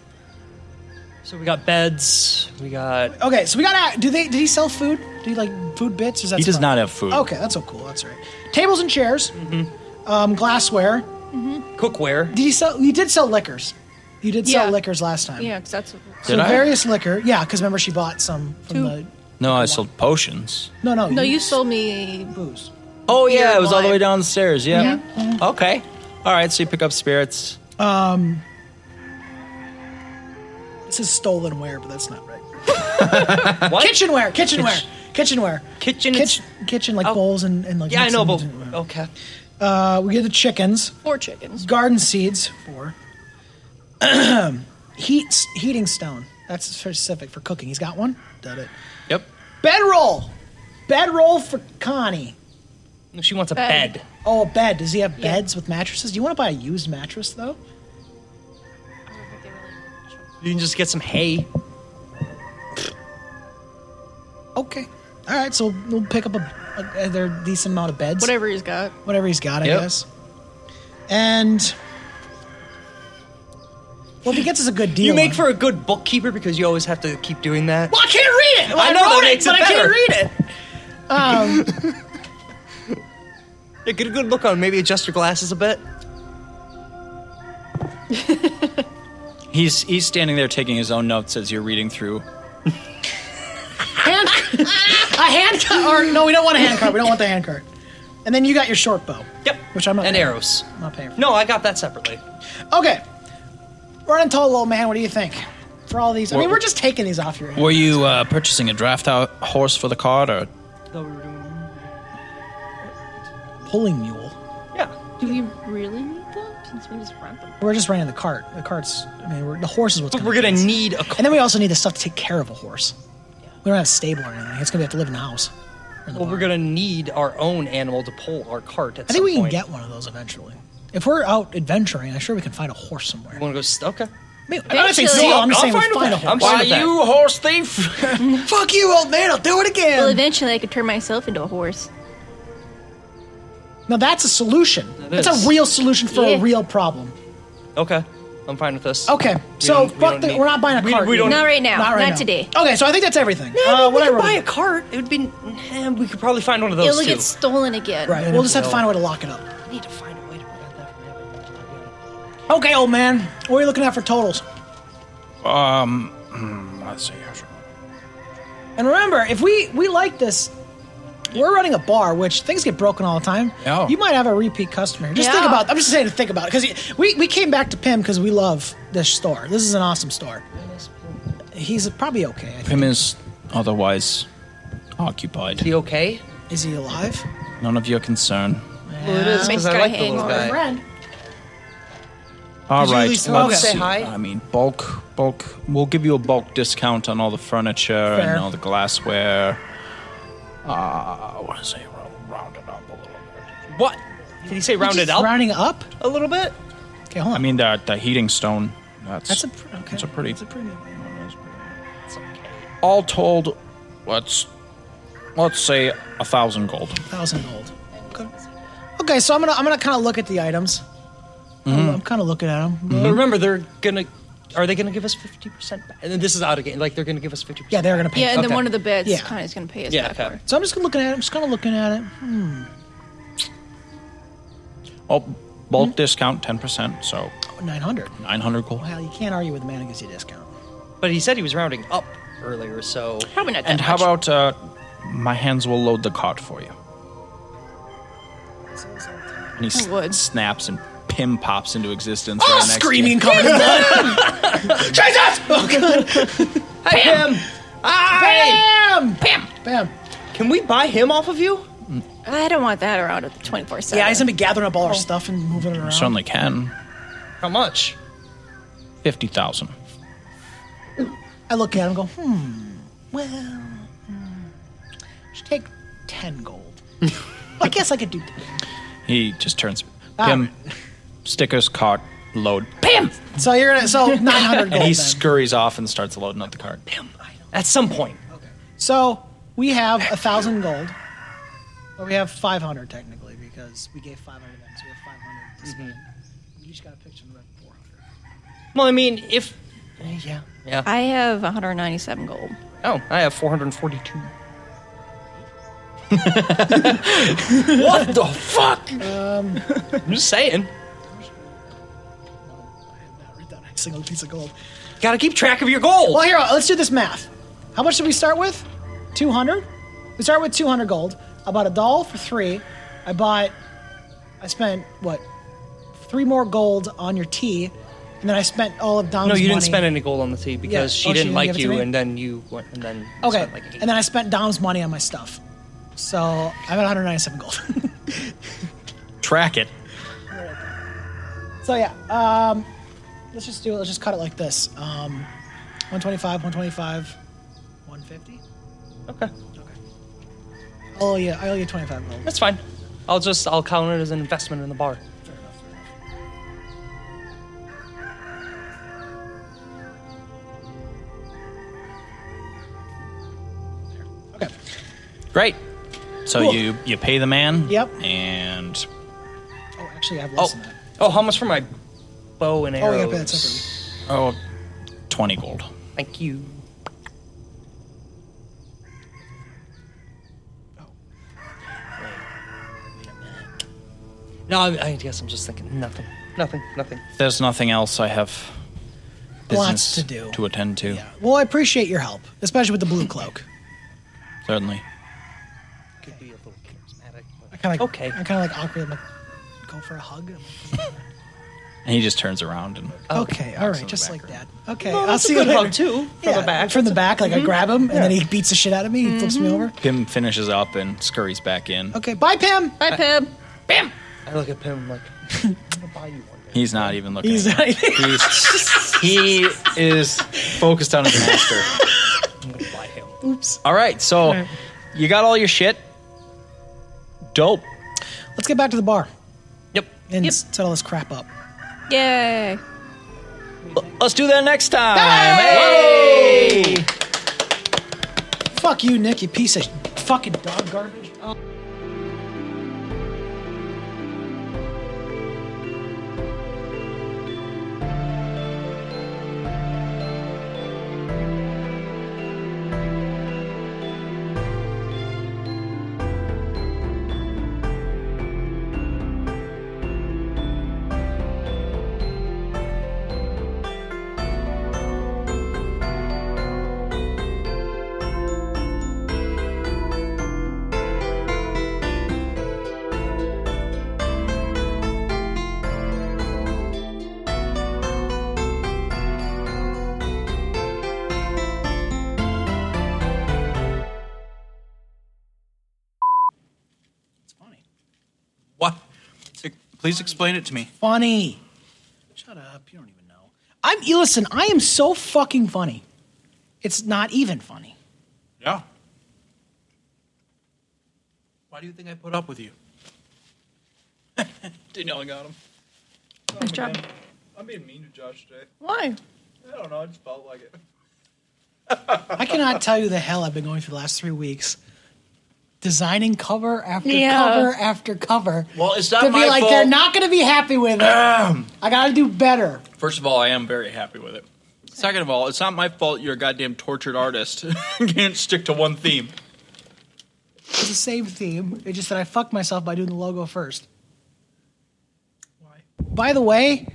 S3: So we got beds. We got.
S2: Okay, so we got. Do they? Did he sell food? Do he like food bits? Or is that
S1: He does
S2: spot-
S1: not have food. Mm-hmm.
S2: Okay, that's so cool. That's all right. Tables and chairs, um, glassware.
S3: cookware.
S2: Did he sell? You did sell liquors. You did
S4: Yeah.
S2: sell liquors last time.
S4: Yeah, because that's
S2: So
S1: Did I?
S2: various liquor. Yeah, because remember she bought some from
S4: Two.
S2: the.
S1: No, I sold potions.
S2: No, no.
S4: no. You sold me.
S2: booze.
S1: Oh yeah,
S4: Beer,
S1: it was all the
S4: wine.
S1: way down the stairs. Yeah.
S4: Yeah.
S1: Okay. All right. So you pick up spirits.
S2: This is stolen ware, but that's not right.
S3: What?
S2: Kitchenware, kitchenware, kitchenware,
S3: Kitchen-
S2: kitchen, kitchen like
S3: Oh.
S2: bowls and, and like.
S3: Yeah, I know, but oh.
S2: mixing-
S3: okay.
S2: Uh, we get the chickens,
S4: Four chickens.
S2: garden seeds, four. Heat heating stone. That's specific for cooking. He's got one. Did it.
S1: Yep.
S2: Bedroll, bedroll for Connie.
S3: She wants a
S4: Bed.
S3: bed.
S2: Oh, a bed. Does he have
S4: Yeah.
S2: beds with mattresses? Do you want to buy a used mattress though?
S3: You can just get some hay.
S2: Okay. All right. So we'll pick up a, a, a decent amount of beds.
S4: Whatever he's got.
S2: whatever he's got, I
S1: Yep.
S2: guess. And well, if he gets us a good deal,
S3: You make
S2: on-
S3: for a good bookkeeper because you always have to keep doing that.
S2: Well, I can't read it. Well, I,
S3: I know, that
S2: wrote it,
S3: makes it
S2: but I
S3: better.
S2: can't read it. Um.
S3: Yeah, get a good look on. Maybe adjust your glasses a bit.
S1: He's he's standing there taking his own notes as you're reading through.
S2: Hand, a hand cart. Or, no, we don't want a hand cart. We don't want the hand cart. And then you got your short bow.
S3: Yep.
S2: Which I'm not.
S3: and
S2: paying-
S3: arrows.
S2: I'm not paying for.
S3: No, I got that separately.
S2: Okay. Running tall, old man. What do you think? For all these, I mean, we're just taking these off your hand.
S1: Were you uh, purchasing a draft ho- horse for the cart, or
S2: Pulling mule.
S3: Yeah.
S4: Do we really need them? Since we just rent them.
S2: We're just running the cart. The cart's. I mean, we're, the horse is what's.
S3: But
S2: gonna
S3: we're gonna
S2: feed us.
S3: need a.
S2: And then we also need the stuff to take care of a horse. We don't have a stable or anything. It's gonna have to live in the house. or in the
S3: Well, we're
S2: barn.
S3: gonna need our own animal to pull our cart at
S2: I
S3: some
S2: think we can
S3: point.
S2: get one of those eventually. If we're out adventuring, I'm sure we can find a horse somewhere.
S3: You wanna go? s- Okay.
S2: I mean, I'm not saying
S4: Eventually.
S2: steal. I'm just
S3: I'll
S2: saying we
S3: find a
S2: find a
S3: way.
S2: horse.
S3: I'm Why, sorry. you
S1: horse thief?
S2: Fuck you, old man. I'll do it
S4: Well,
S2: again.
S4: eventually I could turn myself into a horse.
S2: Now that's a solution.
S3: That
S2: That's
S3: is.
S2: a real solution for
S4: Yeah.
S2: a real problem.
S3: Okay. I'm fine with this.
S2: Okay, so
S3: don't- we
S2: fuck
S3: don't
S2: the,
S3: need-
S2: we're not buying a
S3: we-
S2: cart.
S3: we don't-
S4: Not right now.
S2: Not right now.
S4: today.
S2: Okay, so I think that's everything.
S3: Uh,
S2: uh, what
S3: we
S2: I
S3: could
S2: wrote.
S3: buy a cart. It would be. eh, we could probably find one of those
S4: It'll
S3: too.
S4: get stolen again.
S2: right, we'll just have to find a way to lock it up.
S3: I need to find a way to prevent that from happening.
S2: Okay, old man. What are you looking at for totals?
S1: um, hmm, let's see.
S2: And remember, if we we like this, we're running a bar, which things get broken all the time.
S1: Yeah.
S2: You might have a repeat customer. Just think
S4: Yeah.
S2: about. I'm just saying to think about it because we we came back to Pim because we love this store. This is an awesome store. He's probably okay. I think.
S1: Pim is otherwise occupied.
S3: You okay?
S2: Is he alive?
S1: None of your concern.
S3: Well, it is
S4: My
S3: 'cause I
S4: sky
S3: like the little
S4: hangover.
S3: guy.
S1: All
S3: Did you
S1: right,
S3: at least
S1: let's
S2: okay.
S1: see.
S3: say hi?
S1: I mean, bulk, bulk. We'll give you a bulk discount on all the furniture
S2: Fair.
S1: and all the glassware. Uh, what is it? Round- Round it up a little bit.
S3: What? Did he say rounded up
S2: Rounding up.
S3: a little bit?
S2: Okay, hold on.
S1: I mean, the the heating stone. That's
S2: that's a pr- okay.
S1: that's a pretty.
S2: That's a pretty.
S1: All told, what's Let's say a thousand gold.
S2: thousand gold. Okay. Okay, so I'm gonna I'm gonna kind of look at the items.
S1: Mm-hmm.
S2: I'm, kind of looking at them.
S3: But remember, they're gonna. Are they gonna give us fifty percent back? And then this is out of game. Like they're gonna give us fifty percent.
S2: Yeah, they're gonna pay.
S4: Yeah, and
S3: Okay.
S4: then one of the bids
S2: Yeah.
S4: Connie's gonna pay us
S3: Yeah,
S4: back
S3: okay.
S4: for.
S2: So I'm just looking at it. I'm just kind of looking at it.
S1: Oh, bulk discount ten percent, so
S2: Nine hundred.
S1: nine hundred gold.
S2: Well, you can't argue with a man who gives you a discount.
S3: But he said he was rounding up earlier, so
S4: Probably not that
S1: And how about
S4: much.
S1: uh, my hands will load the cart for you? And he s-
S4: would.
S1: snaps and Pim pops into existence.
S2: Oh,
S1: right next to you.
S2: screaming coming blood. Jesus! Oh, God.
S3: hey, him.
S2: Bam!
S3: Hey,
S2: Bam! Bam!
S3: can we buy him off of you?
S4: I don't want that around at the twenty four seven.
S2: Yeah, he's gonna be gathering up all our stuff and moving it around.
S1: Certainly can.
S3: How much?
S1: Fifty thousand.
S2: I look at him and go, hmm, well, hmm, should take 10 gold. I guess I could do 10.
S1: He just turns.
S2: Ah.
S1: Pim, stickers cart load. Pim,
S2: So you're gonna, so 900
S1: and
S2: gold.
S1: he
S2: then.
S1: scurries off and starts loading up the cart.
S3: At some point.
S2: So we have a thousand gold, or we have five hundred technically because we gave five hundred them, so we have five hundred
S3: Mm-hmm.
S2: to spend. We each got a picture and four hundred.
S3: Well, I mean, if yeah, yeah.
S4: I have 197 gold.
S3: Oh, I have four hundred forty-two. what the fuck?
S2: Um,
S3: I'm just saying.
S2: I have not written down a single piece of gold.
S3: Gotta keep track of your gold.
S2: Well, here, let's do this math. How much did we start with? Two hundred. We start with two hundred gold. I bought a doll for three. I bought. I spent what? Three more gold on your tea, and then I spent all of Dom's
S3: No, you
S2: money.
S3: didn't spend any gold on the tea because
S2: Yeah.
S3: she,
S2: Oh, she
S3: didn't
S2: didn't
S3: like
S2: give it to
S3: you,
S2: me?
S3: and then you went and then you
S2: Okay,
S3: spent like eight.
S2: and then I spent Dom's money on my stuff. So I'm at 197 gold.
S1: Track it.
S2: So yeah, um, let's just do it. Let's just cut it like this: um, 125, 125, 150.
S3: okay,
S2: I owe you. I owe you 25 gold.
S3: that's fine. I'll just I'll count it as an investment in the bar.
S2: Okay.
S1: Great. So
S2: Cool.
S1: you you pay the man.
S2: Yep.
S1: And
S2: Oh, actually, I have
S3: Oh,
S2: less than that.
S3: oh, how much for my bow and
S2: Oh,
S3: arrows?
S2: yeah, but that's
S1: oh,
S2: separately.
S1: 20 gold.
S3: Thank you. Oh. No, I, I guess I'm just thinking nothing, nothing, nothing.
S1: There's nothing else I have business
S2: Lots to do.
S1: to attend to.
S2: Yeah. Well, I appreciate your help, especially with the blue cloak.
S1: Certainly.
S3: Could be a little charismatic.
S2: I
S3: but-
S2: kind of like,
S3: Okay.
S2: I kind of like awkwardly I'm like, go for a hug. I'm like,
S1: And he just turns around and
S3: Oh,
S2: okay, all right,
S1: the
S2: just like that.
S1: background.
S2: Okay,
S3: Well,
S2: I'll
S3: that's a
S2: see you
S3: good
S2: later.
S3: hug, too, from
S2: yeah,
S3: the back. Mm-hmm.
S2: From the back, like I grab him, and then he beats the shit out of me. He flips me over.
S1: Pim finishes up and scurries back in.
S2: Okay, bye, Pam.
S4: Bye, Pib.
S3: I look at him like, I'm gonna buy you one. day."
S1: He's not even looking.
S2: He's
S1: at you. He's- he is focused on his master.
S3: I'm gonna buy him.
S2: Oops.
S1: All right, so you got all your shit. Dope.
S2: Let's get back to the bar
S3: Yep.
S2: and
S4: Yep.
S2: s- set all this crap up.
S4: Yay.
S1: Let's do that next time. Hey!
S2: Fuck you, Nick, you piece of fucking dog garbage. Oh, It's funny.
S1: What? Please explain it to me.
S2: Funny. Shut up. You don't even know. I'm. you Listen, I am so fucking funny. It's not even funny.
S6: Yeah. Why do you think I put up with you?
S1: Didn't know I got him.
S4: Nice job.
S6: I'm being mean to Josh today.
S4: Why?
S6: I don't know. I just felt like it.
S2: I cannot tell you the hell I've been going through the last three weeks. designing cover after
S4: Yeah.
S2: cover after cover.
S5: Well, it's not
S2: to
S5: my
S2: be like
S5: fault.
S2: they're not going to be happy with it. I got to do better.
S1: First of all, I am very happy with it. Second of all, it's not my fault you're a goddamn tortured artist. Can't stick to one theme.
S2: It's the same theme. It's just that I fucked myself by doing the logo first. By the way,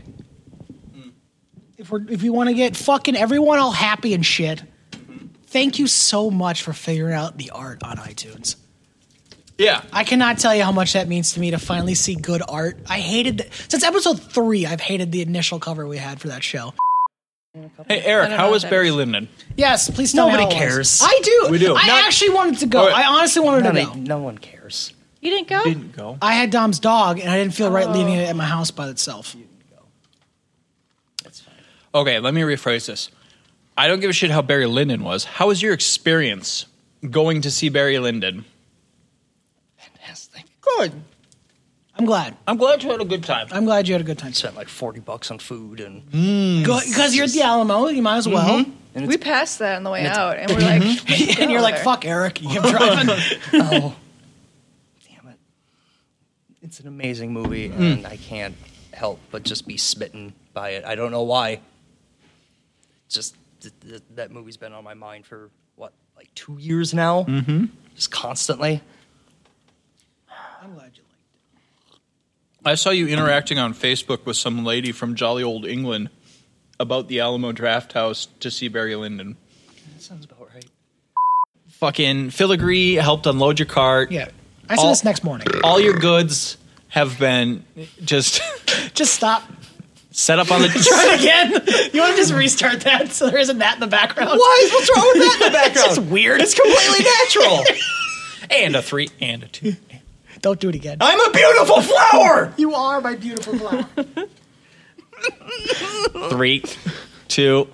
S2: if we are if we want to get fucking everyone all happy and shit, thank you so much for figuring out the art on iTunes.
S1: Yeah.
S2: I cannot tell you how much that means to me to finally see good art. I hated that since episode three. I've hated the initial cover we had for that show.
S1: Hey, Eric,
S4: don't know
S1: how
S4: what
S1: was
S4: that
S1: Barry
S4: is.
S1: Lyndon?
S2: Yes, please tell me.
S3: Nobody
S2: how it
S3: cares.
S2: Was. I do.
S1: We do.
S2: I
S1: Not- Oh,
S2: actually wanted to go.
S1: Alright.
S2: I honestly wanted
S3: No,
S2: to
S3: no,
S2: go.
S3: no one cares.
S4: You didn't go?
S1: Didn't go.
S2: I had Dom's dog, and I didn't feel right leaving it at
S3: Oh.
S2: my house by itself.
S3: That's fine.
S1: Okay, let me rephrase this. I don't give a shit how Barry Lyndon was. How was your experience going to see Barry Lyndon?
S3: Fantastic.
S1: Good.
S2: I'm glad.
S1: I'm glad you had a good time.
S2: I'm glad you had a good time.
S3: Spent like forty bucks on food and
S2: Because you're at the Alamo, you might as well.
S4: We passed that on the way out, and we're like, let's go
S2: And you're like,
S4: there.
S2: "Fuck Eric," you kept driving.
S3: oh, damn it! It's an amazing movie, and I can't help but just be smitten by it. I don't know why. Just th- th- that movie's been on my mind for what, like two years now, mm-hmm. just constantly.
S2: I'm glad you liked it.
S1: I saw you interacting on Facebook with some lady from jolly old England about the Alamo Draft House to see Barry Lyndon.
S3: That sounds about right.
S1: Fucking filigree helped unload your cart.
S2: Yeah, I saw
S1: All-
S2: this next morning.
S1: All your goods have been just
S2: Just stop.
S1: set up on the.
S2: Start again. You want to just restart that so there isn't that in the background?
S3: Why? is- What's wrong with that in the background?
S2: It's just weird.
S3: It's completely natural.
S1: and a three and a two.
S2: Don't do it again.
S3: I'm a beautiful flower.
S2: You are my beautiful flower.
S1: Three, two,